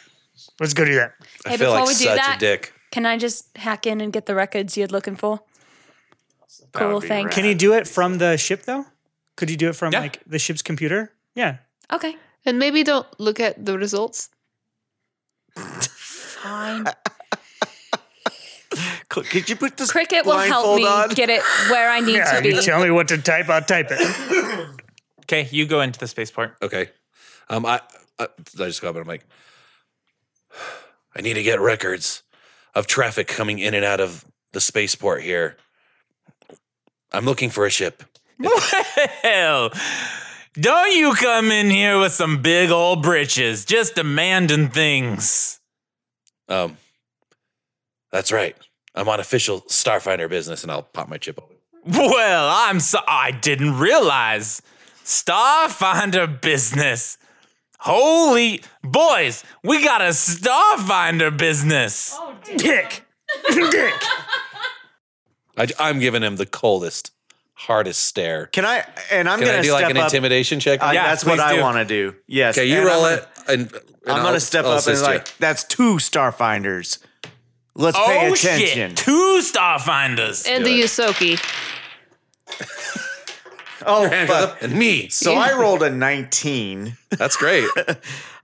[SPEAKER 4] let's go do that.
[SPEAKER 6] I
[SPEAKER 7] Hey,
[SPEAKER 6] feel like
[SPEAKER 7] before we do
[SPEAKER 6] such
[SPEAKER 7] that-
[SPEAKER 6] a dick.
[SPEAKER 7] Can I just hack in and get the records you're looking for? Cool, thanks.
[SPEAKER 4] Can you do it from the ship though? Could you do it from
[SPEAKER 2] Yeah.
[SPEAKER 4] like the ship's computer? Yeah.
[SPEAKER 7] Okay.
[SPEAKER 5] And maybe don't look at the results.
[SPEAKER 7] Fine.
[SPEAKER 3] Cl- <laughs> Could you put this
[SPEAKER 7] Cricket will help
[SPEAKER 3] blindfold
[SPEAKER 7] me
[SPEAKER 3] on?
[SPEAKER 7] get it where I need
[SPEAKER 4] Yeah,
[SPEAKER 7] to be.
[SPEAKER 4] you tell me what to type, I'll type it.
[SPEAKER 2] Okay, you go into the spaceport.
[SPEAKER 6] Okay. Um, I I, I just go up and I'm like, I need to get records of traffic coming in and out of the spaceport here. I'm looking for a ship.
[SPEAKER 2] Well, don't you come in here with some big old britches, just demanding things.
[SPEAKER 6] Um, that's right. I'm on official Starfinder business, and I'll pop my chip open.
[SPEAKER 2] Well, I'm so I didn't realize Starfinder business. Holy boys, we got a Starfinder business.
[SPEAKER 4] Dick. Dick.
[SPEAKER 6] I, am giving him the coldest, hardest stare.
[SPEAKER 3] Can I? And I'm
[SPEAKER 6] Can
[SPEAKER 3] gonna
[SPEAKER 6] I do
[SPEAKER 3] step
[SPEAKER 6] like an
[SPEAKER 3] up.
[SPEAKER 6] intimidation check?
[SPEAKER 3] I-
[SPEAKER 2] Yeah,
[SPEAKER 3] that's what
[SPEAKER 2] please
[SPEAKER 3] I
[SPEAKER 2] do.
[SPEAKER 3] want to do. Yes.
[SPEAKER 6] okay, you
[SPEAKER 3] and
[SPEAKER 6] roll
[SPEAKER 3] I'm
[SPEAKER 6] it. And, and
[SPEAKER 3] Gonna, I'm
[SPEAKER 6] I'll-
[SPEAKER 3] gonna step
[SPEAKER 6] I'll
[SPEAKER 3] up and
[SPEAKER 6] assist you.
[SPEAKER 3] like that's two starfinders. Let's pay
[SPEAKER 2] oh
[SPEAKER 3] attention.
[SPEAKER 2] shit! Two Starfinders.
[SPEAKER 5] And the
[SPEAKER 6] do it.
[SPEAKER 5] Yusoki.
[SPEAKER 3] <laughs> Oh
[SPEAKER 6] Hand goes
[SPEAKER 3] fuck.
[SPEAKER 6] up <laughs> and me.
[SPEAKER 3] So I rolled a 19. <laughs>
[SPEAKER 6] That's great. you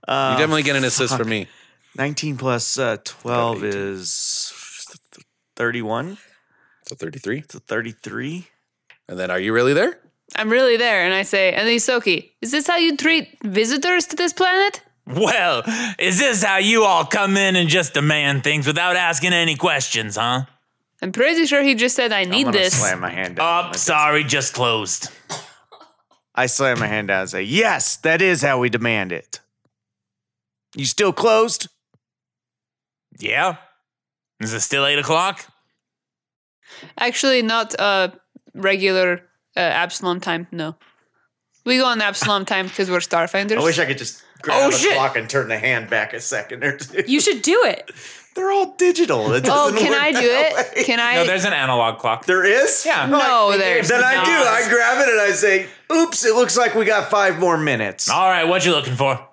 [SPEAKER 3] Uh,
[SPEAKER 6] definitely get an assist from me.
[SPEAKER 3] 19 plus uh, 12
[SPEAKER 6] 18.
[SPEAKER 3] is 31
[SPEAKER 6] So 33.
[SPEAKER 3] to 33.
[SPEAKER 6] And then are you really there?
[SPEAKER 5] I'm really there. And I say, and the Yusoki, is this how you treat visitors to this planet?
[SPEAKER 2] Well, is this how you all come in and just demand things without asking any questions, huh?
[SPEAKER 5] I'm pretty sure he just said, I
[SPEAKER 3] I'm
[SPEAKER 5] need
[SPEAKER 3] gonna
[SPEAKER 5] this.
[SPEAKER 3] slam my hand down. on my
[SPEAKER 2] Oh,
[SPEAKER 3] desk.
[SPEAKER 2] sorry, just closed.
[SPEAKER 3] I slam my hand down and say, Yes, that is how we demand it. You still closed?
[SPEAKER 2] Yeah. Is it still eight o'clock?
[SPEAKER 5] Actually, not uh, regular uh, Absalom time. No. We go on Absalom time because we're Starfinders.
[SPEAKER 3] I wish I could just grab
[SPEAKER 2] Oh,
[SPEAKER 3] the
[SPEAKER 2] shit.
[SPEAKER 3] clock and turn the hand back a second or two.
[SPEAKER 7] You should do it.
[SPEAKER 3] <laughs> They're all digital. It
[SPEAKER 5] oh,
[SPEAKER 3] doesn't
[SPEAKER 5] can
[SPEAKER 3] <laughs> work
[SPEAKER 5] I do
[SPEAKER 3] that way.
[SPEAKER 5] it? Can I?
[SPEAKER 2] No, there's an analog clock.
[SPEAKER 3] There is?
[SPEAKER 2] Yeah.
[SPEAKER 5] No, there's
[SPEAKER 3] Then I do.
[SPEAKER 5] not.
[SPEAKER 3] I grab it and I say, Oops, it looks like we got five more minutes.
[SPEAKER 2] All right, what you looking for?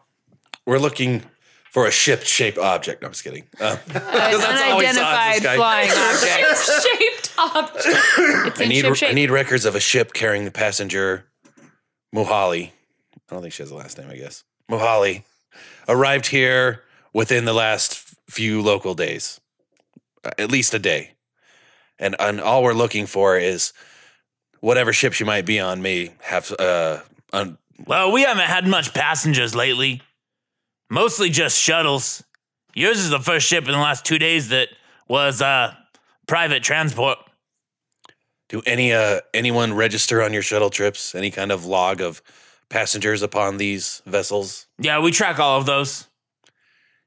[SPEAKER 6] We're looking for a ship-shaped object. No, I'm just kidding. Uh,
[SPEAKER 5] an
[SPEAKER 6] that's all we saw is this
[SPEAKER 5] unidentified
[SPEAKER 6] guy. <laughs>
[SPEAKER 5] flying object.
[SPEAKER 7] Shaped object.
[SPEAKER 5] It's
[SPEAKER 6] I
[SPEAKER 5] in
[SPEAKER 6] need
[SPEAKER 5] shape
[SPEAKER 6] I
[SPEAKER 5] shape.
[SPEAKER 6] need records of a ship carrying the passenger Mohali. I don't think she has a last name, I guess. Mohali arrived here within the last few local days, uh, at least a day. And, and all we're looking for is whatever ship she might be on may have uh un-
[SPEAKER 2] Well, we haven't had much passengers lately. Mostly just shuttles. Yours is the first ship in the last two days that was uh private transport.
[SPEAKER 6] do any uh anyone register on your shuttle trips any kind of log of passengers upon these vessels
[SPEAKER 2] Yeah, we track all of those.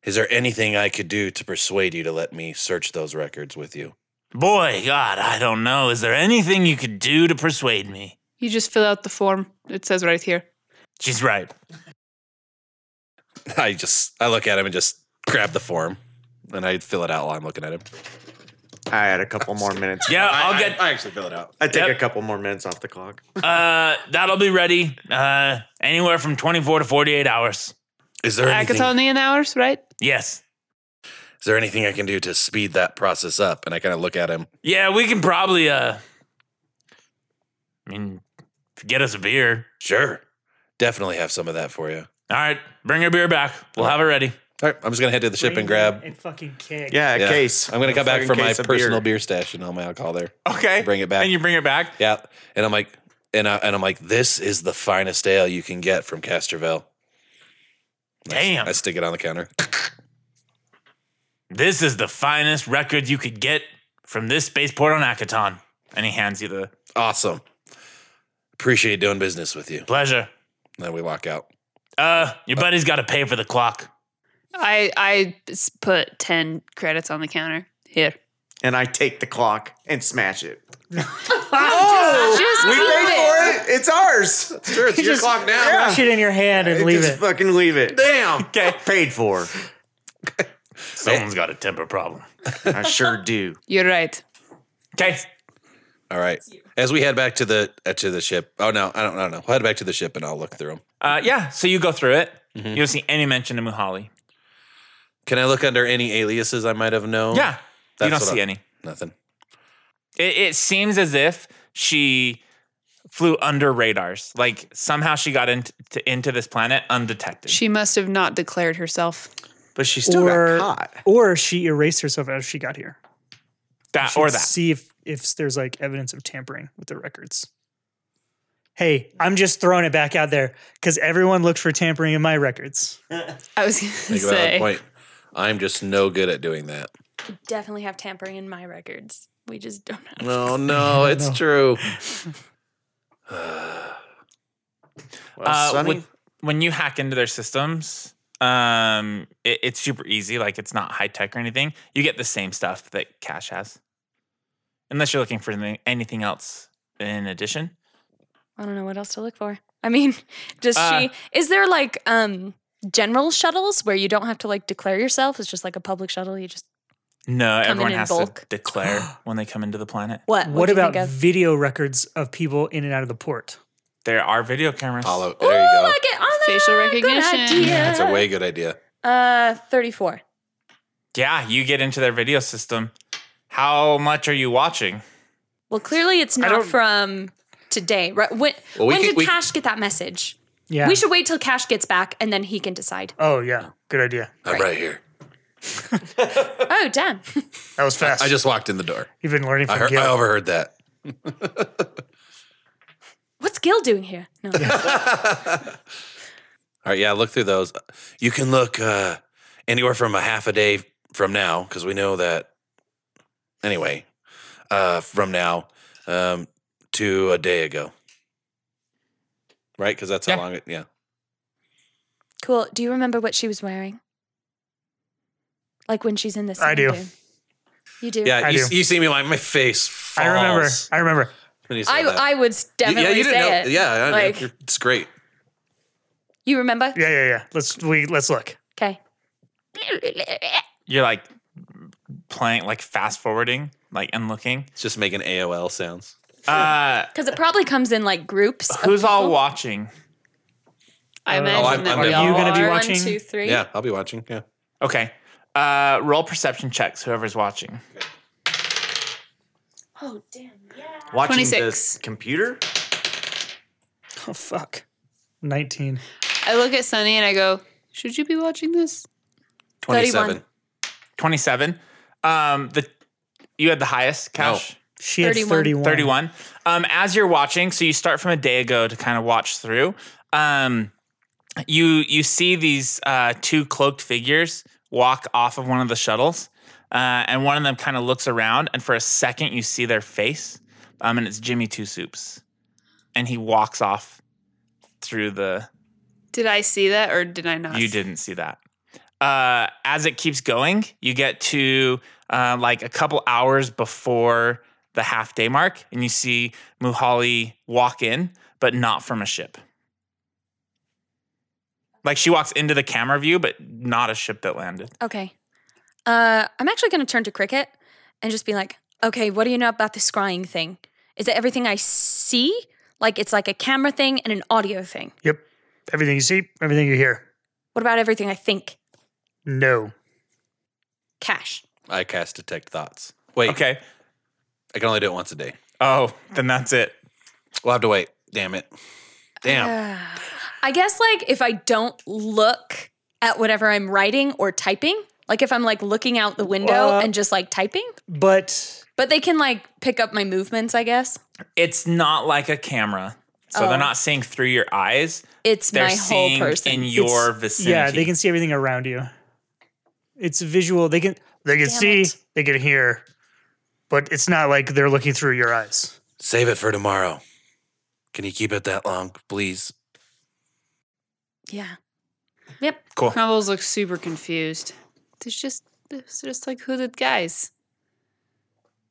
[SPEAKER 6] Is there anything I could do to persuade you to let me search those records with you?
[SPEAKER 2] Boy, God, I don't know. Is there anything you could do to persuade me?
[SPEAKER 5] You just fill out the form. It says right here.
[SPEAKER 2] She's right.
[SPEAKER 6] I just I look at him and just grab the form and I fill it out while I'm looking at him.
[SPEAKER 3] I had a couple more minutes.
[SPEAKER 2] Yeah, I'll get
[SPEAKER 6] I actually fill it out.
[SPEAKER 3] I take
[SPEAKER 2] Yep.
[SPEAKER 3] a couple more minutes off the clock.
[SPEAKER 2] Uh, that'll be ready uh, anywhere from 24 to 48 hours.
[SPEAKER 6] Is there
[SPEAKER 5] Uh,
[SPEAKER 6] anything,
[SPEAKER 5] Acatonian hours, right?
[SPEAKER 2] Yes.
[SPEAKER 6] is there anything I can do to speed that process up? And I kind of look at him.
[SPEAKER 2] Yeah, we can probably uh, I mean, get us a beer.
[SPEAKER 6] Sure. Definitely have some of that for you.
[SPEAKER 2] All right, bring your beer back. We'll have it ready.
[SPEAKER 6] All right, I'm just gonna head to the ship and grab.
[SPEAKER 4] a fucking keg.
[SPEAKER 3] Yeah, a
[SPEAKER 6] Yeah.
[SPEAKER 3] case.
[SPEAKER 6] I'm gonna
[SPEAKER 3] A
[SPEAKER 6] come back
[SPEAKER 3] fucking
[SPEAKER 6] for my
[SPEAKER 3] case of
[SPEAKER 6] personal
[SPEAKER 3] beer.
[SPEAKER 6] beer. stash and all my alcohol there.
[SPEAKER 2] Okay.
[SPEAKER 6] Bring it back.
[SPEAKER 2] And you bring it back.
[SPEAKER 6] Yeah, and I'm like, and I and I'm like, this is the finest ale you can get from Casterville.
[SPEAKER 2] Damn.
[SPEAKER 6] I stick it on the counter.
[SPEAKER 2] This is the finest record you could get from this spaceport on Akaton. And he hands you the
[SPEAKER 6] Awesome. Appreciate doing business with you.
[SPEAKER 2] pleasure.
[SPEAKER 6] And then we walk out.
[SPEAKER 2] Uh, your buddy's got to pay for the clock.
[SPEAKER 5] I I s- put ten credits on the counter. Here.
[SPEAKER 3] And I take the clock and smash it.
[SPEAKER 5] Just
[SPEAKER 3] We
[SPEAKER 5] keep
[SPEAKER 3] paid
[SPEAKER 5] it.
[SPEAKER 3] for it. It's ours.
[SPEAKER 6] Sure, it's your clock now.
[SPEAKER 3] Yeah.
[SPEAKER 4] Shit in your hand and leave
[SPEAKER 3] Just
[SPEAKER 4] it.
[SPEAKER 3] fucking leave it.
[SPEAKER 6] Damn.
[SPEAKER 2] Okay.
[SPEAKER 3] Paid for.
[SPEAKER 2] Someone's got a temper problem.
[SPEAKER 3] I sure do.
[SPEAKER 5] You're right.
[SPEAKER 2] Okay.
[SPEAKER 6] All right. As we head back to the uh, to the ship. Oh no, I don't. I don't know. We'll head back to the ship and I'll look through them.
[SPEAKER 2] Uh, yeah. So you go through it.
[SPEAKER 6] Mm-hmm.
[SPEAKER 2] You don't see any mention of Muhali.
[SPEAKER 6] Can I look under any aliases I might have known?
[SPEAKER 2] Yeah. you
[SPEAKER 6] That's
[SPEAKER 2] don't
[SPEAKER 6] what
[SPEAKER 2] see
[SPEAKER 6] I-
[SPEAKER 2] any.
[SPEAKER 6] Nothing.
[SPEAKER 2] It, it seems as if she flew under radars. Like somehow she got into into this planet undetected.
[SPEAKER 5] She must have not declared herself.
[SPEAKER 3] But she still
[SPEAKER 4] Or-
[SPEAKER 3] got caught.
[SPEAKER 4] Or she erased herself as she got here.
[SPEAKER 2] that
[SPEAKER 4] should
[SPEAKER 2] or that.
[SPEAKER 4] See if if there's like evidence of tampering with the records. Hey, I'm just throwing it back out there because everyone looked for tampering in my records.
[SPEAKER 5] I was gonna
[SPEAKER 6] Think about that
[SPEAKER 5] say.
[SPEAKER 6] point. I'm just no good at doing that.
[SPEAKER 7] Definitely have tampering in my records. We just don't know.
[SPEAKER 6] <laughs> No, no, it's true.
[SPEAKER 3] Well,
[SPEAKER 2] Uh,
[SPEAKER 3] Sonny,
[SPEAKER 2] when, when you hack into their systems, um, it, it's super easy. Like it's not high tech or anything. You get the same stuff that Cash has, unless you're looking for anything- anything else in addition.
[SPEAKER 7] I don't know what else to look for. I mean, <laughs> does
[SPEAKER 2] Uh,
[SPEAKER 7] she? Is there like um general shuttles where you don't have to like declare yourself? It's just like a public shuttle. You just
[SPEAKER 2] No,
[SPEAKER 7] in
[SPEAKER 2] everyone
[SPEAKER 7] in
[SPEAKER 2] has
[SPEAKER 7] bulk. <gasps>
[SPEAKER 2] to declare when they come into the planet.
[SPEAKER 7] what?
[SPEAKER 4] What,
[SPEAKER 7] What'd you
[SPEAKER 4] about
[SPEAKER 7] think of?
[SPEAKER 4] video records of people in and out of the port?
[SPEAKER 2] There are video cameras.
[SPEAKER 6] Hollow.
[SPEAKER 7] Ooh,
[SPEAKER 6] There you go.
[SPEAKER 7] look at on
[SPEAKER 5] Facial
[SPEAKER 7] there.
[SPEAKER 5] recognition.
[SPEAKER 7] Good idea.
[SPEAKER 6] That's a way good idea.
[SPEAKER 7] Uh, thirty-four.
[SPEAKER 2] Yeah, you get into their video system. How much are you watching?
[SPEAKER 7] Well, clearly it's not from today. Right? When,
[SPEAKER 6] Well, we
[SPEAKER 7] when
[SPEAKER 6] can-
[SPEAKER 7] did
[SPEAKER 6] we-
[SPEAKER 7] Cash get that message?
[SPEAKER 4] Yeah.
[SPEAKER 7] We should wait till Cash gets back and then he can decide.
[SPEAKER 4] Oh yeah, good idea.
[SPEAKER 6] I'm right, here.
[SPEAKER 7] Oh, damn. <laughs>
[SPEAKER 4] That was fast.
[SPEAKER 6] I just walked in the door.
[SPEAKER 4] you've been learning
[SPEAKER 6] I,
[SPEAKER 4] from
[SPEAKER 6] heard, I
[SPEAKER 4] Gil.
[SPEAKER 6] overheard that.
[SPEAKER 7] What's Gil doing here? No.
[SPEAKER 6] <laughs> All right, yeah, look through those. You can look uh, anywhere from a half a day from now, because we know that. Anyway, uh, from now um, to a day ago, right? Because that's
[SPEAKER 2] Yeah.
[SPEAKER 6] how long it. Yeah,
[SPEAKER 7] cool. Do you remember what she was wearing? Like when she's in this.
[SPEAKER 4] I do.
[SPEAKER 7] You do?
[SPEAKER 6] yeah.
[SPEAKER 4] I
[SPEAKER 6] You,
[SPEAKER 4] do.
[SPEAKER 6] you see me like my face. Falls
[SPEAKER 4] I remember. I remember.
[SPEAKER 6] when you said
[SPEAKER 7] I,
[SPEAKER 6] that.
[SPEAKER 7] I would
[SPEAKER 6] You-
[SPEAKER 7] definitely
[SPEAKER 6] yeah, you
[SPEAKER 7] say
[SPEAKER 6] didn't know.
[SPEAKER 7] it.
[SPEAKER 6] Yeah, I know.
[SPEAKER 7] Like-
[SPEAKER 6] You're- it's great.
[SPEAKER 7] You remember?
[SPEAKER 4] Yeah, yeah, yeah. Let's we let's look.
[SPEAKER 7] Okay. <laughs>
[SPEAKER 2] You're like playing, like fast forwarding, like and looking.
[SPEAKER 6] It's just making AOL sounds.
[SPEAKER 2] Uh,
[SPEAKER 7] Because it probably comes in like groups. of
[SPEAKER 2] who's all
[SPEAKER 7] people.
[SPEAKER 2] watching?
[SPEAKER 5] I
[SPEAKER 4] Uh,
[SPEAKER 5] imagine
[SPEAKER 6] oh, I'm-
[SPEAKER 5] that
[SPEAKER 6] I'm
[SPEAKER 5] we
[SPEAKER 6] gonna-
[SPEAKER 5] all
[SPEAKER 4] Are you gonna be
[SPEAKER 5] are.
[SPEAKER 4] watching?
[SPEAKER 7] One, two, three.
[SPEAKER 6] Yeah, I'll be watching. Yeah.
[SPEAKER 2] Okay. Uh, roll perception checks. Whoever's watching.
[SPEAKER 7] Oh, damn.
[SPEAKER 3] watching
[SPEAKER 5] 26.
[SPEAKER 3] the computer.
[SPEAKER 4] Oh fuck. Nineteen.
[SPEAKER 5] I look at Sunny and I go, "Should you be watching this?"
[SPEAKER 6] 27.
[SPEAKER 7] 31.
[SPEAKER 2] Twenty-seven. Um, the you had the highest cash.
[SPEAKER 4] She had
[SPEAKER 7] 31.
[SPEAKER 4] thirty-one.
[SPEAKER 2] 31 um, as you're watching so you start from a day ago to kind of watch through um, you you see these uh, two cloaked figures walk off of one of the shuttles uh, and one of them kind of looks around and for a second you see their face um, and it's jimmy two soups and he walks off through the
[SPEAKER 5] Did I see that or did I not?
[SPEAKER 2] you didn't see that. Uh, as it keeps going, you get to uh, like a couple hours before the half day mark, and you see Muhali walk in, but not from a ship. Like she walks into the camera view, but not a ship that landed.
[SPEAKER 7] Okay. Uh, I'm actually going to turn to Cricket and just be like, okay, what do you know about the scrying thing? Is it everything I see? Like it's like a camera thing and an audio thing.
[SPEAKER 4] Yep. Everything you see, everything you hear.
[SPEAKER 7] What about everything I think?
[SPEAKER 4] No.
[SPEAKER 7] Cash.
[SPEAKER 6] I cast detect thoughts. Wait,
[SPEAKER 2] Okay.
[SPEAKER 6] I can only do it once a day.
[SPEAKER 2] Oh, then that's it.
[SPEAKER 6] We'll have to wait. Damn it. Damn.
[SPEAKER 7] I guess like if I don't look at whatever I'm writing or typing, like if I'm like looking out the window
[SPEAKER 4] Uh,
[SPEAKER 7] and just like typing,
[SPEAKER 4] But
[SPEAKER 7] but they can like pick up my movements, I guess.
[SPEAKER 2] It's not like a camera. So
[SPEAKER 7] Oh.
[SPEAKER 2] they're not seeing through your eyes.
[SPEAKER 7] It's
[SPEAKER 2] They're
[SPEAKER 7] my whole
[SPEAKER 2] seeing
[SPEAKER 7] person.
[SPEAKER 2] in your
[SPEAKER 4] it's-
[SPEAKER 2] vicinity.
[SPEAKER 4] Yeah, they can see everything around you. It's visual. They can they can
[SPEAKER 7] Damn
[SPEAKER 4] see,
[SPEAKER 7] it.
[SPEAKER 4] they can hear, but it's not like they're looking through your eyes.
[SPEAKER 6] Save it for tomorrow. Can you keep it that long, please?
[SPEAKER 7] yeah.
[SPEAKER 2] Cool.
[SPEAKER 5] Crumbles looks super confused. There's just there's just like hooded guys.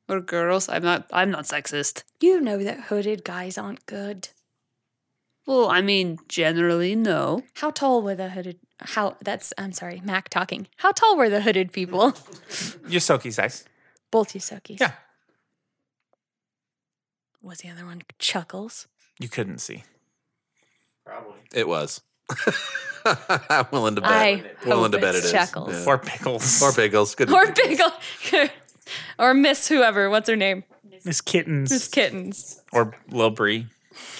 [SPEAKER 5] Or girls. I'm not I'm not sexist.
[SPEAKER 7] You know that hooded guys aren't good.
[SPEAKER 5] Well, I mean generally no.
[SPEAKER 7] How tall were the hooded? How that's I'm sorry, Mac talking. How tall were the hooded people? <laughs>
[SPEAKER 2] Yosoki size.
[SPEAKER 7] Both Yusokis.
[SPEAKER 2] Yeah.
[SPEAKER 7] Was the other one chuckles?
[SPEAKER 2] You couldn't see.
[SPEAKER 6] It was. <laughs> I'm willing to bet.
[SPEAKER 7] I
[SPEAKER 6] willing
[SPEAKER 7] hope
[SPEAKER 6] to bet
[SPEAKER 7] it's
[SPEAKER 6] it is.
[SPEAKER 7] Chuckles.
[SPEAKER 6] Yeah.
[SPEAKER 2] Or pickles.
[SPEAKER 6] Or pickles. Could be
[SPEAKER 7] Or pickle, <laughs> or Miss whoever. What's her name?
[SPEAKER 4] Miss Kittens.
[SPEAKER 7] Miss Kittens.
[SPEAKER 2] or Lil Bree.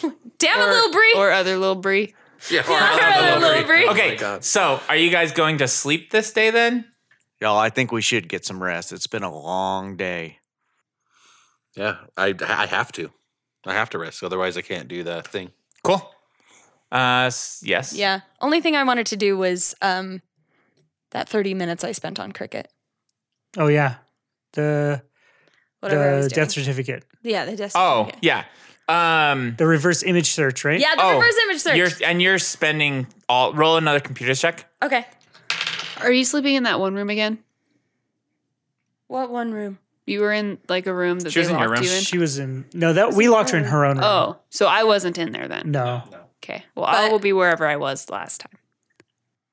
[SPEAKER 7] Damn it, Lil Bree.
[SPEAKER 5] Or other little Brie.
[SPEAKER 6] <laughs>
[SPEAKER 7] <laughs>
[SPEAKER 6] Yeah,
[SPEAKER 7] Yeah,
[SPEAKER 6] or
[SPEAKER 7] or
[SPEAKER 6] another
[SPEAKER 7] another
[SPEAKER 6] Lil
[SPEAKER 7] Lil Bree.
[SPEAKER 6] Bree.
[SPEAKER 2] Okay,
[SPEAKER 6] Oh God.
[SPEAKER 2] so are you guys going to sleep this day then?
[SPEAKER 3] Y'all, I think we should get some rest. It's been a long day.
[SPEAKER 6] Yeah, I I have to. I have to rest. Otherwise, I can't do the thing.
[SPEAKER 2] Cool. Uh, s- yes.
[SPEAKER 7] yeah. Only thing I wanted to do was um, that 30 minutes I spent on cricket.
[SPEAKER 4] oh yeah. The
[SPEAKER 7] Whatever I was
[SPEAKER 4] the
[SPEAKER 7] doing.
[SPEAKER 4] death certificate.
[SPEAKER 7] yeah, the death.
[SPEAKER 2] Oh,
[SPEAKER 7] certificate.
[SPEAKER 2] yeah. Um,
[SPEAKER 4] The reverse image search, right?
[SPEAKER 7] Yeah, the
[SPEAKER 2] Oh,
[SPEAKER 7] reverse image search.
[SPEAKER 2] You're, and you're spending all. Roll another computer check.
[SPEAKER 7] okay.
[SPEAKER 5] Are you sleeping in that one room again?
[SPEAKER 7] What one room?
[SPEAKER 5] You were in like a room that
[SPEAKER 2] She was
[SPEAKER 5] they
[SPEAKER 2] in your
[SPEAKER 5] locked
[SPEAKER 2] room.
[SPEAKER 5] you in.
[SPEAKER 4] She was in No, that we locked her in her own room.
[SPEAKER 5] oh, so I wasn't in there then.
[SPEAKER 4] No.
[SPEAKER 5] Okay. Well,
[SPEAKER 7] But-
[SPEAKER 5] I will be wherever I was last time.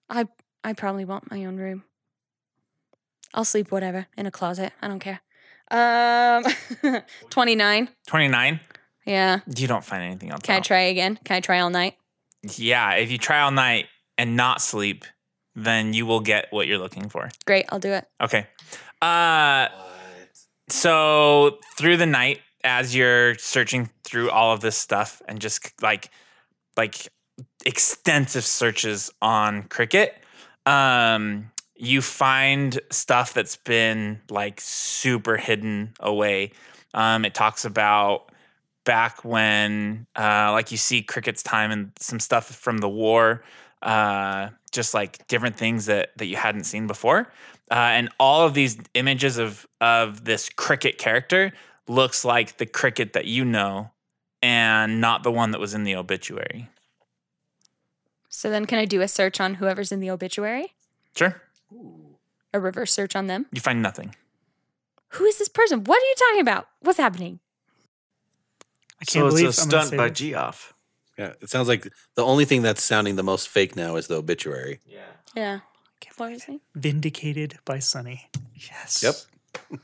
[SPEAKER 7] I I probably want my own room. I'll sleep whatever in a closet. I don't care. Um, <laughs> 29.
[SPEAKER 2] 29.
[SPEAKER 7] Yeah.
[SPEAKER 2] You don't find anything else.
[SPEAKER 7] Can I
[SPEAKER 2] out.
[SPEAKER 7] try again? Can I try all night?
[SPEAKER 2] Yeah, if you try all night and not sleep, then you will get what you're looking for.
[SPEAKER 7] Great, I'll do it.
[SPEAKER 2] Okay. Uh, so through the night, as you're searching through all of this stuff and just like like extensive searches on Cricket, um, you find stuff that's been like super hidden away. Um, it talks about back when, uh, like, you see Cricket's time and some stuff from the war, uh, just like different things that that you hadn't seen before. Uh, and all of these images of of this Cricket character looks like the Cricket that you know, and not the one that was in the obituary.
[SPEAKER 7] So then, can I do a search on whoever's in the obituary?
[SPEAKER 2] Sure,
[SPEAKER 7] A reverse search on them?
[SPEAKER 2] you find nothing.
[SPEAKER 7] Who is this person? What are you talking about? What's happening?
[SPEAKER 4] I can't
[SPEAKER 3] So it's
[SPEAKER 4] believe
[SPEAKER 3] a
[SPEAKER 4] I'm gonna
[SPEAKER 3] stunt
[SPEAKER 4] say
[SPEAKER 3] by
[SPEAKER 4] that.
[SPEAKER 3] Geoff.
[SPEAKER 6] Yeah, it sounds like the only thing that's sounding the most fake now is the obituary.
[SPEAKER 7] Yeah. What is it?
[SPEAKER 4] vindicated by Sunny. Yes.
[SPEAKER 6] Yep.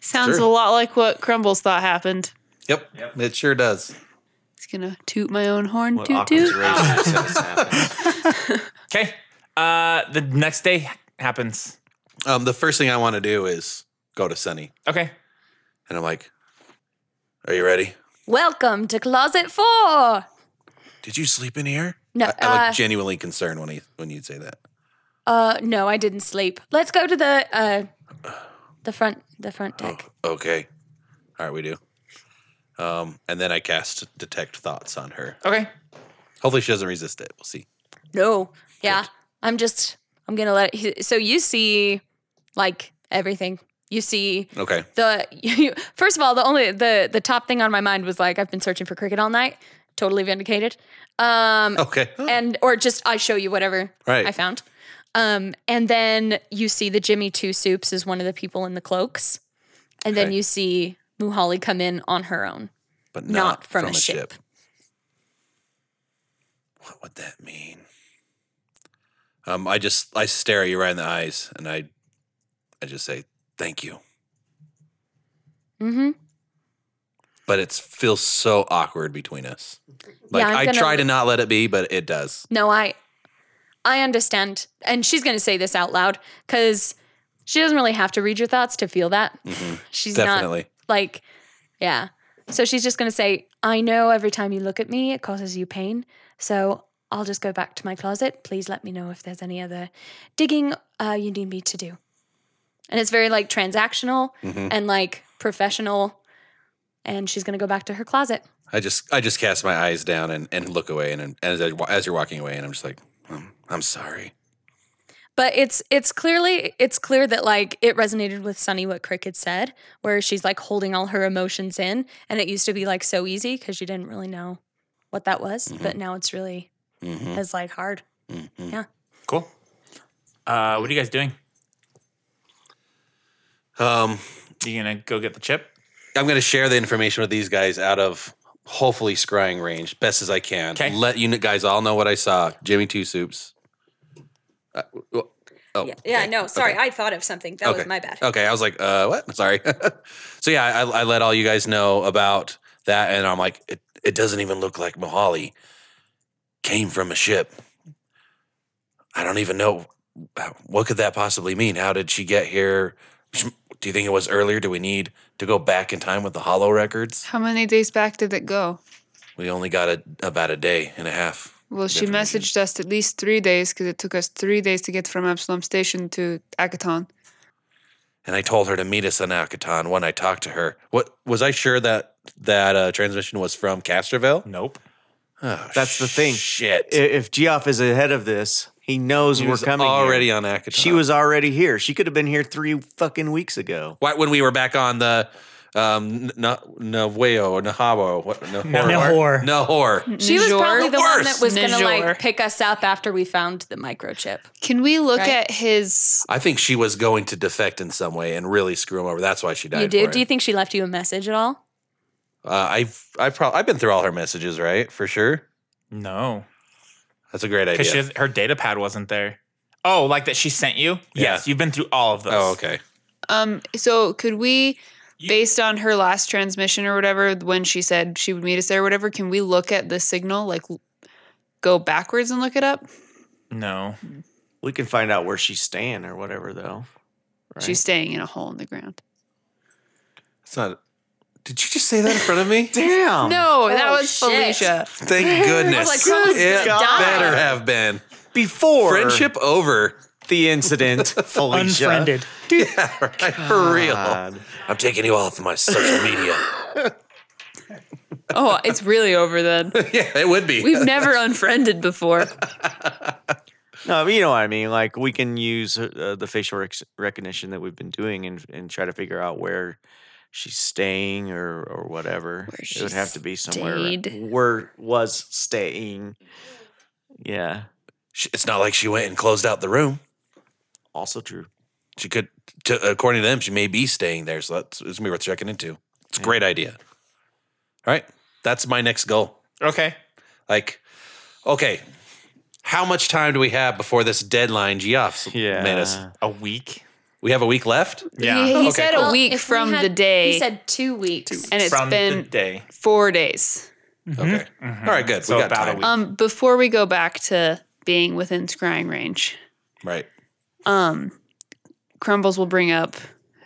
[SPEAKER 5] Sounds
[SPEAKER 6] Sure.
[SPEAKER 5] a lot like what Crumbles thought happened.
[SPEAKER 6] Yep, it sure does.
[SPEAKER 5] It's gonna toot my own horn,
[SPEAKER 3] What
[SPEAKER 5] toot
[SPEAKER 3] Occam's
[SPEAKER 5] toot.
[SPEAKER 3] razor
[SPEAKER 5] <laughs>
[SPEAKER 3] says happens.
[SPEAKER 2] Okay. Uh, the next day happens.
[SPEAKER 6] Um, the first thing I want to do is go to Sunny,
[SPEAKER 2] Okay.
[SPEAKER 6] and I'm like, "Are you ready?
[SPEAKER 7] Welcome to Closet 4.
[SPEAKER 6] Did you sleep in here?"
[SPEAKER 7] No,
[SPEAKER 6] I, I
[SPEAKER 7] uh,
[SPEAKER 6] look genuinely concerned when he when you say that.
[SPEAKER 7] Uh, no, I didn't sleep. Let's go to the uh, the front, the front deck.
[SPEAKER 6] Oh, Okay, all right, we do. Um, and then I cast detect thoughts on her.
[SPEAKER 2] Okay.
[SPEAKER 6] Hopefully, she doesn't resist it. We'll see.
[SPEAKER 7] No. Yeah. I'm just, I'm going to let it. So you see, like, everything. You see
[SPEAKER 6] Okay,
[SPEAKER 7] the, <laughs> you, first of all, the only, the, the top thing on my mind was like, I've been searching for cricket all night. Totally vindicated. Um,
[SPEAKER 6] okay,
[SPEAKER 7] and, or just, I show you whatever
[SPEAKER 6] right.
[SPEAKER 7] I found. Um, and then you see the Jimmy Two Soups is one of the people in the cloaks. And then
[SPEAKER 6] Okay.
[SPEAKER 7] you see Muhali come in on her own.
[SPEAKER 6] but not,
[SPEAKER 7] not from a ship.
[SPEAKER 6] What would that mean? Um, I just I stare you right in the eyes, and I, I just say thank you.
[SPEAKER 7] Mm-hmm.
[SPEAKER 6] But it feels so awkward between us. Like
[SPEAKER 7] I'm
[SPEAKER 6] I
[SPEAKER 7] gonna-
[SPEAKER 6] try to not let it be, but it does.
[SPEAKER 7] No, I I understand. And she's going to say this out loud cuz she doesn't really have to read your thoughts to feel that.
[SPEAKER 6] Mhm.
[SPEAKER 7] She's not
[SPEAKER 6] Definitely.
[SPEAKER 7] like yeah. So she's just going to say I know every time you look at me, it causes you pain. So I'll just go back to my closet. Please let me know if there's any other digging uh, you need me to do. And it's very like transactional
[SPEAKER 6] Mm-hmm.
[SPEAKER 7] and like professional. And she's going to go back to her closet.
[SPEAKER 6] I just I just cast my eyes down and, and look away and, and as I, wa- as you're walking away and I'm just like um, I'm sorry.
[SPEAKER 7] But it's it's clearly it's clear that like it resonated with Sunny what Crick had said, where she's like holding all her emotions in, and it used to be like so easy because she didn't really know what that was,
[SPEAKER 6] Mm-hmm.
[SPEAKER 7] but now it's really
[SPEAKER 6] Mhm.
[SPEAKER 7] as like hard.
[SPEAKER 6] mm-hmm.
[SPEAKER 2] Cool. Uh, what are you guys doing?
[SPEAKER 6] Um,
[SPEAKER 2] You gonna go get the chip?
[SPEAKER 6] I'm going to share the information with these guys out of hopefully scrying range best as I can.
[SPEAKER 2] 'Kay.
[SPEAKER 6] Let you guys all know what I saw. Jimmy Two Soups. Uh, w- oh,
[SPEAKER 7] Yeah, yeah,
[SPEAKER 6] okay.
[SPEAKER 7] no, sorry,
[SPEAKER 6] Okay.
[SPEAKER 7] I thought of something. That was my bad.
[SPEAKER 6] Okay, I was like, uh, what? <laughs> Sorry. so yeah, I, I let all you guys know about that, and I'm like, it, it doesn't even look like Mohali came from a ship. I don't even know what could that possibly mean. How did she get here? Sh- Do you think it was earlier? Do we need to go back in time with the Hollow records?
[SPEAKER 5] How many days back did it go?
[SPEAKER 6] We only got a, about a day and a half.
[SPEAKER 5] Well, she
[SPEAKER 6] Information.
[SPEAKER 5] messaged us at least three days because it took us three days to get from Absalom Station to Akaton.
[SPEAKER 6] and I told her to meet us on Akaton when I talked to her. What was I sure that that uh, transmission was from Castroville?
[SPEAKER 2] Nope.
[SPEAKER 6] Oh,
[SPEAKER 3] That's the thing.
[SPEAKER 6] Shit.
[SPEAKER 3] I- If Geoff is ahead of this, he knows
[SPEAKER 6] He
[SPEAKER 3] we're
[SPEAKER 6] was
[SPEAKER 3] coming. here.
[SPEAKER 6] already on Akaton.
[SPEAKER 3] She was already here. She could have been here three fucking weeks ago.
[SPEAKER 6] Why, when we were back on the um Na- Nahueo or Nahabo. What Nahor.
[SPEAKER 4] Nahor.
[SPEAKER 6] Nahor.
[SPEAKER 7] She was
[SPEAKER 5] Najor?
[SPEAKER 7] probably the one that
[SPEAKER 6] Worse.
[SPEAKER 7] was going to
[SPEAKER 5] Najor.
[SPEAKER 7] like pick us up after we found the microchip.
[SPEAKER 5] Can we look
[SPEAKER 7] Right.
[SPEAKER 5] at his?
[SPEAKER 6] I think she was going to defect in some way and really screw him over. That's why she died.
[SPEAKER 7] you do?
[SPEAKER 6] for
[SPEAKER 7] Do
[SPEAKER 6] it.
[SPEAKER 7] you think she left you a message at all?
[SPEAKER 6] Uh, I've I've probably I've been through all her messages, right? For sure.
[SPEAKER 2] No,
[SPEAKER 6] That's a great idea.
[SPEAKER 2] because her data pad wasn't there. Oh, like that she sent you?
[SPEAKER 6] Yeah.
[SPEAKER 2] Yes, you've been through all of those.
[SPEAKER 6] oh, okay.
[SPEAKER 5] Um. So could we, based on her last transmission or whatever, when she said she would meet us there or whatever, can we look at the signal? Like, l- go backwards and look it up.
[SPEAKER 2] No.
[SPEAKER 3] We can find out where she's staying or whatever, though. Right?
[SPEAKER 5] She's staying in a hole in the ground.
[SPEAKER 6] It's not. Did you just say that in front of me? Um,
[SPEAKER 3] damn.
[SPEAKER 5] No, that
[SPEAKER 7] Oh,
[SPEAKER 5] was
[SPEAKER 7] shit.
[SPEAKER 5] Felicia.
[SPEAKER 6] Thank goodness.
[SPEAKER 7] like, Chrome's
[SPEAKER 6] it
[SPEAKER 7] God.
[SPEAKER 6] better have been.
[SPEAKER 3] Before
[SPEAKER 6] Friendship over. <laughs>
[SPEAKER 3] the incident, Felicia.
[SPEAKER 4] Unfriended.
[SPEAKER 6] Yeah, right. For real.
[SPEAKER 3] God.
[SPEAKER 6] I'm taking you off my social media.
[SPEAKER 5] Oh, it's really
[SPEAKER 2] <laughs>
[SPEAKER 5] over then.
[SPEAKER 6] yeah, it would be.
[SPEAKER 5] We've never unfriended before.
[SPEAKER 3] No, but you know what I mean. Like we can use uh, the facial rec- recognition that we've been doing and and try to figure out where she's staying or or whatever. it would
[SPEAKER 7] she
[SPEAKER 3] have to be somewhere ra-
[SPEAKER 7] stayed.
[SPEAKER 3] where was staying. Yeah,
[SPEAKER 6] She- It's not like she went and closed out the room.
[SPEAKER 3] also true.
[SPEAKER 6] She could, to, according to them, she may be staying there. So that's it's gonna be worth checking into. It's a great idea. All right, that's my next goal.
[SPEAKER 2] Okay.
[SPEAKER 6] Like, okay, how much time do we have before this deadline? Geoff's
[SPEAKER 3] Yeah.
[SPEAKER 6] made us.
[SPEAKER 2] A week.
[SPEAKER 6] We have a week left.
[SPEAKER 2] <laughs> Yeah.
[SPEAKER 5] He, he said
[SPEAKER 7] Well,
[SPEAKER 5] a week
[SPEAKER 7] if we
[SPEAKER 5] from
[SPEAKER 7] had-
[SPEAKER 5] the day,
[SPEAKER 7] He said two weeks.
[SPEAKER 5] and it's
[SPEAKER 2] From
[SPEAKER 5] been
[SPEAKER 2] the day.
[SPEAKER 5] four days.
[SPEAKER 6] Okay. All right. Good.
[SPEAKER 2] Mm-hmm. So
[SPEAKER 6] we got
[SPEAKER 2] about a
[SPEAKER 6] time.
[SPEAKER 2] week.
[SPEAKER 5] Um, before we go back to being within scrying range,
[SPEAKER 6] Right.
[SPEAKER 5] um, Crumbles will bring up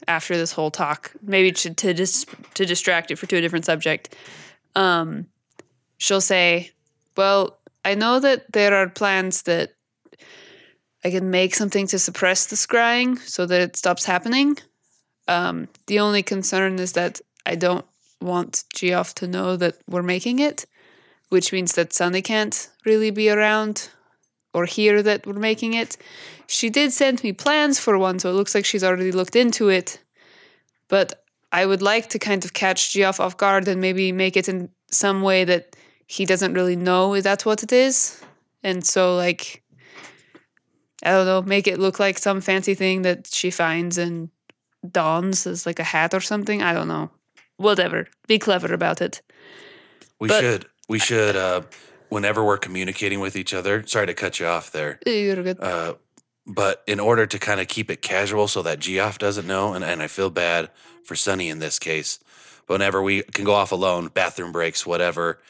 [SPEAKER 5] after this whole talk, maybe to to dis- to distract it for to a different subject. Um, she'll say, "Well, I know that there are plans that I can make something to suppress the scrying so that it stops happening. Um, the only concern is that I don't want Geoff to know that we're making it, which means that Sunny can't really be around." Or hear that we're making it, she did send me plans for one, so it looks like she's already looked into it. But I would like to kind of catch Geoff off guard and maybe make it in some way that he doesn't really know is that what it is. And so like I don't know, make it look like some fancy thing that she finds and dons as like a hat or something. I don't know. Whatever. Be clever about it.
[SPEAKER 6] We
[SPEAKER 5] But-
[SPEAKER 6] should. We should. Uh, whenever we're communicating with each other. Sorry to cut you off there.
[SPEAKER 5] You're good.
[SPEAKER 6] Uh, but in order to kind of keep it casual so that Geoff doesn't know, and, and I feel bad for Sunny in this case, whenever we can go off alone, bathroom breaks, whatever,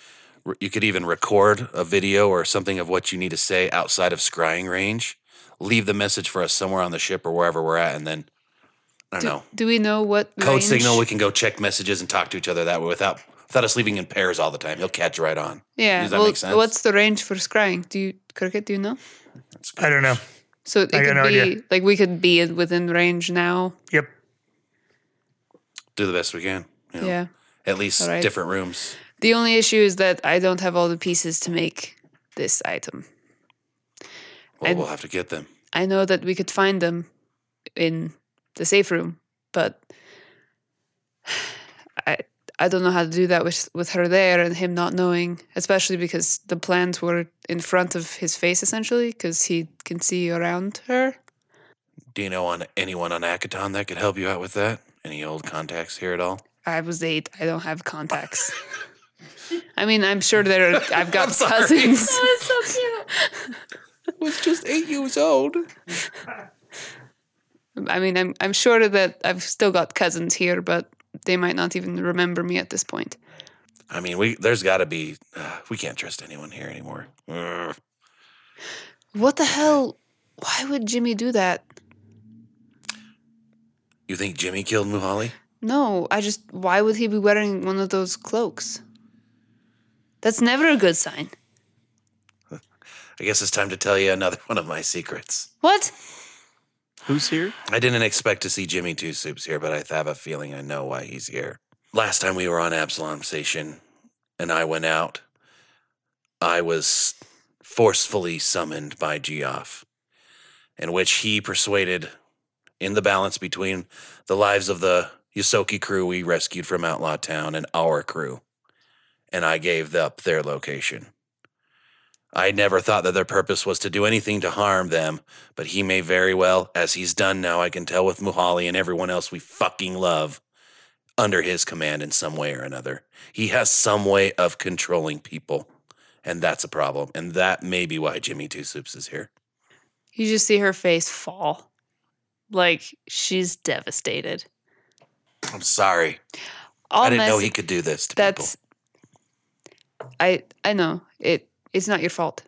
[SPEAKER 6] r- you could even record a video or something of what you need to say outside of scrying range. Leave the message for us somewhere on the ship or wherever we're at, and then I don't
[SPEAKER 5] do,
[SPEAKER 6] know.
[SPEAKER 5] do we know what
[SPEAKER 6] Code
[SPEAKER 5] range-
[SPEAKER 6] signal, we can go check messages and talk to each other that way without without us leaving in pairs all the time. He'll catch right on.
[SPEAKER 5] Yeah.
[SPEAKER 6] Does that
[SPEAKER 5] well,
[SPEAKER 6] make sense?
[SPEAKER 5] What's the range for scrying? Do you cricket? Do you know?
[SPEAKER 4] I don't know.
[SPEAKER 5] So it
[SPEAKER 4] I got
[SPEAKER 5] could
[SPEAKER 4] no
[SPEAKER 5] be
[SPEAKER 4] idea.
[SPEAKER 5] like we could be within range now.
[SPEAKER 4] Yep.
[SPEAKER 6] Do the best we can. you know.
[SPEAKER 5] Yeah.
[SPEAKER 6] At least
[SPEAKER 5] All right.
[SPEAKER 6] different rooms.
[SPEAKER 5] The only issue is that I don't have all the pieces to make this item.
[SPEAKER 6] Well,
[SPEAKER 5] And-
[SPEAKER 6] we'll have to get them.
[SPEAKER 5] I know that we could find them in the safe room, but <sighs> I I don't know how to do that with with her there and him not knowing, especially because the plans were in front of his face essentially because he can see around her.
[SPEAKER 6] Do you know on anyone on Akaton that could help you out with that? Any old contacts here at all?
[SPEAKER 5] I was eight. I don't have
[SPEAKER 6] <laughs>
[SPEAKER 5] contacts. I mean, I'm sure there. Are, I've got cousins.
[SPEAKER 7] so cute.
[SPEAKER 6] was just eight years old.
[SPEAKER 5] I mean, I'm I'm sure that I've still got cousins here, but they might not even remember me at this point.
[SPEAKER 6] I mean, we there's got to be. Uh, we can't trust anyone here anymore. Ugh.
[SPEAKER 5] What the hell? Why would Jimmy do that?
[SPEAKER 6] You think Jimmy killed Muhali?
[SPEAKER 5] No, I just why would he be wearing one of those cloaks? That's never a good sign.
[SPEAKER 6] I guess it's time to tell you another <laughs> one of my secrets.
[SPEAKER 5] What?
[SPEAKER 3] Who's here?
[SPEAKER 6] I didn't expect to see Jimmy Two Soups here, but I have a feeling I know why he's here. Last time we were on Absalom Station and I went out, I was forcefully summoned by Geoff, in which he persuaded, in the balance between the lives of the Yosoki crew we rescued from Outlaw Town and our crew, and I gave up their location. I never thought that their purpose was to do anything to harm them, but he may very well, as he's done now, I can tell with Muhali and everyone else we fucking love, under his command in some way or another. He has some way of controlling people, and that's a problem. And that may be why Jimmy Two Soups is here.
[SPEAKER 5] You just see her face fall. Like she's devastated.
[SPEAKER 6] I'm sorry.
[SPEAKER 5] All
[SPEAKER 6] I didn't know
[SPEAKER 5] mess-
[SPEAKER 6] he could do this to
[SPEAKER 5] that's
[SPEAKER 6] people.
[SPEAKER 5] I I know. It it's not your fault.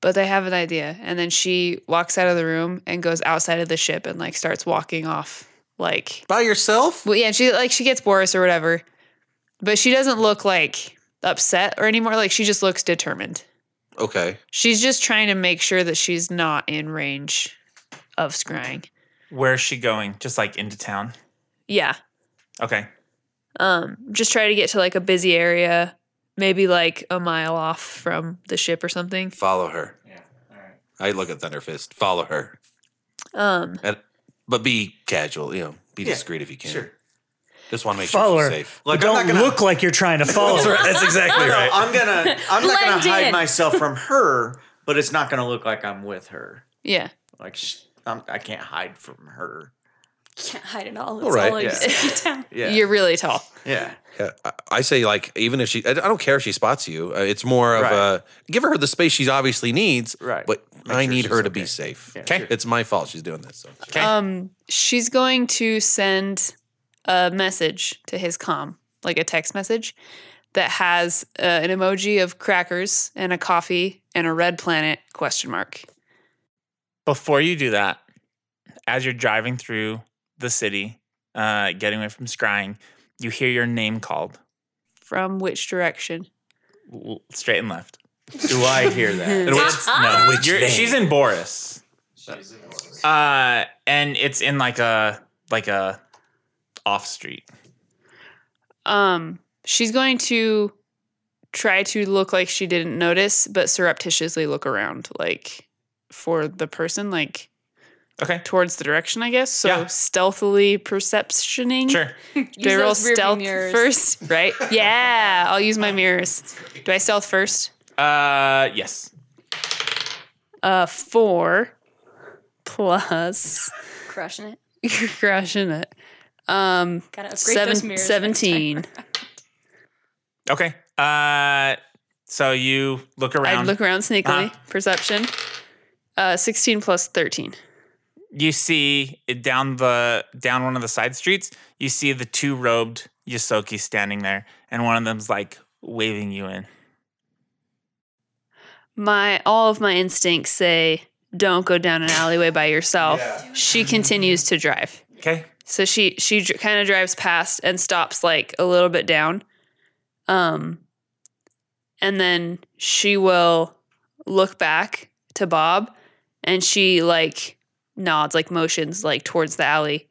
[SPEAKER 5] But I have an idea. And then she walks out of the room and goes outside of the ship and like starts walking off like
[SPEAKER 3] By yourself?
[SPEAKER 5] Well, yeah, she like she gets Boris or whatever, but she doesn't look like upset or anymore. Like she just looks determined.
[SPEAKER 6] Okay.
[SPEAKER 5] She's just trying to make sure that she's not in range of scrying.
[SPEAKER 2] Where's she going? Just like into town.
[SPEAKER 5] Yeah.
[SPEAKER 2] Okay.
[SPEAKER 5] Um, just try to get to like a busy area, maybe like a mile off from the ship or something.
[SPEAKER 6] Follow her. Yeah. All right. I look at Thunderfist. Follow her.
[SPEAKER 5] Um,
[SPEAKER 6] And, but be casual, you know, be discreet if you can. Sure. Just want to make
[SPEAKER 4] Follow
[SPEAKER 6] sure
[SPEAKER 4] her.
[SPEAKER 6] she's safe.
[SPEAKER 4] But
[SPEAKER 3] Like, I'm
[SPEAKER 4] don't
[SPEAKER 3] not gonna-
[SPEAKER 4] look like you're trying to follow. her.
[SPEAKER 6] Oh, That's exactly
[SPEAKER 3] No,
[SPEAKER 6] right.
[SPEAKER 3] I'm gonna I'm not gonna
[SPEAKER 7] Blend
[SPEAKER 3] hide
[SPEAKER 7] in.
[SPEAKER 3] myself from her, but it's not gonna look like I'm with her.
[SPEAKER 5] yeah.
[SPEAKER 3] Like sh- I'm, I can't hide from her.
[SPEAKER 7] Can't hide it all. It's
[SPEAKER 6] All right,
[SPEAKER 7] all
[SPEAKER 3] yeah.
[SPEAKER 7] just <laughs> down.
[SPEAKER 3] Yeah,
[SPEAKER 5] You're really tall.
[SPEAKER 3] yeah.
[SPEAKER 6] Yeah, Uh, I- I say like even if she, I I don't care if she spots you. Uh, It's more of
[SPEAKER 3] Right.
[SPEAKER 6] a give her the space she obviously needs.
[SPEAKER 3] Right.
[SPEAKER 6] But
[SPEAKER 3] Make
[SPEAKER 6] I
[SPEAKER 3] sure
[SPEAKER 6] need
[SPEAKER 3] she's
[SPEAKER 6] her to
[SPEAKER 3] okay.
[SPEAKER 6] be safe.
[SPEAKER 3] Yeah,
[SPEAKER 6] Okay,
[SPEAKER 3] sure.
[SPEAKER 6] it's my fault she's doing this.
[SPEAKER 3] <laughs>
[SPEAKER 6] So.
[SPEAKER 2] Okay.
[SPEAKER 5] Um, she's going to send a message to his com, like a text message that has uh, an emoji of crackers and a coffee and a red planet question mark.
[SPEAKER 2] Before you do that, as you're driving through the city, uh, getting away from scrying, you hear your name called
[SPEAKER 5] From which direction?
[SPEAKER 2] L- straight and left.
[SPEAKER 3] Do I hear that?
[SPEAKER 5] <laughs>
[SPEAKER 2] And which, no,
[SPEAKER 6] Which
[SPEAKER 2] you're-
[SPEAKER 6] name?
[SPEAKER 2] she's in Boris. Uh, and it's in like a like a off street.
[SPEAKER 5] Um, she's going to try to look like she didn't notice, but surreptitiously look around, like for the person, like
[SPEAKER 2] Okay,
[SPEAKER 5] towards the direction, I guess. So
[SPEAKER 2] Yeah.
[SPEAKER 5] stealthily perceptioning.
[SPEAKER 2] sure.
[SPEAKER 5] Do I
[SPEAKER 7] Use
[SPEAKER 5] roll
[SPEAKER 7] those rearview
[SPEAKER 5] stealth
[SPEAKER 7] mirrors. <laughs>
[SPEAKER 5] first? Right? Yeah, I'll use my mirrors. Do I stealth first?
[SPEAKER 2] Uh, yes.
[SPEAKER 5] Uh, four plus. <laughs>
[SPEAKER 7] Crushing it.
[SPEAKER 5] You're crushing it. Um,
[SPEAKER 7] Gotta upgrade those
[SPEAKER 5] seven,
[SPEAKER 7] mirrors. <laughs>
[SPEAKER 5] 17.
[SPEAKER 2] Okay. Uh, so you look
[SPEAKER 5] I
[SPEAKER 2] around.
[SPEAKER 5] look around sneakily.
[SPEAKER 2] Uh-huh.
[SPEAKER 5] Perception. Uh, 16 plus 13.
[SPEAKER 2] you see it down the down one of the side streets. You see the two robed Yosoki standing there, and one of them's like waving you in.
[SPEAKER 5] My all of my instincts say don't go down an alleyway by yourself. She continues to drive.
[SPEAKER 2] Okay.
[SPEAKER 5] So she she dr- kind of drives past and stops like a little bit down. Um and then she will look back to Bob and she like nods like motions like towards the alley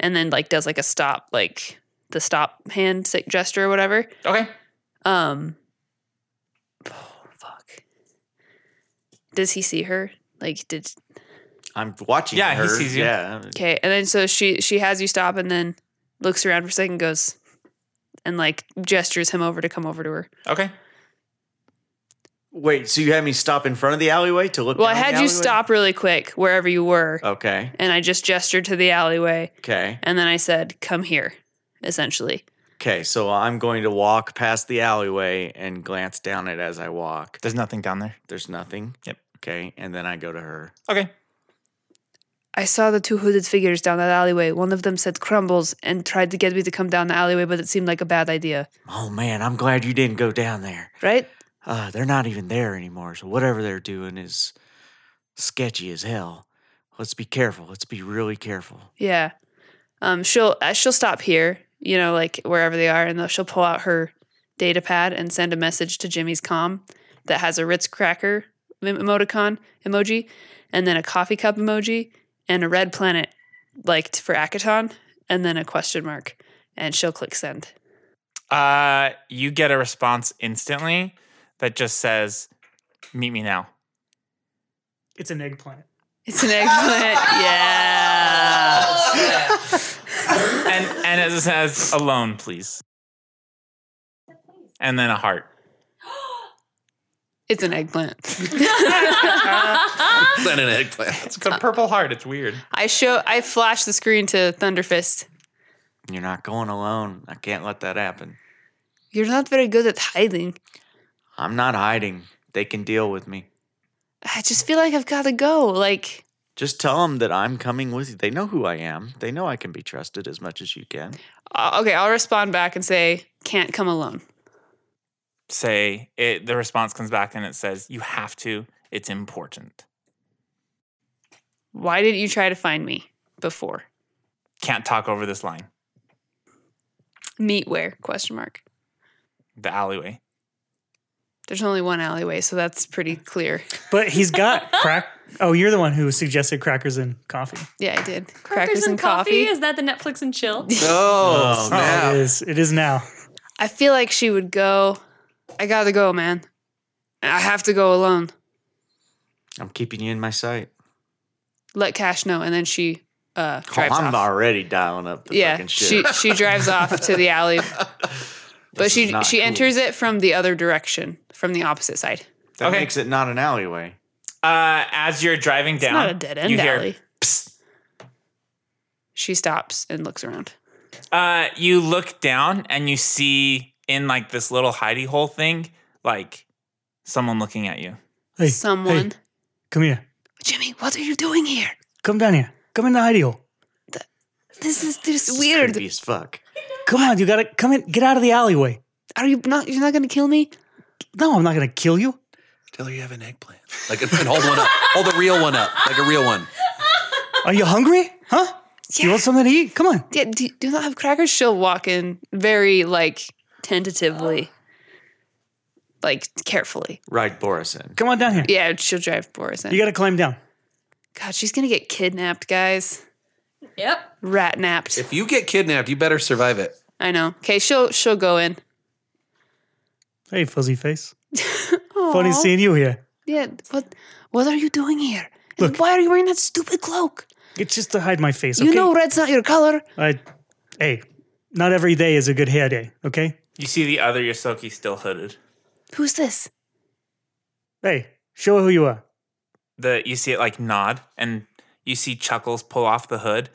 [SPEAKER 5] and then like does like a stop like the stop hand sig- gesture or whatever.
[SPEAKER 2] Okay.
[SPEAKER 5] Um oh, fuck. Does he see her? Like did
[SPEAKER 3] I'm watching
[SPEAKER 2] Yeah, he
[SPEAKER 3] her.
[SPEAKER 2] sees you.
[SPEAKER 3] Yeah.
[SPEAKER 5] Okay, and then so she she has you stop and then looks around for a second, goes and like gestures him over to come over to her.
[SPEAKER 2] Okay.
[SPEAKER 3] Wait, so you had me stop in front of the alleyway to look
[SPEAKER 5] Well, I
[SPEAKER 3] down the
[SPEAKER 5] had you
[SPEAKER 3] alleyway? Oh.
[SPEAKER 5] stop really quick wherever you were,
[SPEAKER 3] Okay.
[SPEAKER 5] and I just gestured to the alleyway,
[SPEAKER 3] Okay.
[SPEAKER 5] and then I said, "Come here," essentially.
[SPEAKER 3] Okay, so I'm going to walk past the alleyway and glance down it as I walk.
[SPEAKER 2] There's nothing down there.
[SPEAKER 3] There's nothing.
[SPEAKER 2] Yep.
[SPEAKER 3] Okay, and then I go to her.
[SPEAKER 2] Okay.
[SPEAKER 5] I saw the two hooded figures down that alleyway. One of them said crumbles and tried to get me to come down the alleyway, but it seemed like a bad idea,
[SPEAKER 3] Oh man, I'm glad you didn't go down there.
[SPEAKER 5] right?
[SPEAKER 3] Uh, they're not even there anymore, so whatever they're doing is sketchy as hell. Let's be careful. Let's be really careful.
[SPEAKER 5] Yeah. Um, she'll uh, she'll stop here, you know, like wherever they are, and then she'll pull out her data pad and send a message to Jimmy's com that has a Ritz cracker em- emoticon emoji, and then a coffee cup emoji, and a red planet, like t- for Akaton, and then a question mark, and she'll click send.
[SPEAKER 2] Uh, you get a response instantly that just says, "Meet me now."
[SPEAKER 4] It's an eggplant.
[SPEAKER 5] It's
[SPEAKER 1] <laughs>
[SPEAKER 5] an eggplant. yeah.
[SPEAKER 2] and and it says alone, please. And then a heart.
[SPEAKER 5] It's an eggplant. <laughs>
[SPEAKER 6] Then an eggplant.
[SPEAKER 2] It's a purple heart. It's weird.
[SPEAKER 5] I show I flash the screen to Thunderfist.
[SPEAKER 3] You're not going alone. I can't let that happen.
[SPEAKER 5] You're not very good at hiding.
[SPEAKER 3] I'm not hiding. They can deal with me.
[SPEAKER 5] I just feel like I've got to go. Like,
[SPEAKER 3] Just tell them that I'm coming with you. They know who I am. They know I can be trusted as much as you can.
[SPEAKER 5] uh, okay, I'll respond back and say, can't come alone.
[SPEAKER 2] Say it. The response comes back and it says, "You have to. It's important.
[SPEAKER 5] Why didn't you try to find me before?
[SPEAKER 2] Can't talk over this line.
[SPEAKER 5] Meet where? Question mark.
[SPEAKER 2] The alleyway."
[SPEAKER 5] There's only one alleyway, so that's pretty clear.
[SPEAKER 4] But he's got crack. Oh, you're the one who suggested crackers and coffee.
[SPEAKER 5] Yeah, I did. Crackers,
[SPEAKER 7] Is that the Netflix
[SPEAKER 5] <laughs>
[SPEAKER 7] and chill?
[SPEAKER 3] <laughs> Oh,
[SPEAKER 4] Oh, it is. It is now.
[SPEAKER 5] I feel like she would go. I gotta go, man. I have to go alone.
[SPEAKER 3] I'm keeping you in my sight.
[SPEAKER 5] Let Cash know, and then she uh,
[SPEAKER 3] Oh,
[SPEAKER 5] drives
[SPEAKER 3] I'm
[SPEAKER 5] off.
[SPEAKER 3] already dialing up the
[SPEAKER 5] yeah,
[SPEAKER 3] fucking shit.
[SPEAKER 5] she she drives off to
[SPEAKER 3] <laughs>
[SPEAKER 5] the alley, but
[SPEAKER 3] This
[SPEAKER 5] she
[SPEAKER 3] is not
[SPEAKER 5] she
[SPEAKER 3] cool.
[SPEAKER 5] enters it from the other direction, from the opposite side.
[SPEAKER 3] That
[SPEAKER 2] Okay.
[SPEAKER 3] makes it not an alleyway.
[SPEAKER 2] Uh, as you're driving down,
[SPEAKER 5] It's not a dead end
[SPEAKER 2] you hear,
[SPEAKER 5] alley.
[SPEAKER 2] "Psst."
[SPEAKER 5] She stops and looks around.
[SPEAKER 2] Uh, you look down and you see in like this little hidey hole thing, like someone looking at you.
[SPEAKER 4] Hey, hey,
[SPEAKER 5] Someone.
[SPEAKER 4] come here.
[SPEAKER 5] Jimmy, what are you doing here?
[SPEAKER 4] Come down here. Come in the hidey hole.
[SPEAKER 5] This is this
[SPEAKER 3] This
[SPEAKER 5] is
[SPEAKER 3] is
[SPEAKER 5] weird.
[SPEAKER 3] creepy as fuck.
[SPEAKER 4] Come on, you gotta come in. Get out of the alleyway.
[SPEAKER 5] Are you not? You're not gonna kill me?
[SPEAKER 4] No, I'm not gonna kill you.
[SPEAKER 6] Tell her you have an eggplant. Like, and hold one up. Hold a real one up. Like a real one.
[SPEAKER 4] Are you hungry? Huh? You want something to eat? Come on.
[SPEAKER 5] Yeah. Do, do you not have crackers? She'll walk in very like tentatively, like carefully.
[SPEAKER 3] Right, Borison.
[SPEAKER 4] Come on down here.
[SPEAKER 5] Yeah, she'll drive Boris in.
[SPEAKER 4] You gotta climb down.
[SPEAKER 5] God, she's gonna get kidnapped, guys.
[SPEAKER 7] Yep.
[SPEAKER 5] Rat napped.
[SPEAKER 6] If you get kidnapped, you better survive it.
[SPEAKER 5] I know. Okay, she'll she'll go in.
[SPEAKER 4] Hey, fuzzy face. Funny seeing you here.
[SPEAKER 5] Yeah. What What are you doing here? And
[SPEAKER 4] Look.
[SPEAKER 5] why are you wearing that stupid cloak?
[SPEAKER 4] It's just to hide my face. Okay.
[SPEAKER 5] You know red's not your color.
[SPEAKER 4] I, hey, not every day is a good hair day. Okay.
[SPEAKER 2] You see the other Yosoki still hooded.
[SPEAKER 5] Who's this?
[SPEAKER 4] Hey, show her who you are.
[SPEAKER 2] The you see it like nod and you see Chuckles pull off the hood.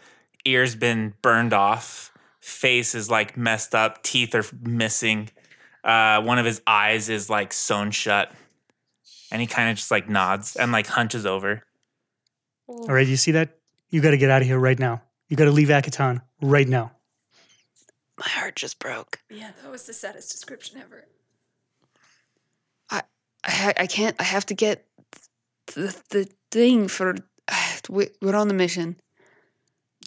[SPEAKER 2] Ear's been burned off. Face is like messed up. Teeth are missing. Uh, one of his eyes is like sewn shut. And he kind of just like nods and like hunches over.
[SPEAKER 4] All right, you see that? You got to get out of here right now. You got to leave Akaton right now.
[SPEAKER 5] My heart just broke.
[SPEAKER 7] Yeah, that was the saddest description ever.
[SPEAKER 5] I ha- I can't. I have to get the uh, the thing for. we- We're on the mission.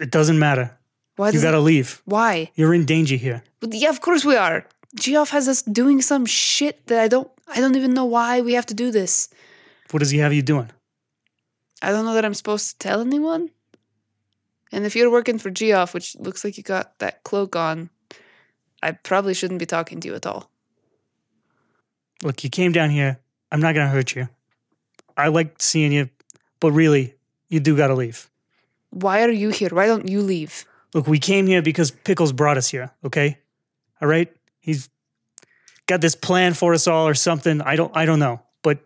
[SPEAKER 4] It doesn't matter.
[SPEAKER 5] Why
[SPEAKER 4] You
[SPEAKER 5] does
[SPEAKER 4] gotta leave.
[SPEAKER 5] why?
[SPEAKER 4] You're in danger here.
[SPEAKER 5] But yeah, of course we are. Geoff has us doing some shit that I don't I don't even know why we have to do this.
[SPEAKER 4] What does he have you doing?
[SPEAKER 5] I don't know that I'm supposed to tell anyone. And if you're working for Geoff, which looks like you got that cloak on, I probably shouldn't be talking to you at all.
[SPEAKER 4] Look, you came down here. I'm not gonna hurt you. I like seeing you, but really, you do gotta leave.
[SPEAKER 5] Why are you here? Why don't you leave?
[SPEAKER 4] Look, we came here because Pickles brought us here, okay? All right? He's got this plan for us all or something. I don't I don't know. But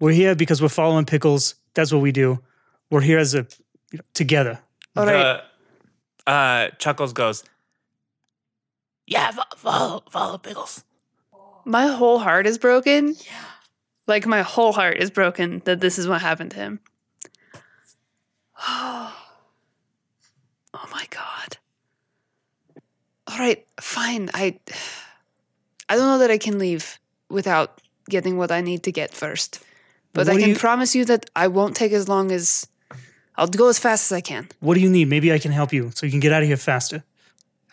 [SPEAKER 4] we're here because we're following Pickles. That's what we do. We're here as a you know, together.
[SPEAKER 5] All right.
[SPEAKER 2] The, uh, Chuckles goes, Yeah, fo- follow, follow Pickles.
[SPEAKER 5] My whole heart is broken. Yeah. Like my whole heart is broken that this is what happened to
[SPEAKER 4] <sighs>
[SPEAKER 5] him. oh my god. All right, fine. I I don't know that I can leave without getting what I need to get first. But I
[SPEAKER 4] What do
[SPEAKER 5] can
[SPEAKER 4] you-
[SPEAKER 5] promise you that I won't take as long as I'll go as fast as I can.
[SPEAKER 4] What do you need? Maybe I can help you so you can get out of here faster.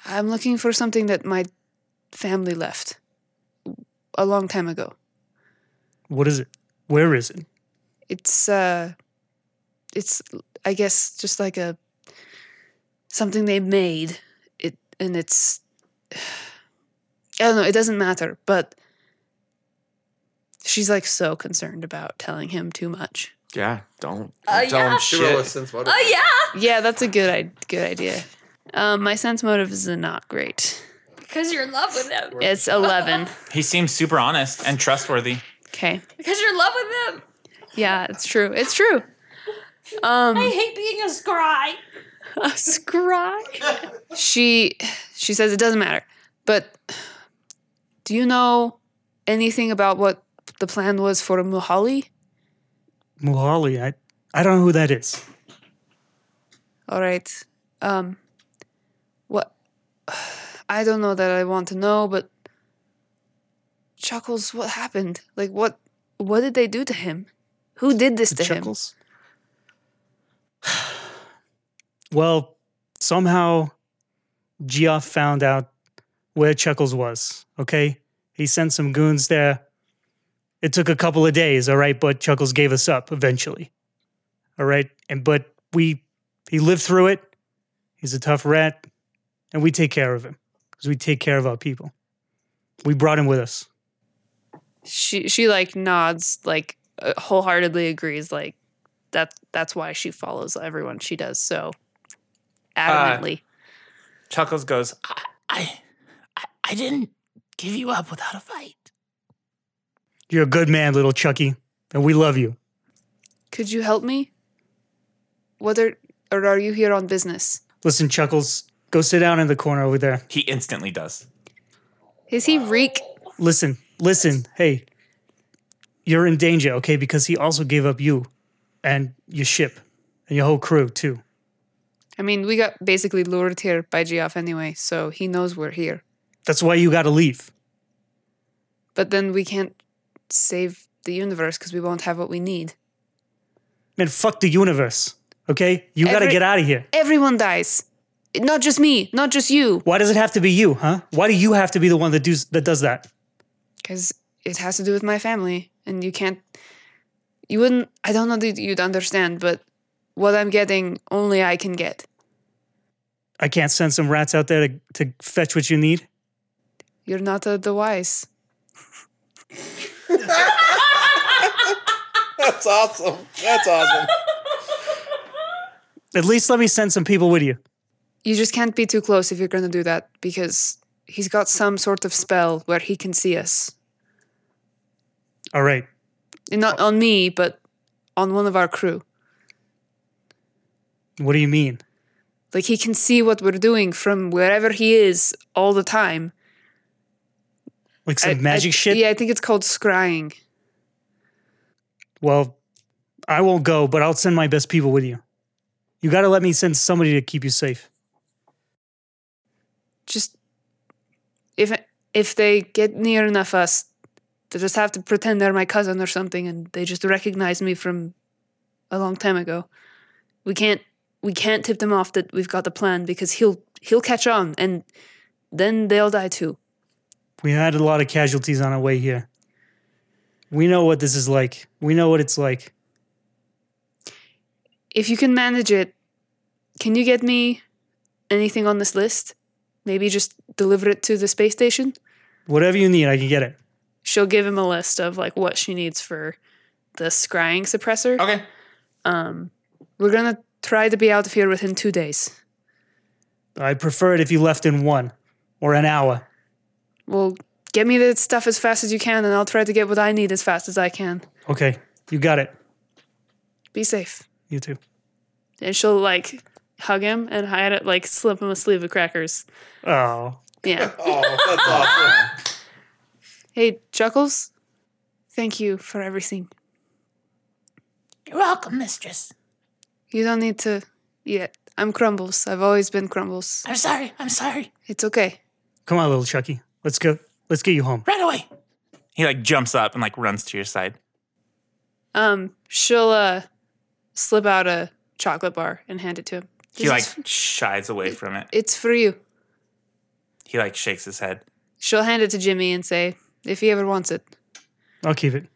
[SPEAKER 5] I'm looking for something that my family left a long time ago.
[SPEAKER 4] What is it? Where is it?
[SPEAKER 5] it's uh it's i guess just like a something they made it and it's <sighs> i don't know it doesn't matter but she's like so concerned about telling him too much
[SPEAKER 1] Yeah, don't,
[SPEAKER 7] Uh,
[SPEAKER 1] don't tell
[SPEAKER 7] yeah.
[SPEAKER 1] him
[SPEAKER 13] Roll a
[SPEAKER 1] shit.
[SPEAKER 13] sense motive.
[SPEAKER 7] Oh yeah,
[SPEAKER 5] yeah that's a good i- good idea um, my sense motive is not great
[SPEAKER 7] because you're in love with him.
[SPEAKER 5] it's 11
[SPEAKER 2] He seems super honest and trustworthy.
[SPEAKER 5] okay
[SPEAKER 7] Because you're in love with him.
[SPEAKER 5] yeah it's true it's true um
[SPEAKER 7] I hate being a scry.
[SPEAKER 5] a scry. she she says it doesn't matter. But do you know anything about what the plan was for Muhali?
[SPEAKER 4] Muhali, I I don't know who that is.
[SPEAKER 5] All right. Um what I don't know that I want to know, but Chuckles, what happened? Like what what did they do to him? Who did this to him?
[SPEAKER 4] Chuckles. <sighs> well, somehow Geoff found out where Chuckles was. Okay. He sent some goons there. It took a couple of days, all right, but Chuckles gave us up eventually. All right. And but we he lived through it. He's a tough rat. And we take care of him. Because we take care of our people. We brought him with us.
[SPEAKER 5] she she like nods like uh, wholeheartedly agrees like that that's why she follows everyone she does so adamantly
[SPEAKER 2] Chuckles goes, I, I, I, I didn't give you up without a fight.
[SPEAKER 4] You're a good man, little Chucky. And we love you.
[SPEAKER 5] could you help me what are or are you here on business
[SPEAKER 4] Listen, Chuckles, go sit down in the corner over there.
[SPEAKER 2] He instantly does.
[SPEAKER 5] is he reek
[SPEAKER 4] Listen, listen, hey, you're in danger, okay? Because he also gave up you and your ship and your whole crew, too.
[SPEAKER 5] i mean we got basically lured here by geoff anyway so he knows we're here
[SPEAKER 4] That's why you gotta leave.
[SPEAKER 5] but then we can't save the universe because we won't have what we need
[SPEAKER 4] Man, fuck the universe, okay? You gotta
[SPEAKER 5] Every-
[SPEAKER 4] get out of here.
[SPEAKER 5] everyone dies not just me not just you
[SPEAKER 4] Why does it have to be you, huh? Why do you have to be the one that does, that does that?
[SPEAKER 5] because it has to do with my family and you can't you wouldn't i don't know that you'd understand but what i'm getting only i can get
[SPEAKER 4] I can't send some rats out there to, to fetch what you need.
[SPEAKER 5] you're not uh, the wise
[SPEAKER 1] That's awesome. That's awesome.
[SPEAKER 4] At least let me send some people with you.
[SPEAKER 5] you just can't be too close if you're going to do that because he's got some sort of spell where he can see us
[SPEAKER 4] All right.
[SPEAKER 5] And not on me but on one of our crew
[SPEAKER 4] What do you mean?
[SPEAKER 5] like he can see what we're doing from wherever he is all the time
[SPEAKER 4] Like
[SPEAKER 5] I-
[SPEAKER 4] some magic
[SPEAKER 5] I-
[SPEAKER 4] shit?
[SPEAKER 5] yeah i think it's called scrying
[SPEAKER 4] Well, I won't go, but I'll send my best people with you. You got to let me send somebody to keep you safe.
[SPEAKER 5] just if if they get near enough us, they just have to pretend they're my cousin or something, and they just recognize me from a long time ago. We can't we can't tip them off that we've got the plan because he'll he'll catch on and then they'll die too.
[SPEAKER 4] We had a lot of casualties on our way here. We know what this is like. We know what it's like.
[SPEAKER 5] If you can manage it, can you get me anything on this list? Maybe just deliver it to the space station?
[SPEAKER 4] Whatever you need, I can get it.
[SPEAKER 5] She'll give him a list of like what she needs for the scrying suppressor.
[SPEAKER 2] Okay.
[SPEAKER 5] Um we're gonna try to be out of here within two days.
[SPEAKER 4] I prefer it if you left in one or an hour.
[SPEAKER 5] Well, get me the stuff as fast as you can, and I'll try to get what I need as fast as I can.
[SPEAKER 4] Okay, you got it.
[SPEAKER 5] Be safe.
[SPEAKER 4] You too.
[SPEAKER 5] And she'll like hug him and hide it, like slip him a sleeve of crackers.
[SPEAKER 4] Oh,
[SPEAKER 5] Yeah.
[SPEAKER 3] Oh, that's awesome.
[SPEAKER 5] hey, Chuckles, thank you for everything.
[SPEAKER 2] You're welcome, mistress.
[SPEAKER 5] You don't need to yet. I'm Crumbles. I've always been Crumbles.
[SPEAKER 2] I'm sorry. I'm sorry.
[SPEAKER 5] It's okay.
[SPEAKER 4] come on, little Chucky. Let's go. Let's get you home.
[SPEAKER 2] Right away. He like jumps up and like runs to your side.
[SPEAKER 5] Um, she'll uh slip out a chocolate bar and hand it to him.
[SPEAKER 2] He
[SPEAKER 5] This
[SPEAKER 2] like
[SPEAKER 5] is-
[SPEAKER 2] shies away from it.
[SPEAKER 5] it's for you.
[SPEAKER 2] He like shakes his head.
[SPEAKER 5] She'll hand it to Jimmy and say, if he ever wants it.
[SPEAKER 4] I'll keep it.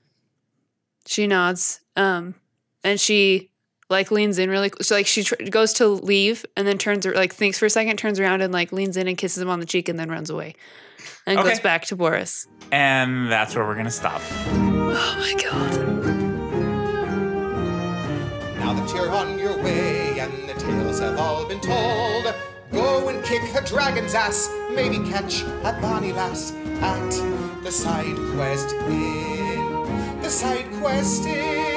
[SPEAKER 5] She nods. Um, and she like leans in really. So like she tr- goes to leave and then turns ar- like thinks for a second, turns around and like leans in and kisses him on the cheek and then runs away, and
[SPEAKER 2] Okay.
[SPEAKER 5] goes back to Boris.
[SPEAKER 2] And that's where we're going to stop.
[SPEAKER 5] Oh my god!
[SPEAKER 1] Now that you're on your way and the tales have all been told, go and kick the dragon's ass, maybe catch a bonny lass at the side quest inn. The side quest inn.